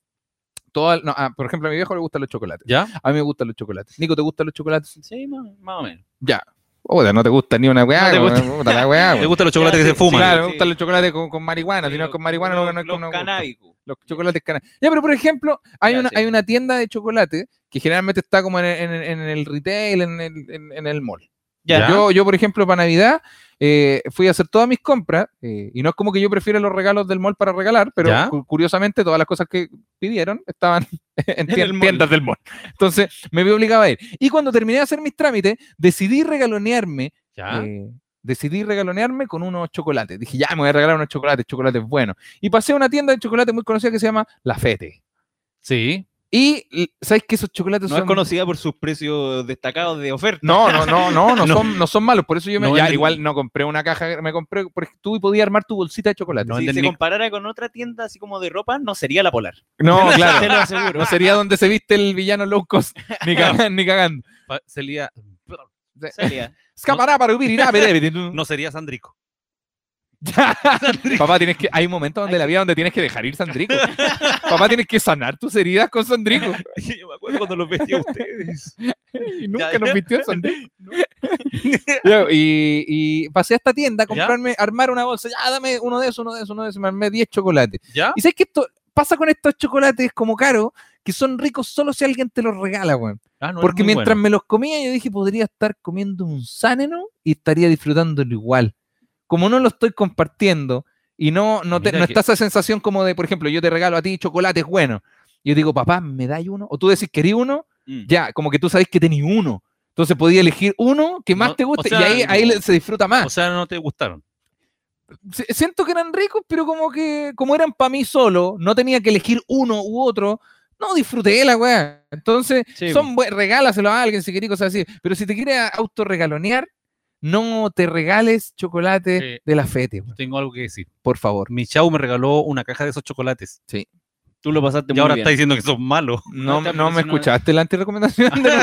toda, no, ah, por ejemplo, a mi viejo le gustan los chocolates,
¿Ya?
a mí me gustan los chocolates. Nico, ¿te gustan los chocolates?
Sí, más, más o menos.
Ya. Oye, no te gusta ni una weá,
No te
como, puta
[LAUGHS]
la weá,
¿Te
weón.
gustan los chocolates
Ya, sí,
que se fuman?
Claro, me
Sí.
gustan los chocolates con, con marihuana,
Sí,
si no es
los-
con marihuana no, no es
Los
con
canábicos.
los chocolates cana- Ya, pero por ejemplo, hay,
Ya,
una,
sí.
hay una tienda de chocolate que generalmente está como en el, en el- en el retail, en el, en- en el mall.
Ya.
Yo, yo, por ejemplo, para Navidad eh, fui a hacer todas mis compras eh, y no es como que yo prefiera los regalos del mall para regalar, pero
Ya.
cu- curiosamente todas las cosas que pidieron estaban [LAUGHS] en, tien-
el mall.
tiendas del mall. Entonces me vi obligado a ir. Y cuando terminé de hacer mis trámites, decidí regalonearme
Ah.
¿Ya?
eh, decidí regalonearme con unos chocolates. Dije, ya me voy a regalar unos chocolates, chocolates buenos. Y pasé a una tienda de chocolates muy conocida que se llama La Fete.
Sí.
Y l- sabes que esos chocolates
No es
son.
conocida por sus precios destacados de oferta.
no, no, no, no, [LAUGHS] no, Son, no son malos. Por eso yo me.
No
ya,
venden-
igual no compré una caja, me compré. Porque tú podías armar tu bolsita de chocolate.
No
si
venden
se
ni-
comparara con otra tienda así como de ropa, no sería la polar.
No,
Te
claro.
lo aseguro.
No sería donde se viste el villano low cost. Ni, cagan- ni cagando.
Pa- Sería,
Sería.
Escapará para huir, irá, veré.
no sería Sandrico.
Papá, tienes que, hay momentos donde la vida donde tienes que dejar ir Sandrico. Papá, tienes que sanar tus heridas con Sandrico.
Yo me acuerdo cuando [LAUGHS] los vestía a [LAUGHS] ustedes.
Y
Ya,
nunca
ya.
nos vistió en Santiago. Ya, y, y pasé a esta tienda a
¿Ya?
comprarme, armar una bolsa. Ya, dame uno de esos, uno de esos, uno de esos. Me armé 10 chocolates.
¿Ya?
Y sabes que esto pasa con estos chocolates como caros, que son ricos solo si alguien te los regala, weón.
Ah, no, es
Porque
muy
mientras
bueno.
me los comía, yo dije, podría estar comiendo un sáneno y estaría disfrutándolo igual. Como no lo estoy compartiendo y no, no, te-
Mira
no
que-
está esa sensación como de, por ejemplo, yo te regalo a ti chocolates buenos. Yo digo, papá, ¿me dais uno? O tú decís, ¿querí uno?
Mm.
[LAUGHS] ya, como que tú sabes que tenés uno. Entonces podías elegir uno que más
No,
te
o
guste
sea,
y ahí, ahí le- se disfruta más.
O sea, no te gustaron.
Si- Siento que eran ricos, pero como que como eran para mí solo, no tenía que elegir uno u otro. No, disfruté la weá. Entonces,
Sí,
son bue- regálaselo a alguien si querés cosas así. Pero si te quieres autorregalonear, no te regales chocolate
Sí.
de la fete, weón,
Tengo algo que decir.
por favor.
Michau me regaló una caja de esos chocolates.
Tú lo pasaste
Y
muy
ahora
bien.
está diciendo que
[LAUGHS]
son malos.
No,
está
no me
diciendo-
escuchaste la antirecomendación. [LAUGHS] de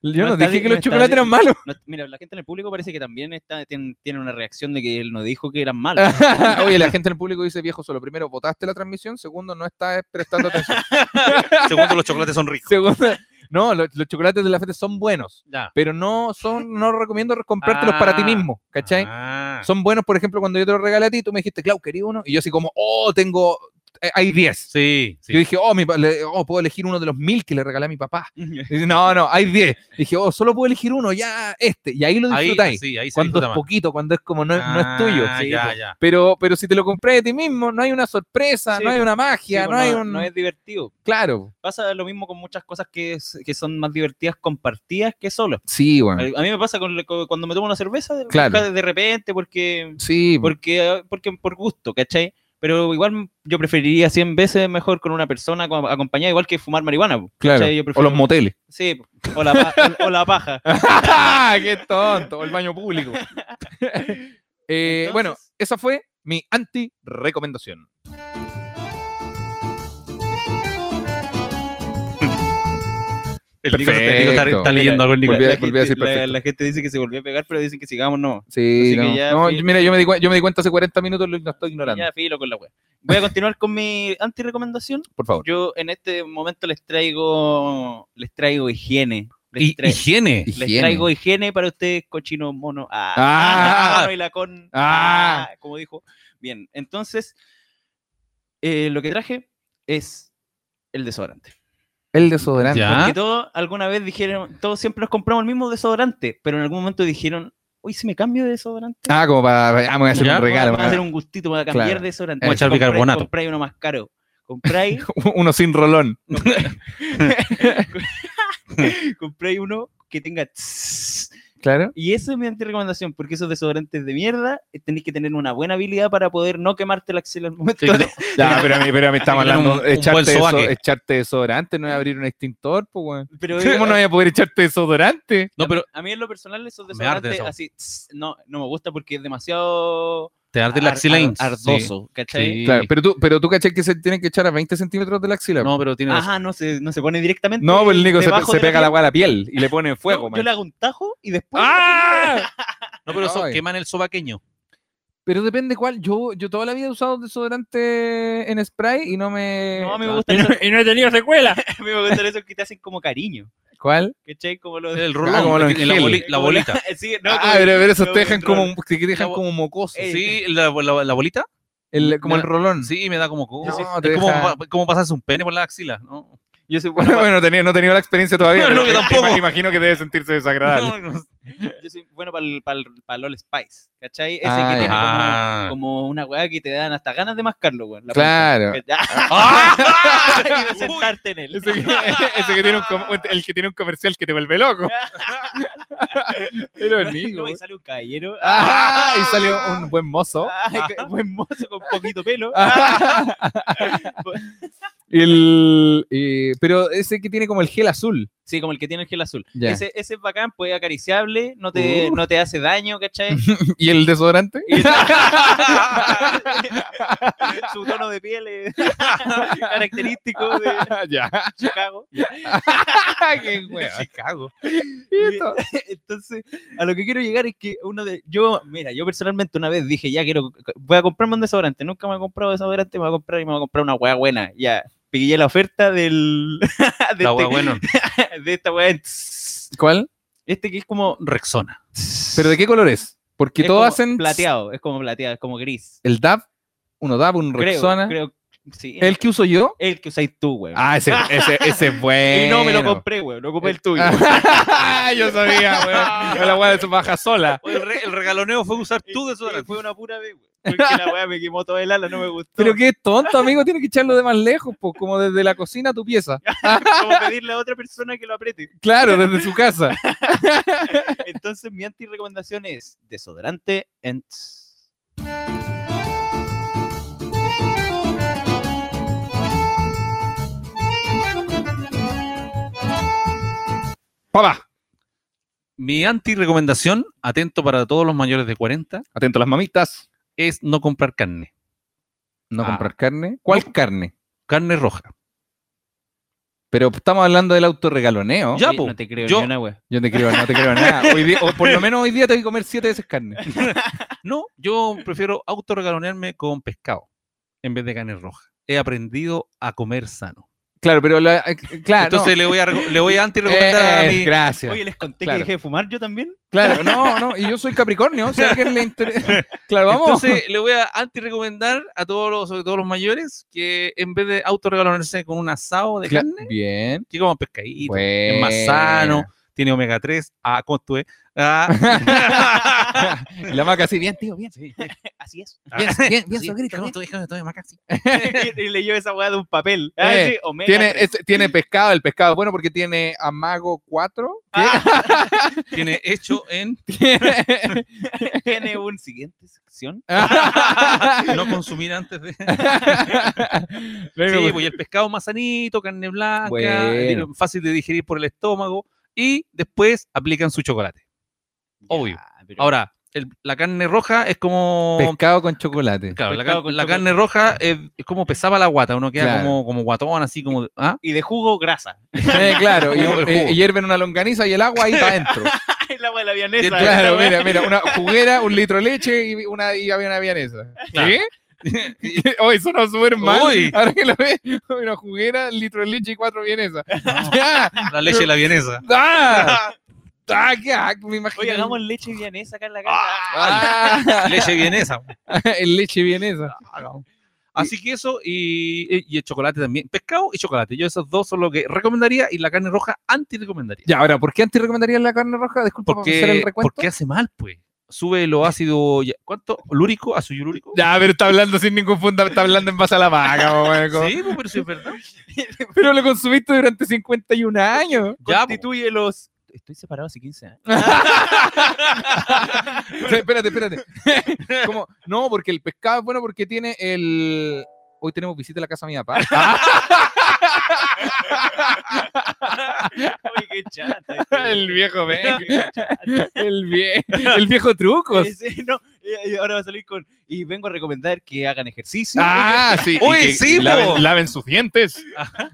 los- Yo
No
no,
está
dije
di-
que
no
los
está
chocolates
di- [LAUGHS]
eran malos. [LAUGHS]
No, mira, la gente en el público parece que también está, tiene, tiene una reacción de que él no dijo que eran
[LAUGHS]
malos. [LAUGHS]
Oye, la gente en el público dice, viejo, solo primero, votaste la transmisión, segundo, no estás prestando atención. [LAUGHS]
Segundo, los chocolates son ricos.
segundo, no, lo- los chocolates de la fete son buenos,
Ya.
pero no son, no recomiendo comprártelos para ti
Ah,
mismo, ¿cachai?
Ah.
Son buenos, por ejemplo, cuando yo te los regalé a ti, tú me dijiste, Clau, quería uno, y yo así como, oh, tengo, eh, hay 10.
Sí, sí.
Yo dije, oh, mi pa- le- oh, puedo elegir uno de los mil que le regalé a mi papá. Y dice, no, no, hay 10. Dije, oh, solo puedo elegir uno, ya este. Y ahí lo
ahí,
disfrutáis.
sí, ahí se
cuando es
disfruta más.
poquito, cuando es como no, es- no es tuyo.
Ah,
sí, pues.
ya,
po.
ya.
Pero, pero si te lo compré de ti mismo, no hay una sorpresa,
Sí,
no hay
po.
una
Sí,
magia,
pues,
no, hay un.
no es divertido.
Claro.
Pasa lo mismo con muchas cosas que, es- que son más divertidas compartidas que solo.
Sí,
A
bueno.
a mí me pasa con, con- cuando me tomo una cerveza de,
Ah. Claro.
de repente porque,
Sí, pues.
porque, porque por gusto, ¿cachai? Pero igual yo preferiría 100 veces mejor con una persona co- acompañada, igual que fumar marihuana. po.
claro.
¿cachai? Yo
O
prefiero-
los moteles.
Sí, po. o la, pa- o la
[LAUGHS]
paja.
¡Qué tonto! El baño [LAUGHS] público. Eh, bueno,
Entonces-
esa fue mi anti-recomendación.
El Nico está- el Nico está,
Perfecto.
está leyendo algo el Nico.
Volví a-
La
volví a decir
gente- la-
perfecto.
la gente dice que se volvió a pegar, pero dicen que sigamos, no.
Sí,
Así que
no.
ya
No,
fui-
yo- mira, yo me, di, cuen- yo me di cuenta hace 40 minutos lo lo estoy ignorando.
Ya, filo con la wea. Voy a continuar con mi anti-recomendación.
Por favor.
Yo en este momento les traigo les traigo higiene. Les,
Y-
tra-
higiene.
les traigo higiene para ustedes, cochinos monos. Ah, ah,
Ah.
[LAUGHS] mono y la con.
Ah.
ah, como dijo. Bien, entonces eh, lo que traje es el desodorante.
El desodorante.
Ya.
Porque todos alguna vez dijeron, todos siempre nos compramos el mismo desodorante, pero en algún momento dijeron, uy, si me cambio de desodorante.
Ah, como para. Ah, me voy a hacer
Ya.
un
Vamos a-
regalo.
Vamos a hacer
me
un gustito, vamos a cambiar
Claro.
de desodorante.
Vamos a echar
Compráis-
bicarbonato.
Compráis uno más caro.
[LAUGHS]
[LAUGHS] Compráis,
voy a- [LAUGHS] Uno sin rolón.
compráis uno que tenga... tss.
Claro.
Y eso es mi antirecomendación, porque esos desodorantes de mierda eh, tenéis que tener una buena habilidad para poder no quemarte la axila al momento.
Sí, claro.
de-
Ya, pero a mí,
[LAUGHS]
pero a mí estamos
Tiene que
hablando.
tener un- un
echarte,
buen
deso-
sobaque.
echarte desodorante, [LAUGHS] no es abrir un extintor, pues, weón.
[LAUGHS] Pero eh,
¿Cómo no voy a poder echarte desodorante?
No, pero
a mí en lo personal esos
Me arde
desodorantes
eso.
así tss, no, no me gusta porque es demasiado
te arde la
ar-
axila.
ar-
ins.
ardoso, ¿cachai?
Sí.
Claro, pero tú, pero tú caché que se tienen que echar a 20 centímetros de la axila. No,
No, pero tiene.
Ajá, no se, no se pone directamente.
pues el Nico se, pe-
debajo
se
de
pega la
piel.
agua a la piel y le pone fuego,
No,
man.
Yo le hago un tajo y después.
¡Ah!
No, pero eso
Ay.
queman el sobaqueño.
Pero depende cuál. Yo, yo toda la vida he usado desodorante en spray y no me.
No, a mí me gustan esos,
Y no he tenido secuela.
[LAUGHS] a mí me gustan esos que te hacen como cariño.
¿Cuál?
¿Cachai? Como los.
El rolón.
como los
en la,
gel.
boli- la bolita.
[LAUGHS] Sí, no,
ah,
como-
pero, pero esos
como
te dejan
el rolón.
como, te dejan
La bo-
como mocoso.
Eh,
Sí, la, la- la bolita.
El, como el rolón.
Sí, me da como. como-
No, te
es como,
deja-
pa- como pasarse un pene por la axila. No,
Yo soy, bueno,
Bueno, bueno, no tenía, no he tenido la experiencia todavía.
No,
pero
no, que
ima-
tampoco.
Imagino que debe sentirse
[LAUGHS]
desagradable.
No, no.
pa- yo soy bueno para el, para LOL Spice. ¿Cachai? Ese
Ah,
que tiene como,
Ah.
como una weá que te dan hasta ganas de mascarlo, weón. la
Claro. Ah.
punta. ¿Cachai? [LAUGHS] y de sentarte en él.
[LAUGHS]
[LAUGHS]
Ese que, ese que [LAUGHS] tiene un com- el que tiene un comercial que te vuelve loco.
[LAUGHS]
Era el Nico.
No, y sale un caballero.
Ah, y salió un buen mozo.
Ay, qué buen mozo con [LAUGHS] poquito pelo.
Ah. [LAUGHS] El, eh, pero ese que tiene como el gel azul.
Sí, como el que tiene el gel azul.
Ya.
Ese, ese es bacán, pues es acariciable, no te,
Uh.
no te hace daño, ¿cachai?
¿Y el
[LAUGHS]
desodorante?
[LAUGHS] Su tono de piel es [LAUGHS] característico de
ya. [LAUGHS]
Chicago. Ah,
Qué
[LAUGHS]
wea.
Chicago.
Listo.
[LAUGHS] Entonces, a lo que quiero llegar es que uno de. Yo, mira, yo personalmente una vez dije, ya quiero. Voy a comprarme un desodorante. Nunca me he comprado desodorante, me voy a comprar y me voy a comprar una hueá buena. Ya. Pillé la oferta del. [LAUGHS] de,
La
este-
hueá, bueno.
[LAUGHS] de esta hueá. en-
¿Cuál?
Este que es como.
[LAUGHS] Rexona.
¿Pero de qué color es? Porque
es
todos
como
hacen
Plateado, es como plateado, es como gris.
el DAB, uno DAB, un
Creo,
Rexona.
Creo, sí.
¿El que uso yo?
El que usáis tú, weón.
Ah, ese, ese, ese es bueno.
[LAUGHS]
Ah.
Y no me lo compré, weón. Lo compré el tuyo.
[LAUGHS] yo sabía, weón. La weá de su baja sola.
El, re- el regaloneo fue usar tú de
Sí,
desodorante.
Eh, Fue una pura vez, weón. Porque la weá me quemó todo el ala, no me gustó.
Pero qué tonto, amigo. Tiene que echarlo de más lejos, pues, como desde la cocina a tu pieza.
Como pedirle a otra persona que lo apriete.
Claro, desde su casa.
Entonces, mi anti-recomendación es desodorante en.
Papá.
Mi anti-recomendación, atento para todos los mayores de 40,
Atento a las mamitas.
es no comprar carne.
No
Ah.
comprar carne. ¿Cuál carne?
Carne roja.
Pero estamos hablando del autorregaloneo.
Ya,
Oye,
po.
no te creo,
Yo-
ni una wea.
Yo te creo, no te creo nada. Hoy día- o por lo menos hoy día tengo que comer siete veces
[LAUGHS]
carne.
No, yo prefiero autorregalonearme con pescado en vez de carne roja. He aprendido a comer sano.
Claro, pero la, eh, claro.
Entonces le voy a, reco- le voy a
no.
anti-recomendar
[LAUGHS] Eh,
a mi...
gracias.
Oye, les conté
Claro.
que dejé de fumar yo también. [LAUGHS]
[LAUGHS]
Claro, no, no. Y yo soy Capricornio. Si a alguien le interesa. Claro, vamos.
Entonces, le voy a anti-recomendar a todos los, sobre todo los mayores, que en vez de autorregalonearse con un asado de
Cla-
carne,
Bien.
que coman pescadito,
Es
es [LAUGHS] más sano, tiene omega 3, ah, ¿cómo estuve?
[LAUGHS]
Ah,
Y la maca así, bien, tío, bien.
[LAUGHS]
Así es. [LAUGHS]
Bien, bien, bien,
Ah, sí,
sogrito,
¿cómo
bien.
estuve? Déjame, estoy más casi.
y, y leyó esa weá de un papel. Ah,
Eh,
sí, omega
Tiene,
tres.
es- tiene pescado, el pescado es bueno porque tiene amago 4.
Tiene hecho
[LAUGHS]
en
tiene un siguiente sección.
no consumir antes de...
Luego,
Sí, pues, y el pescado más sanito, carne blanca,
Bueno.
digo, fácil de digerir por el estómago, y después aplican su chocolate. Obvio. Ahora, el- la carne roja es como...
pescado con
[LAUGHS]
chocolate.
Claro, la,
Pescado
car-
con
la
chocolate.
carne roja es, es como pesaba la guata, uno queda
Claro.
como, como guatón, así como... de-
[LAUGHS]
¿ah?
Y de jugo, grasa. [LAUGHS]
Eh, claro, y,
Como el
eh,
jugo.
y hierven una longaniza y el agua ahí para adentro.
El agua de la vianesa.
claro, mira, mira, una juguera, un litro de leche y una, y había una vienesa.
Claro.
¿Qué? [LAUGHS] Oye, eso no sube mal.
Uy.
Ahora que lo ves, una juguera, un litro de leche y cuatro [LAUGHS] vienesas. ¡Ya!
La leche de la vienesa.
[LAUGHS] ¡Ah! ¡Ah, qué asco! Me imagino.
Oye, hagamos leche vienesa acá en la casa.
Ah, [LAUGHS]
leche vienesa.
el leche vienesa.
Así que eso y, y el chocolate también. Pescado y chocolate. Yo esos dos son lo que recomendaría y la carne roja anti-recomendaría.
Ya, ahora, ¿por qué antes recomendarías la carne roja? Disculpa por hacer el
Porque,
recuento.
porque hace mal, pues. Sube los ácidos. ya- ¿Cuánto? ¿Lúrico? ¿Ácido lúrico?
Ya, pero está hablando sin ningún funda, está hablando en base a la vaca, po, [LAUGHS] weón, como-
Sí, pues, pero sí es verdad.
Pero lo consumiste durante 51 años.
Ya, pues.
Constituye los. Estoy separado hace 15 años.
O sea, espérate, espérate. [LAUGHS] Como, no, porque el pescado es bueno porque tiene el. Hoy tenemos visita a la casa de mi papá.
Oye, qué chata.
[LAUGHS] [LAUGHS] el viejo, ven.
[LAUGHS]
el, vie- el viejo trucos.
Ese, no, y- y ahora va a salir con. Y vengo a recomendar que hagan ejercicio.
Ah, sí.
Uy,
y que-
sí,
y
po.
laven, laven sus dientes.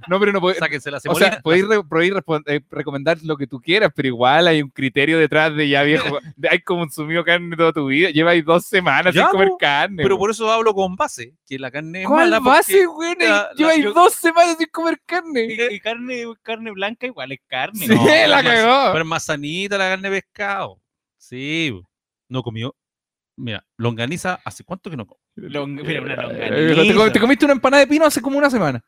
No, pero no puede.
Sáquense la
eh, O
cebolla.
sea, podéis, re- podéis respon- eh, recomendar lo que tú quieras, pero igual hay un criterio detrás de ya [LAUGHS] viejo. de, Hay consumido carne toda tu vida. Lleváis dos semanas
Ya,
sin comer
po.
carne.
[LAUGHS] pero
po.
por eso hablo con base, que la carne es
¿Cuál
mala porque-
base, güey?
la- la-
Lleváis
yo-
dos semanas sin comer carne.
[LAUGHS] Y, y carne, carne blanca igual es carne.
Sí,
¿no?
[LAUGHS] la
pero es-
cagó.
Pero es más sanita la carne de pescado. Sí, bu. no comió. Mira, longaniza, ¿hace cuánto que no como?
Long- pero una
Eh, te, com-
longaniza.
te comiste una empanada de pino hace como una semana.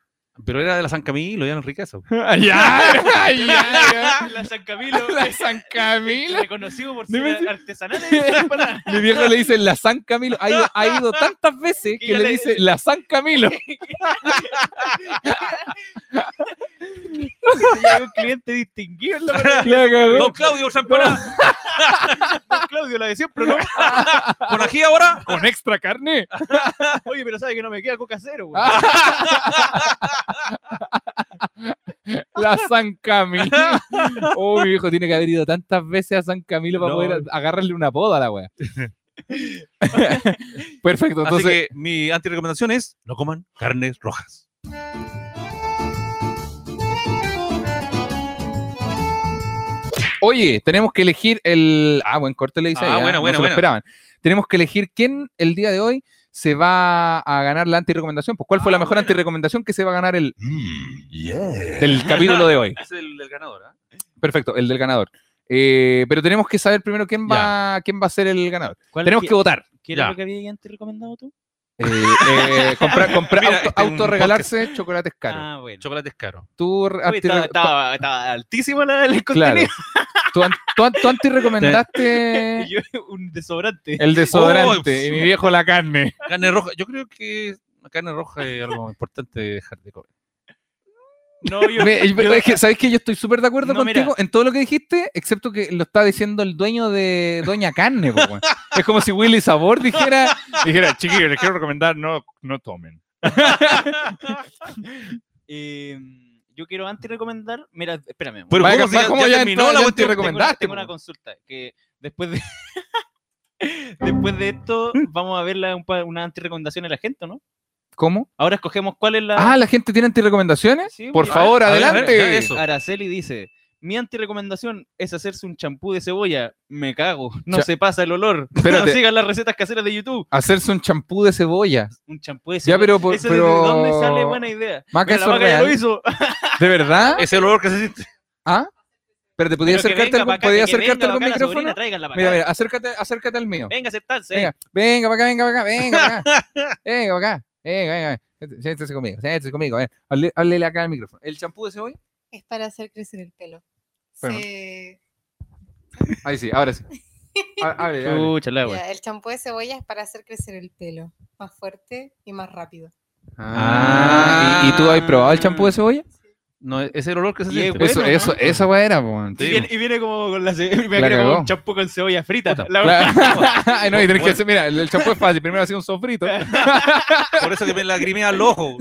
Pero era de la San Camilo, ya no enriquece.
Ya, [LAUGHS] ya, [LAUGHS] ya.
[LAUGHS] La San Camilo.
[LAUGHS] La San Camilo.
Reconocido por
Dime si-
ser artesanal.
[LAUGHS]
en-
Mi viejo le dice la San Camilo. Ha ido, ha ido tantas veces que
ya
le
le-
dice la San Camilo.
Llega un cliente distinguido en la
[LAUGHS] La cagó.
Don Claudio, esa empanada,
[LAUGHS]
Don Claudio, la de siempre, ¿no?
[LAUGHS] ¿Por aquí ahora?
Con extra carne.
Oye, pero sabe que no me queda coca cero,
Ah,
güey.
La San Camilo. [LAUGHS] Oh, mi viejo tiene que haber ido tantas veces a San Camilo para
No.
poder agarrarle una poda a la [LAUGHS] wea. Perfecto,
Así
entonces.
que mi antirecomendación es no coman carnes rojas.
Oye, tenemos que elegir el. Ah, buen corte le dice.
Ah,
ahí,
bueno,
no
bueno,
se lo
bueno.
esperaban. Tenemos que elegir quién el día de hoy se va a ganar la antirecomendación. Pues, ¿cuál
Ah,
fue la mejor antirecomendación que se va a ganar el del capítulo de hoy?
[LAUGHS] Es el, el ganador, ¿ah?
Perfecto, el del ganador. Eh, pero tenemos que saber primero quién va, quién va a ser el ganador. Tenemos que votar.
[LAUGHS]
¿Qué
Ya.
era lo que había antes recomendado tú?
Eh, eh, comprar, comprar,
Mira,
auto,
este es un
autorregalarse chocolates caros.
Ah, bueno.
Chocolate es caro.
Tú, re-
Oye, estaba,
antirre-
estaba- estaba altísima la del
claro.
contenido. [LAUGHS]
Tú, an- tú an- tú
[LAUGHS]
antirrecomendaste
Y yo, un desodorante.
el desodorante
Oh,
y mi viejo la carne.
Carne roja, yo creo que la carne roja es algo importante de dejar de comer.
No, yo,
Me-
yo-
es que, ¿Sabes que Yo estoy súper de acuerdo
No, mira.
contigo en todo lo que dijiste, excepto que lo está diciendo el dueño de Doña Carne. po, weón. es como si Willy Sabor dijera, dijera chiquillos, les quiero recomendar, no, no tomen.
eh, yo quiero anti recomendar. Mira, espérame.
Pero
Vaya,
¿cómo, si
¿cómo
ya,
ya
terminó
entró?
la
Ya te
cuestión?
tengo una-
recomendaste,
Tengo una
po.
consulta que después de. [LAUGHS] Después de esto, vamos a ver la- un pa- una anti-recomendación de la gente, ¿no?
¿Cómo?
Ahora escogemos cuál es la.
Ah, ¿la gente tiene antirecomendaciones?
Sí,
Por
pues,
favor,
a ver, a ver,
adelante.
ya, eso.
Araceli dice: Mi anti-recomendación es hacerse un champú de cebolla. Me cago. No
Cha-
se pasa el olor. [LAUGHS]
Espérate.
No sigan las recetas caseras de YouTube.
Hacerse un champú de cebolla.
Un champú de
Ya,
cebolla.
pero. por-
Ese
pero...
¿De dónde sale buena idea?
Maca,
Mira, la
eso es
vaca ya lo
real.
hizo.
¿De verdad?
Ese olor que se siente.
¿Ah? Espérate, ¿podías
Pero [LAUGHS] que
acercarte
venga
al,
pa' acá,
¿podías
que venga
acercarte al
pa' acá la
micrófono?
sobrina, tráiganla pa'
Mira,
acá.
mira, acércate, acércate al mío.
Venga, sentarse.
Venga, venga para acá, venga para acá, venga para acá.
[LAUGHS]
Venga para acá. Venga, venga. venga. Siéntese conmigo, siéntese conmigo. ven. Hable- Háblele acá al micrófono. ¿El champú de cebolla?
Es para hacer crecer el pelo.
Bueno.
Se-
Ahí sí, ahora sí. Há- Háblele, háblele.
Chucha,
Ah,
la wea.
ya, el champú de cebolla es para hacer crecer el pelo más fuerte y más rápido.
Ah, ¿y, y tú has probado el champú de cebolla?
No, ese olor que se
Y es
siente.
bueno,
eso,
pues, ¿no?
eso, esa weá era, po.
Sí,
Y [LAUGHS] viene, y viene como con la ce- [LAUGHS] me
La
viene como
cagó.
un champú con cebolla frita.
Puta,
La-
[LAUGHS] Ay, no, y tenés que hacer, mira, el, el champú es fácil. Primero hacía
[LAUGHS]
un sofrito.
Por eso que me lagrimea
[LAUGHS]
el ojo.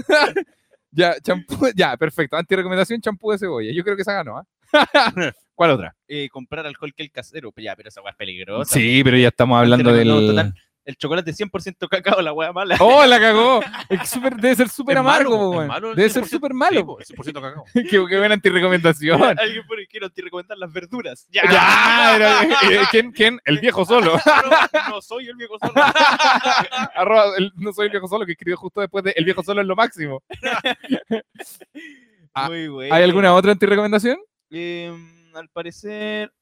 Ya, champú, [LAUGHS] ya, perfecto. Antirecomendación, champú de cebolla. Yo creo que esa ganó, ¿ah? [LAUGHS] ¿Cuál otra?
eh, comprar alcohol que el casero. Pues ya, pero esa weá es peligrosa.
Sí, pero ya estamos hablando
Antes
del...
recomendamos total, el chocolate 100% cacao, la weá
[LAUGHS]
mala.
¡Oh, la cagó! Es que súper- debe ser súper
Es malo,
amargo, po,
es
weón.
malo el
Debe ser
100%,
súper
sí, pues,
malo.
po, el 100% cacao.
[LAUGHS] qué, qué buena
[LAUGHS]
antirecomendación.
[LAUGHS] Alguien pone, quiero te recomendar las verduras. Ya,
ya, era- eh, eh, ¿quién, ¿Quién? El viejo solo.
[LAUGHS]
[LAUGHS]
no, no soy el viejo solo.
Arroba, el- no soy el viejo solo, que escribió justo después de El viejo solo es lo máximo. Ah,
Muy bueno.
¿Hay alguna otra antirecomendación?
Em, al parecer.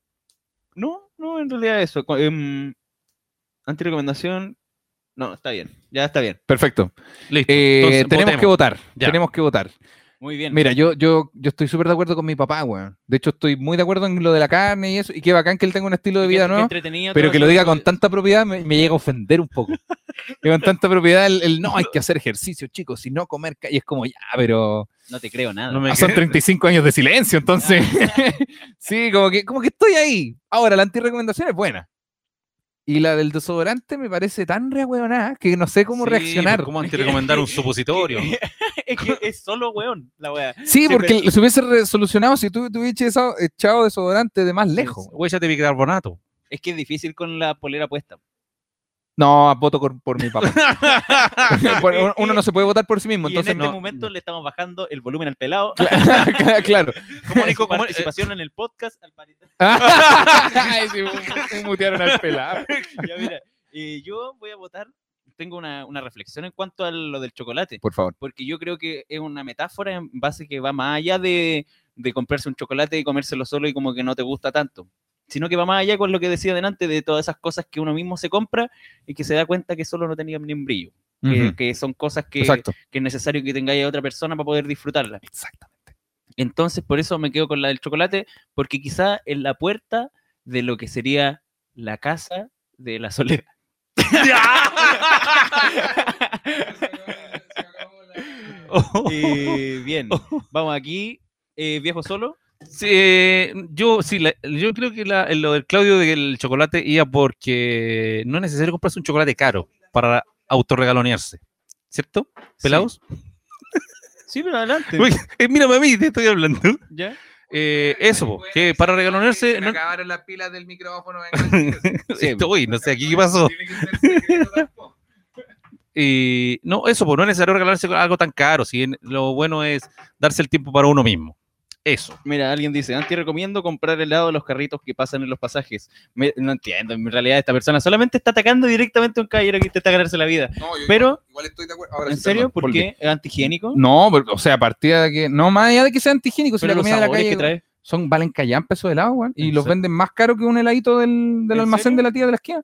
No, no, en realidad eso. co- em, antirecomendación. No, está bien. Ya está bien.
Perfecto.
Listo.
Eh,
Entonces,
tenemos
votemos.
que votar.
Ya.
Tenemos que votar.
Muy bien.
Mira, yo, yo, yo estoy súper de acuerdo con mi papá, weón. De hecho, estoy muy de acuerdo en lo de la carne y eso. Y qué bacán que él tenga un estilo de vida nuevo. Pero que lo diga con tanta propiedad me, me llega a ofender un poco. Y con tanta propiedad el, el, no hay que hacer ejercicio, chicos, si no comer. ca-". Y es como, ya, pero
No te creo nada.
No me
ah, son
quedé-
35 años de silencio, entonces. [LAUGHS] sí, como que, como que estoy ahí. Ahora, la antirecomendación es buena. Y la del desodorante me parece tan rehueonada que no sé cómo
Sí,
reaccionar.
pues, ¿Cómo
[LAUGHS]
antirecomendar un supositorio?
[LAUGHS] es que es solo weón la weá.
Sí,
Sí,
porque se hubiese resolucionado si tú, tú hubieses esa- echado desodorante de más lejos.
Güey, ya te vi carbonato.
Es que es difícil con la polera puesta.
No, voto por, por mi
[LAUGHS]
papá. Por- uno- uno no se puede votar por sí mismo,
y en este
entonces no. [LAUGHS]
momento le estamos bajando el volumen al pelado.
claro.
¿Cómo, Nico?
Su
¿Cómo-
participación en el podcast al
[LAUGHS]
parecer. [LAUGHS]
Ay, sí, mu- mu- mutearon al pelado.
Ya, mira, eh, yo voy a votar. Tengo una, una reflexión en cuanto a lo del chocolate,
Por favor.
porque yo creo que es una metáfora en base que va más allá de, de comprarse un chocolate y comérselo solo y como que no te gusta tanto, sino que va más allá con lo que decía delante de todas esas cosas que uno mismo se compra y que se da cuenta que solo no tenían ni un brillo, que,
Ujú.
que son cosas que,
Exacto.
que es necesario que tengáis a otra persona para poder disfrutarla.
Exactamente.
Entonces, por eso me quedo con la del chocolate, porque quizá es la puerta de lo que sería la casa de la
[LAUGHS]
soledad. Eh,
[LAUGHS]
bien, vamos aquí. Eh, viejo solo.
[LAUGHS] Sí, eh, yo sí, la- yo creo que la- lo del Claudio del chocolate iba porque no es necesario comprarse un chocolate caro para autorregalonearse, ¿cierto? Pelados.
Sí, pero adelante.
Uy, eh, mírame a mí, te estoy hablando.
[LAUGHS]
¿Ya?
Eh, eso, po, que para regalonearse, no,
acabaron las pilas del micrófono.
[LAUGHS]
[LAUGHS] esto, uy, no sé, aquí qué pasó. Y no, eso, pues no es necesario regalarse algo tan caro. Si en- lo bueno es darse el tiempo para uno mismo. Eso.
Mira, alguien dice, antes recomiendo comprar helado de los carritos que pasan en los pasajes. Me- no entiendo, en realidad esta persona solamente está atacando directamente a un caballero que intenta ganarse la vida. Pero,
Igual estoy de acuerdo.
¿en serio? ¿Por qué? ¿Es antihigiénico?
No, pero, o sea, a partir de que. No, más allá de que sea antihigiénico, si
Pero
la
los
comida de la
sabores
calle.
que trae.
Son, valen callan pesos de helado, weón. Y
¿En
los
serio?
venden más caro que un heladito del, del
¿En
almacén
serio?
de la tía de la esquina.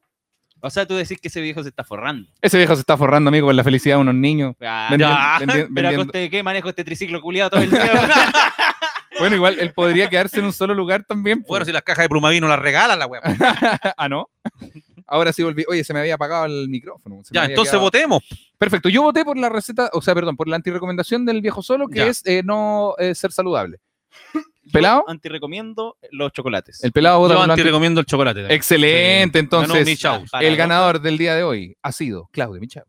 O sea, tú decís que ese viejo se está forrando.
Ese viejo se está forrando, amigo, con la felicidad de unos niños.
Ah,
Vendi-
ya.
vendi-
Pero a
vendiendo-
[LAUGHS] coste de qué manejo este triciclo culiado todo el día.
[LAUGHS]
[LAUGHS]
Bueno, igual él podría quedarse en un solo lugar también.
Bueno,
pues.
si las cajas de plumavino las regalan, la pues, weá.
ah, ¿no? Ahora sí volví. Oye, se me había apagado el micrófono. [LAUGHS] se me
Ya,
había
entonces
quedado-
votemos.
Perfecto, yo voté por la receta, o sea, perdón, por la antirecomendación del viejo solo, que
Ya.
es eh, no eh, ser
[LAUGHS]
saludable. ¿Pelado?
Antirecomiendo los chocolates.
El pelado vota
Yo
por la
anti
anti-
recomiendo el chocolate. también.
Excelente, entonces.
Ganó Michaus.
Para
el
vos.
ganador del día de hoy ha sido Claudio Michaus.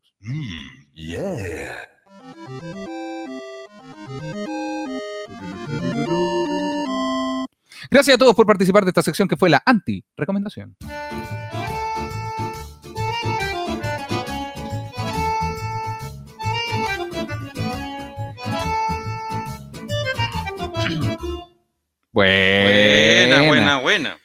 Gracias a todos por participar de esta sección que fue la anti-recomendación.
Buena, buena, buena.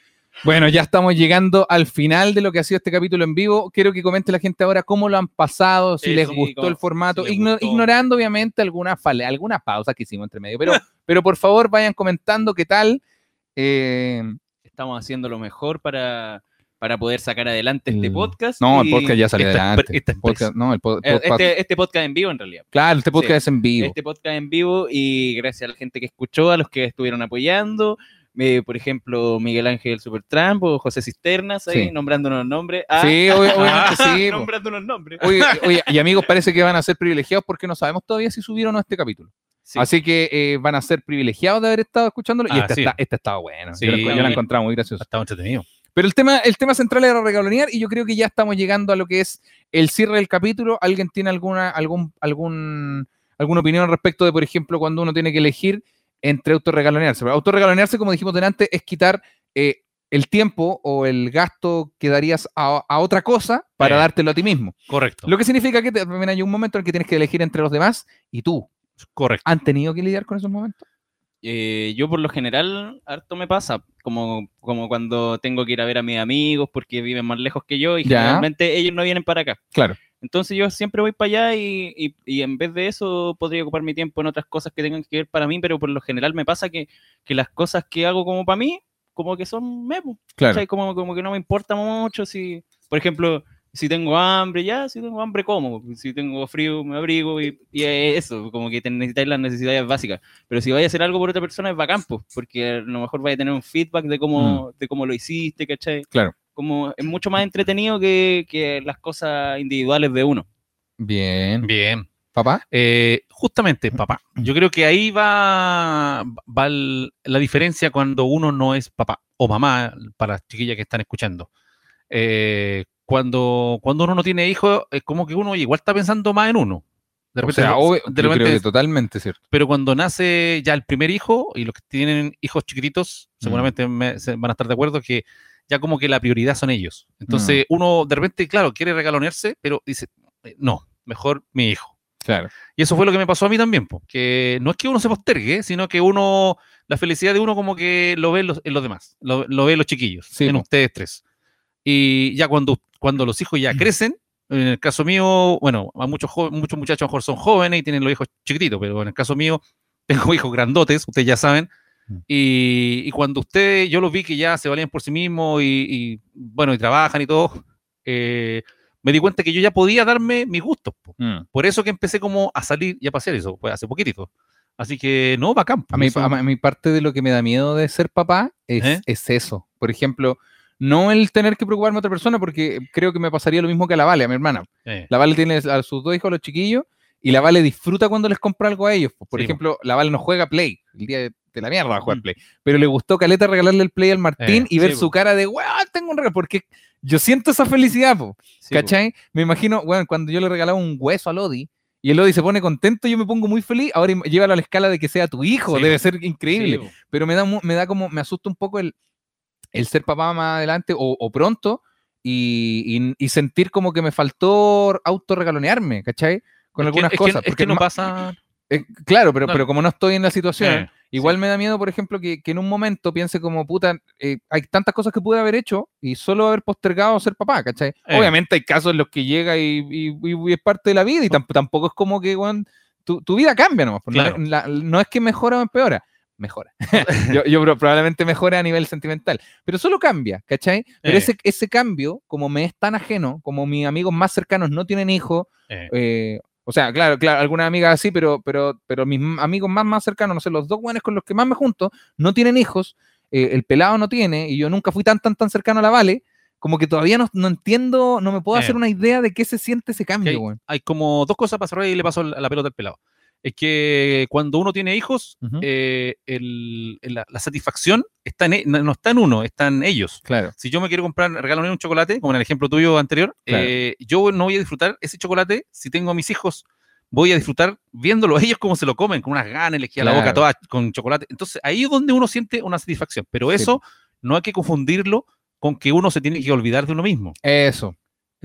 Bueno, ya estamos llegando al final de lo que ha sido este capítulo en vivo. Quiero que comente la gente ahora cómo lo han pasado, si
Sí,
les
sí,
gustó
cómo-
el formato,
si les
igno-
gustó.
ignorando obviamente alguna, fale- alguna pausa que hicimos entre medio, pero, pero por favor vayan comentando qué tal. Eh,
Estamos haciendo lo mejor para, para poder sacar adelante este
Mm.
podcast.
no, el
y-
podcast ya salió
esta expre-
adelante.
esta
Podcast- no, el pod-
eh,
podcast-
Este, este podcast en vivo, en realidad.
claro, este podcast
sí.
es en vivo.
Este podcast en vivo y gracias a la gente que escuchó, a los que estuvieron apoyando. eh, por ejemplo, Miguel Ángel Supertramp o José Cisternas, ahí
Sí.
nombrándonos nombres. Ah, [LAUGHS]
sí, obvio- [LAUGHS] obviamente sí. po.
nombrándonos nombres.
Oye, oye, y amigos, parece que van a ser privilegiados porque no sabemos todavía si subieron o no este capítulo.
Sí.
Así que eh, van a ser privilegiados de haber estado escuchándolo. Y
Ah,
esta,
sí.
está, este esta estaba buena.
Sí,
yo, la, yo la
muy-
encontraba muy graciosa.
Estaba entretenido.
Pero el tema, el tema central era regalonear y yo creo que ya estamos llegando a lo que es el cierre del capítulo. ¿Alguien tiene alguna, algún, algún, alguna opinión respecto de, por ejemplo, cuando uno tiene que elegir entre autorregalonearse? Pero Autorregalonearse, como dijimos delante, es quitar eh, el tiempo o el gasto que darías a, a otra cosa para
Eh.
dártelo a ti mismo.
Correcto.
Lo que significa que te- también hay un momento en el que tienes que elegir entre los demás y tú.
Correcto.
¿Han tenido que lidiar con esos momentos?
Eh, yo por lo general harto me pasa, como, como cuando tengo que ir a ver a mis amigos porque viven más lejos que yo y
Ya.
generalmente ellos no vienen para acá.
Claro.
Entonces yo siempre voy para allá y, y- y en vez de eso podría ocupar mi tiempo en otras cosas que tengan que ver para mí, pero por lo general me pasa que, que las cosas que hago como para mí, como que son memo,
Claro.
como, como que no me importa mucho si, por ejemplo, si tengo hambre, ya, si tengo hambre como, si tengo frío me abrigo y, y eso, como que te necesitáis las necesidades básicas. Pero si vais a hacer algo por otra persona es bacán, pues, porque a lo mejor vais a tener un feedback de cómo, de cómo lo hiciste, ¿cachai?
Mm. Claro.
Como es mucho más entretenido que, que las cosas individuales de uno.
Bien.
Bien.
¿Papá?
Eh, justamente, papá.
Mm.
Yo creo que ahí va, va el- la diferencia cuando uno no es papá o mamá, para las chiquillas que están escuchando. Eh, cuando, cuando uno no tiene hijos, es como que uno igual está pensando más en uno. De
O
repente,
sea, obvio-
de
yo creo
repente-
que totalmente cierto.
pero cuando nace ya el primer hijo y los que tienen hijos chiquititos,
Mm.
seguramente me- se- van a estar de acuerdo que ya como que la prioridad son ellos. Entonces
Mm.
uno de repente, claro, quiere regalonearse, pero dice, eh, no, mejor mi hijo.
Claro.
Y eso fue lo que me pasó a mí también, po, que no es que uno se postergue, sino que uno, la felicidad de uno como que lo ve en los, en los demás, lo, lo ve en los chiquillos,
Sí,
en
po.
ustedes tres. Y ya cuando, cuando los hijos
Mm.
ya crecen, en el caso mío, bueno, a muchos, jo- muchos muchachos a lo mejor son jóvenes y tienen los hijos chiquititos, pero en el caso mío [LAUGHS] tengo hijos grandotes, ustedes ya saben.
Mm.
Y, y cuando ustedes, yo los vi que ya se valían por sí mismos y, y, bueno, y trabajan y todo, eh, me di cuenta que yo ya podía darme mis gustos. po. Por eso que empecé como a salir y a pasear eso, pues hace poquitito. Así que no, bacán.
A mí,
eso-
a mí parte de lo que me da miedo de ser papá es,
¿Eh?
es eso. Por ejemplo, no el tener que preocuparme a otra persona, porque creo que me pasaría lo mismo que a la Vale, a mi hermana.
eh,
La Vale tiene a sus dos hijos, los chiquillos, y la Vale disfruta cuando les compra algo a ellos. Por
Sí, po.
ejemplo, la Vale no juega Play. El día de, de la mierda va a jugar Play. Pero le gustó Caleta regalarle el Play al Martín
Eh,
y ver
sí, po.
su cara de, ¡Wow! Tengo un regalo. Porque yo siento esa felicidad, po.
Sí, pues.
¿Cachai? Me imagino, bueno, cuando yo le regalaba un hueso a Lodi y el Lodi se pone contento, yo me pongo muy feliz. Ahora im- llévalo a la escala de que sea tu hijo,
Sí,
debe
po.
ser increíble.
po.
Pero me da, mu- me da como, me asusta un poco el, el ser papá más adelante o, o pronto y, y- y sentir como que me faltó autorregalonearme, ¿cachai? Con
es que-
algunas
es que-
cosas.
es que no
ma-
pasa.
eh, claro, pero,
No.
pero como no estoy en la situación,
eh,
igual me da miedo, por ejemplo, que, que en un momento piense como, puta, eh, hay tantas cosas que pude haber hecho y solo haber postergado ser papá, ¿cachai?
Eh.
Obviamente hay casos en los que llega y, y- y- y es parte de la vida y tamp- tampoco es como que, weón, tu, tu vida cambia nomás. pues, no-
Claro.
la- no es que mejora o empeora, mejora. yo, yo pro- probablemente mejore a nivel sentimental, pero solo cambia, ¿cachai? Pero
Eh.
ese, ese cambio, como me es tan ajeno, como mis amigos más cercanos no tienen hijos,
Eh.
eh, o sea, claro, claro, algunas amigas así, pero, pero, pero mis m- amigos más, más cercanos, no sé, los dos buenos con los que más me junto, no tienen hijos, eh, el pelado no tiene, y yo nunca fui tan, tan, tan cercano a la Vale, como que todavía no, no entiendo, no me puedo
Eh.
hacer una idea de qué se siente ese
que
cambio,
hay,
weón.
hay como dos cosas para cerrar y le paso la la pelota al pelado. Es que cuando uno tiene hijos,
Ujú.
eh, el- el- la, la satisfacción está en e- no no está en uno, está en ellos.
Claro,
Si yo me quiero comprar, regalarme un chocolate, como en el ejemplo tuyo anterior,
Claro.
eh, yo no voy a disfrutar ese chocolate si tengo a mis hijos voy a disfrutar viéndolo [LAUGHS] a ellos cómo se lo comen, con unas ganas, les queda la boca
Claro.
toda con chocolate. Entonces, ahí es donde uno siente una satisfacción. Pero eso no hay que confundirlo con que uno se tiene que olvidar de uno mismo.
Eso.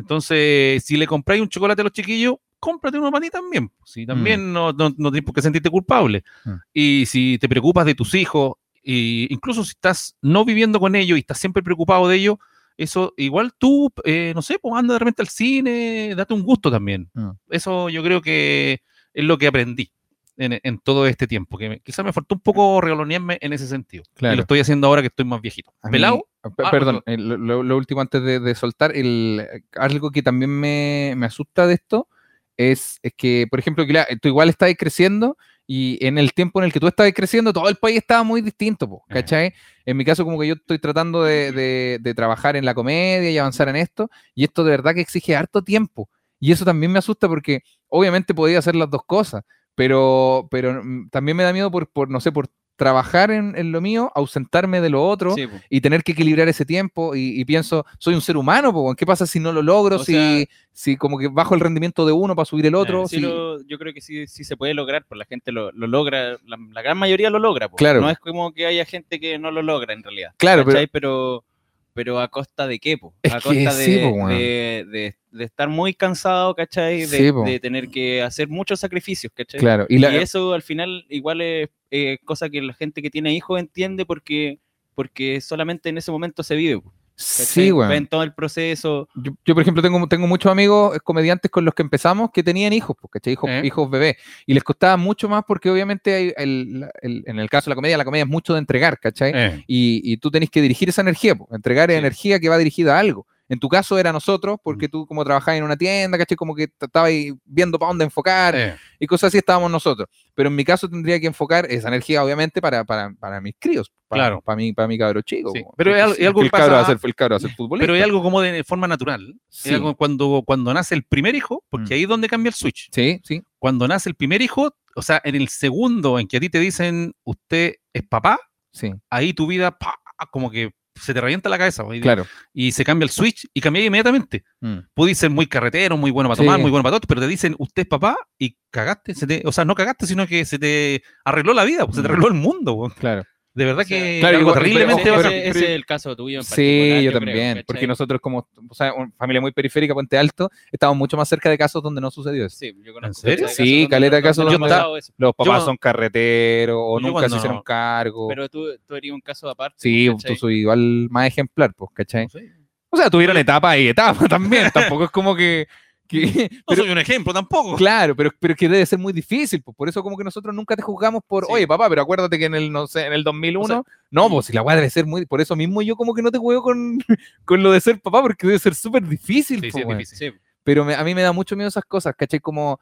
Entonces, si le compráis un chocolate a los chiquillos, cómprate uno para ti también. Si también no, no, no tienes por qué sentirte culpable.
Mm.
Y si te preocupas de tus hijos, e incluso si estás no viviendo con ellos y estás siempre preocupado de ellos, eso igual tú, eh, no sé, pues anda de repente al cine, date un gusto también.
Mm.
Eso yo creo que es lo que aprendí en, en todo este tiempo, que me- quizás me faltó un poco regalonearme en ese sentido. Y
Claro.
lo estoy haciendo ahora que estoy más viejito.
A mí-
¿Pelado?
P-
Ah,
Perdón, eh, lo, lo- lo último antes de, de soltar, el, algo que también me, me asusta de esto es, es que, por ejemplo, que la- tú igual estás creciendo y en el tiempo en el que tú estabas creciendo, todo el país estaba muy distinto, po,
Ajá.
¿cachai? En mi caso, como que yo estoy tratando de, de- de trabajar en la comedia y avanzar en esto, y esto de verdad que exige harto tiempo. Y eso también me asusta porque obviamente podía hacer las dos cosas, pero, pero mm, también me da miedo por, por no sé, por trabajar en, en lo mío, ausentarme de lo otro
Sí, pues. po.
y tener que equilibrar ese tiempo y, y pienso, soy un ser humano, po, weón, ¿qué pasa si no lo logro?
O
si,
sea-
si como que bajo el rendimiento de uno para subir el otro.
Eh, sí
si-
lo- yo creo que sí, sí se puede lograr, pues la gente lo, lo logra, la, la gran mayoría lo logra. po.
Claro.
No es como que haya gente que no lo logra en realidad.
Claro, pero-
¿cachai? pero... pero a costa de qué, po?
Es
a
que
costa de,
sí, po, weón.
de- de- de estar muy cansado, ¿cachai? De,
Sí, po.
de tener que hacer muchos sacrificios, ¿cachai?
Claro, y
Y,
la-
eso al final igual es eh, cosa que la gente que tiene hijos entiende porque, porque solamente en ese momento se vive. po, ¿cachai?
sí, weón.
Ven todo el proceso.
Yo, yo, por ejemplo, tengo, tengo muchos amigos eh, comediantes con los que empezamos que tenían hijos, po, ¿cachai? Hijos,
Eh.
hijos bebés. Y les costaba mucho más porque obviamente hay el- la- el- en el caso de la comedia, la comedia es mucho de entregar, ¿cachai?
Eh,
y, y tú tenés que dirigir esa energía, po, entregar energía que va dirigida a algo. En tu caso era nosotros, porque
Mm.
tú como trabajabas en una tienda, ¿cachai? Como que t- estabas ahí viendo para dónde enfocar
eh.
y cosas así estábamos nosotros. Pero en mi caso tendría que enfocar esa energía, obviamente, para, para, para mis críos, para,
Claro.
para, mi, para mi cabro chico.
Sí,
po,
pero
porque
es al- es algo
el
que
cabro va a
pasa-
ser, el cabro va a ser futbolista.
Pero hay algo como de forma natural.
Sí,
Es algo cuando, cuando nace el primer hijo, porque
Mm.
ahí es donde cambia el switch.
sí, sí,
Cuando nace el primer hijo, o sea, en el segundo en que a ti te dicen usted es papá,
sí,
ahí tu vida pa, como que se te revienta la cabeza güey,
claro.
y se cambia el switch y cambia inmediatamente.
Mm.
Puedes ser muy carretero, muy bueno para
Sí.
tomar, muy bueno para todo, pero te dicen usted es papá y cagaste. se te- o sea, no cagaste, sino que se te arregló la vida, pues, se te
Mm.
arregló el mundo. güey.
Claro.
De verdad
O sea,
que
Claro,
algo
igual- pero-
terriblemente
pero-
va a
ese,
ser-
ese es el caso tuyo en particular,
Sí, yo
creo,
también, porque
¿cachai?
nosotros como, o sea, una familia muy periférica, Puente Alto, estábamos mucho más cerca de casos donde no sucedió eso.
Sí, yo conozco caleta
serio?
de casos donde
Sí, caleta de
no-
casos
donde
donde
ha
está-
pasado eso.
Los papás
Yo-
son carreteros o
Yo
nunca
cuando-
se hicieron cargo.
Pero tú, tú eres un caso aparte.
sí,
¿cachai?
tú soy igual más ejemplar, pues, ¿cachai?
No sé.
O sea, tuvieron etapas y etapas [LAUGHS] también. Tampoco es como que. que- [LAUGHS]
No soy un ejemplo tampoco.
claro, pero, pero es que debe ser muy difícil. Pues, por eso, como que nosotros nunca te juzgamos por, oye, papá, pero acuérdate que en el, no sé, en el 2001. no, pues si la weá debe ser muy. Por eso mismo yo, como que no te juego con, [LAUGHS] con lo de ser papá, porque debe ser súper difícil.
Sí,
po,
sí, es
weón.
difícil.
Pero me- a mí me da mucho miedo esas cosas, ¿cachai? Como.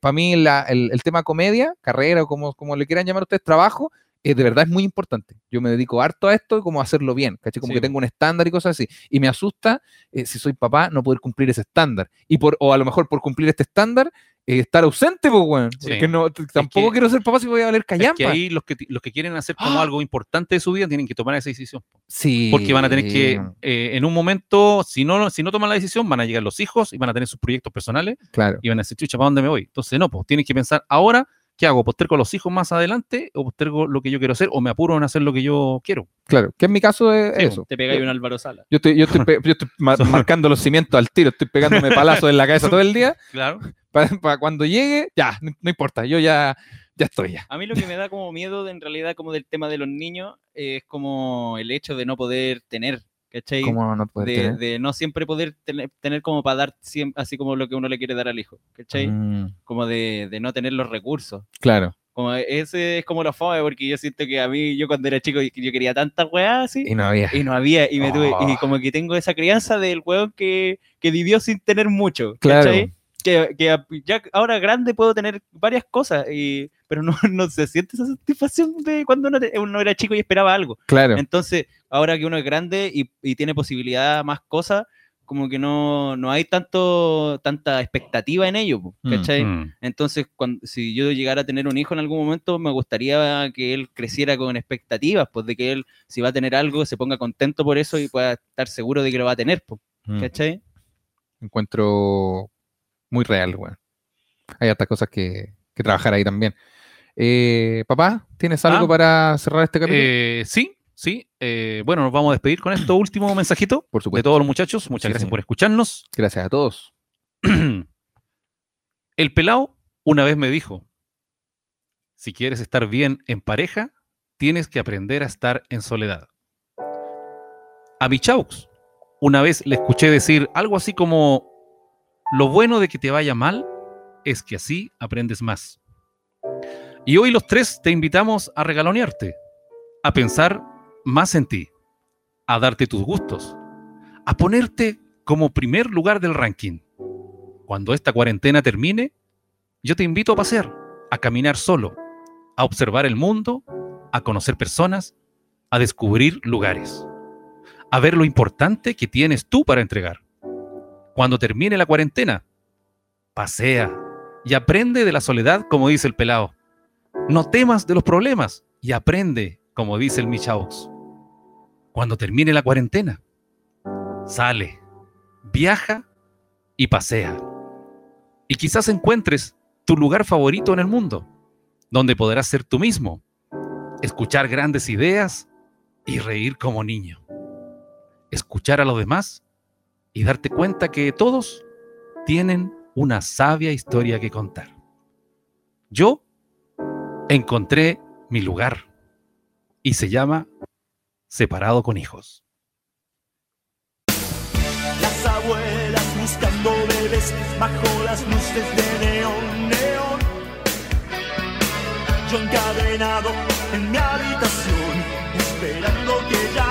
para mí la- el, el tema comedia, carrera o como, como le quieran llamar ustedes, trabajo, eh, de verdad es muy importante. Yo me dedico harto a esto y como a hacerlo bien, ¿cachai? Como
Sí,
que
po.
tengo un estándar y cosas así. Y me asusta eh, si soy papá no poder cumplir ese estándar. Y por, o a lo mejor por cumplir este estándar, eh, estar ausente, pues, weón.
Sí.
Porque no, t- tampoco
que-
quiero ser papá si voy a valer
Es
callampa.
que ahí los que, ti- los que quieren hacer como
¡Ah!
algo importante de su vida tienen que tomar esa decisión.
Sí.
Porque van a tener que, eh, en un momento, si no, si no toman la decisión, van a llegar los hijos y van a tener sus proyectos personales
Claro.
y van a decir, chucha, ¿para dónde me voy? Entonces, no, pues tienen que pensar ahora, ¿qué hago? ¿Postergo a los hijos más adelante o postergo lo que yo quiero hacer o me apuro en hacer lo que yo quiero?
Claro. Que en mi caso es
Sí, po.
eso.
Te pegáis un Álvaro Sala.
Yo estoy, yo estoy, pe- yo estoy
[LAUGHS]
ma- marcando los cimientos al tiro, estoy pegándome palazos en la cabeza todo el día.
Claro.
Para cuando llegue, ya, no, no importa, yo ya, ya estoy ya.
A mí lo que me da como miedo, de- en realidad, como del tema de los niños, eh, es como el hecho de no poder tener, ¿cachai?
¿Cómo no puede
de,
tener?
de no siempre poder tener, tener como para dar siem- así como lo que uno le quiere dar al hijo, ¿cachai?
Mm,
Como de, de no tener los recursos.
claro.
Como ese es como la fome, porque yo siento que a mí, yo cuando era chico, yo quería tantas weas así.
Y no había.
Y no había, y me tuve, y
Oh.
como que tengo esa crianza del weón que, que vivió sin tener mucho.
Claro.
¿cachai? Que, que a- ya ahora grande puedo tener varias cosas, y, pero no, [LAUGHS] no se siente esa satisfacción de cuando uno, te- uno era chico y esperaba algo.
Claro.
Entonces, ahora que uno es grande y, y tiene posibilidad más cosas, como que no, no hay tanto, tanta expectativa en ello, po,
Mm,
¿cachai?
Mm.
Entonces, cuan- si yo llegara a tener un hijo en algún momento, me gustaría que él creciera con expectativas, pues de que él, si va a tener algo, se ponga contento por eso y pueda estar seguro de que lo va a tener, pues,
Mm.
¿cachai?
Encuentro muy real, weón. hay hartas cosas que, que trabajar ahí también. Eh, papá, ¿tienes algo para cerrar este capítulo?
Eh, sí, sí. eh, bueno, nos vamos a despedir con esto último mensajito
Por
de
supuesto.
todos los muchachos.
Sí,
Muchas gracias
señor.
por escucharnos.
Gracias a todos.
[CLEARS THROAT] El pelao una vez me dijo, si quieres estar bien en pareja, tienes que aprender a estar en soledad. A mi Chaux, una vez le escuché decir algo así como, lo bueno de que te vaya mal es que así aprendes más. Y hoy los tres te invitamos a regalonearte, a pensar más en ti, a darte tus gustos, a ponerte como primer lugar del ranking cuando esta cuarentena termine, yo te invito a pasear, a caminar solo, a observar el mundo, a conocer personas, a descubrir lugares, a ver lo importante que tienes tú para entregar. Cuando termine la cuarentena, pasea y aprende de la soledad, como dice el pelado. No temas de los problemas y aprende, como dice el Michaux. Cuando termine la cuarentena, sale, viaja y pasea y quizás encuentres tu lugar favorito en el mundo, donde podrás ser tú mismo, escuchar grandes ideas y reír como niño, escuchar a los demás y darte cuenta que todos tienen una sabia historia que contar. Yo encontré mi lugar y se llama Separado con hijos.
Las abuelas buscando bebés bajo las luces de neón, neón. Yo encadenado en mi habitación, esperando que ya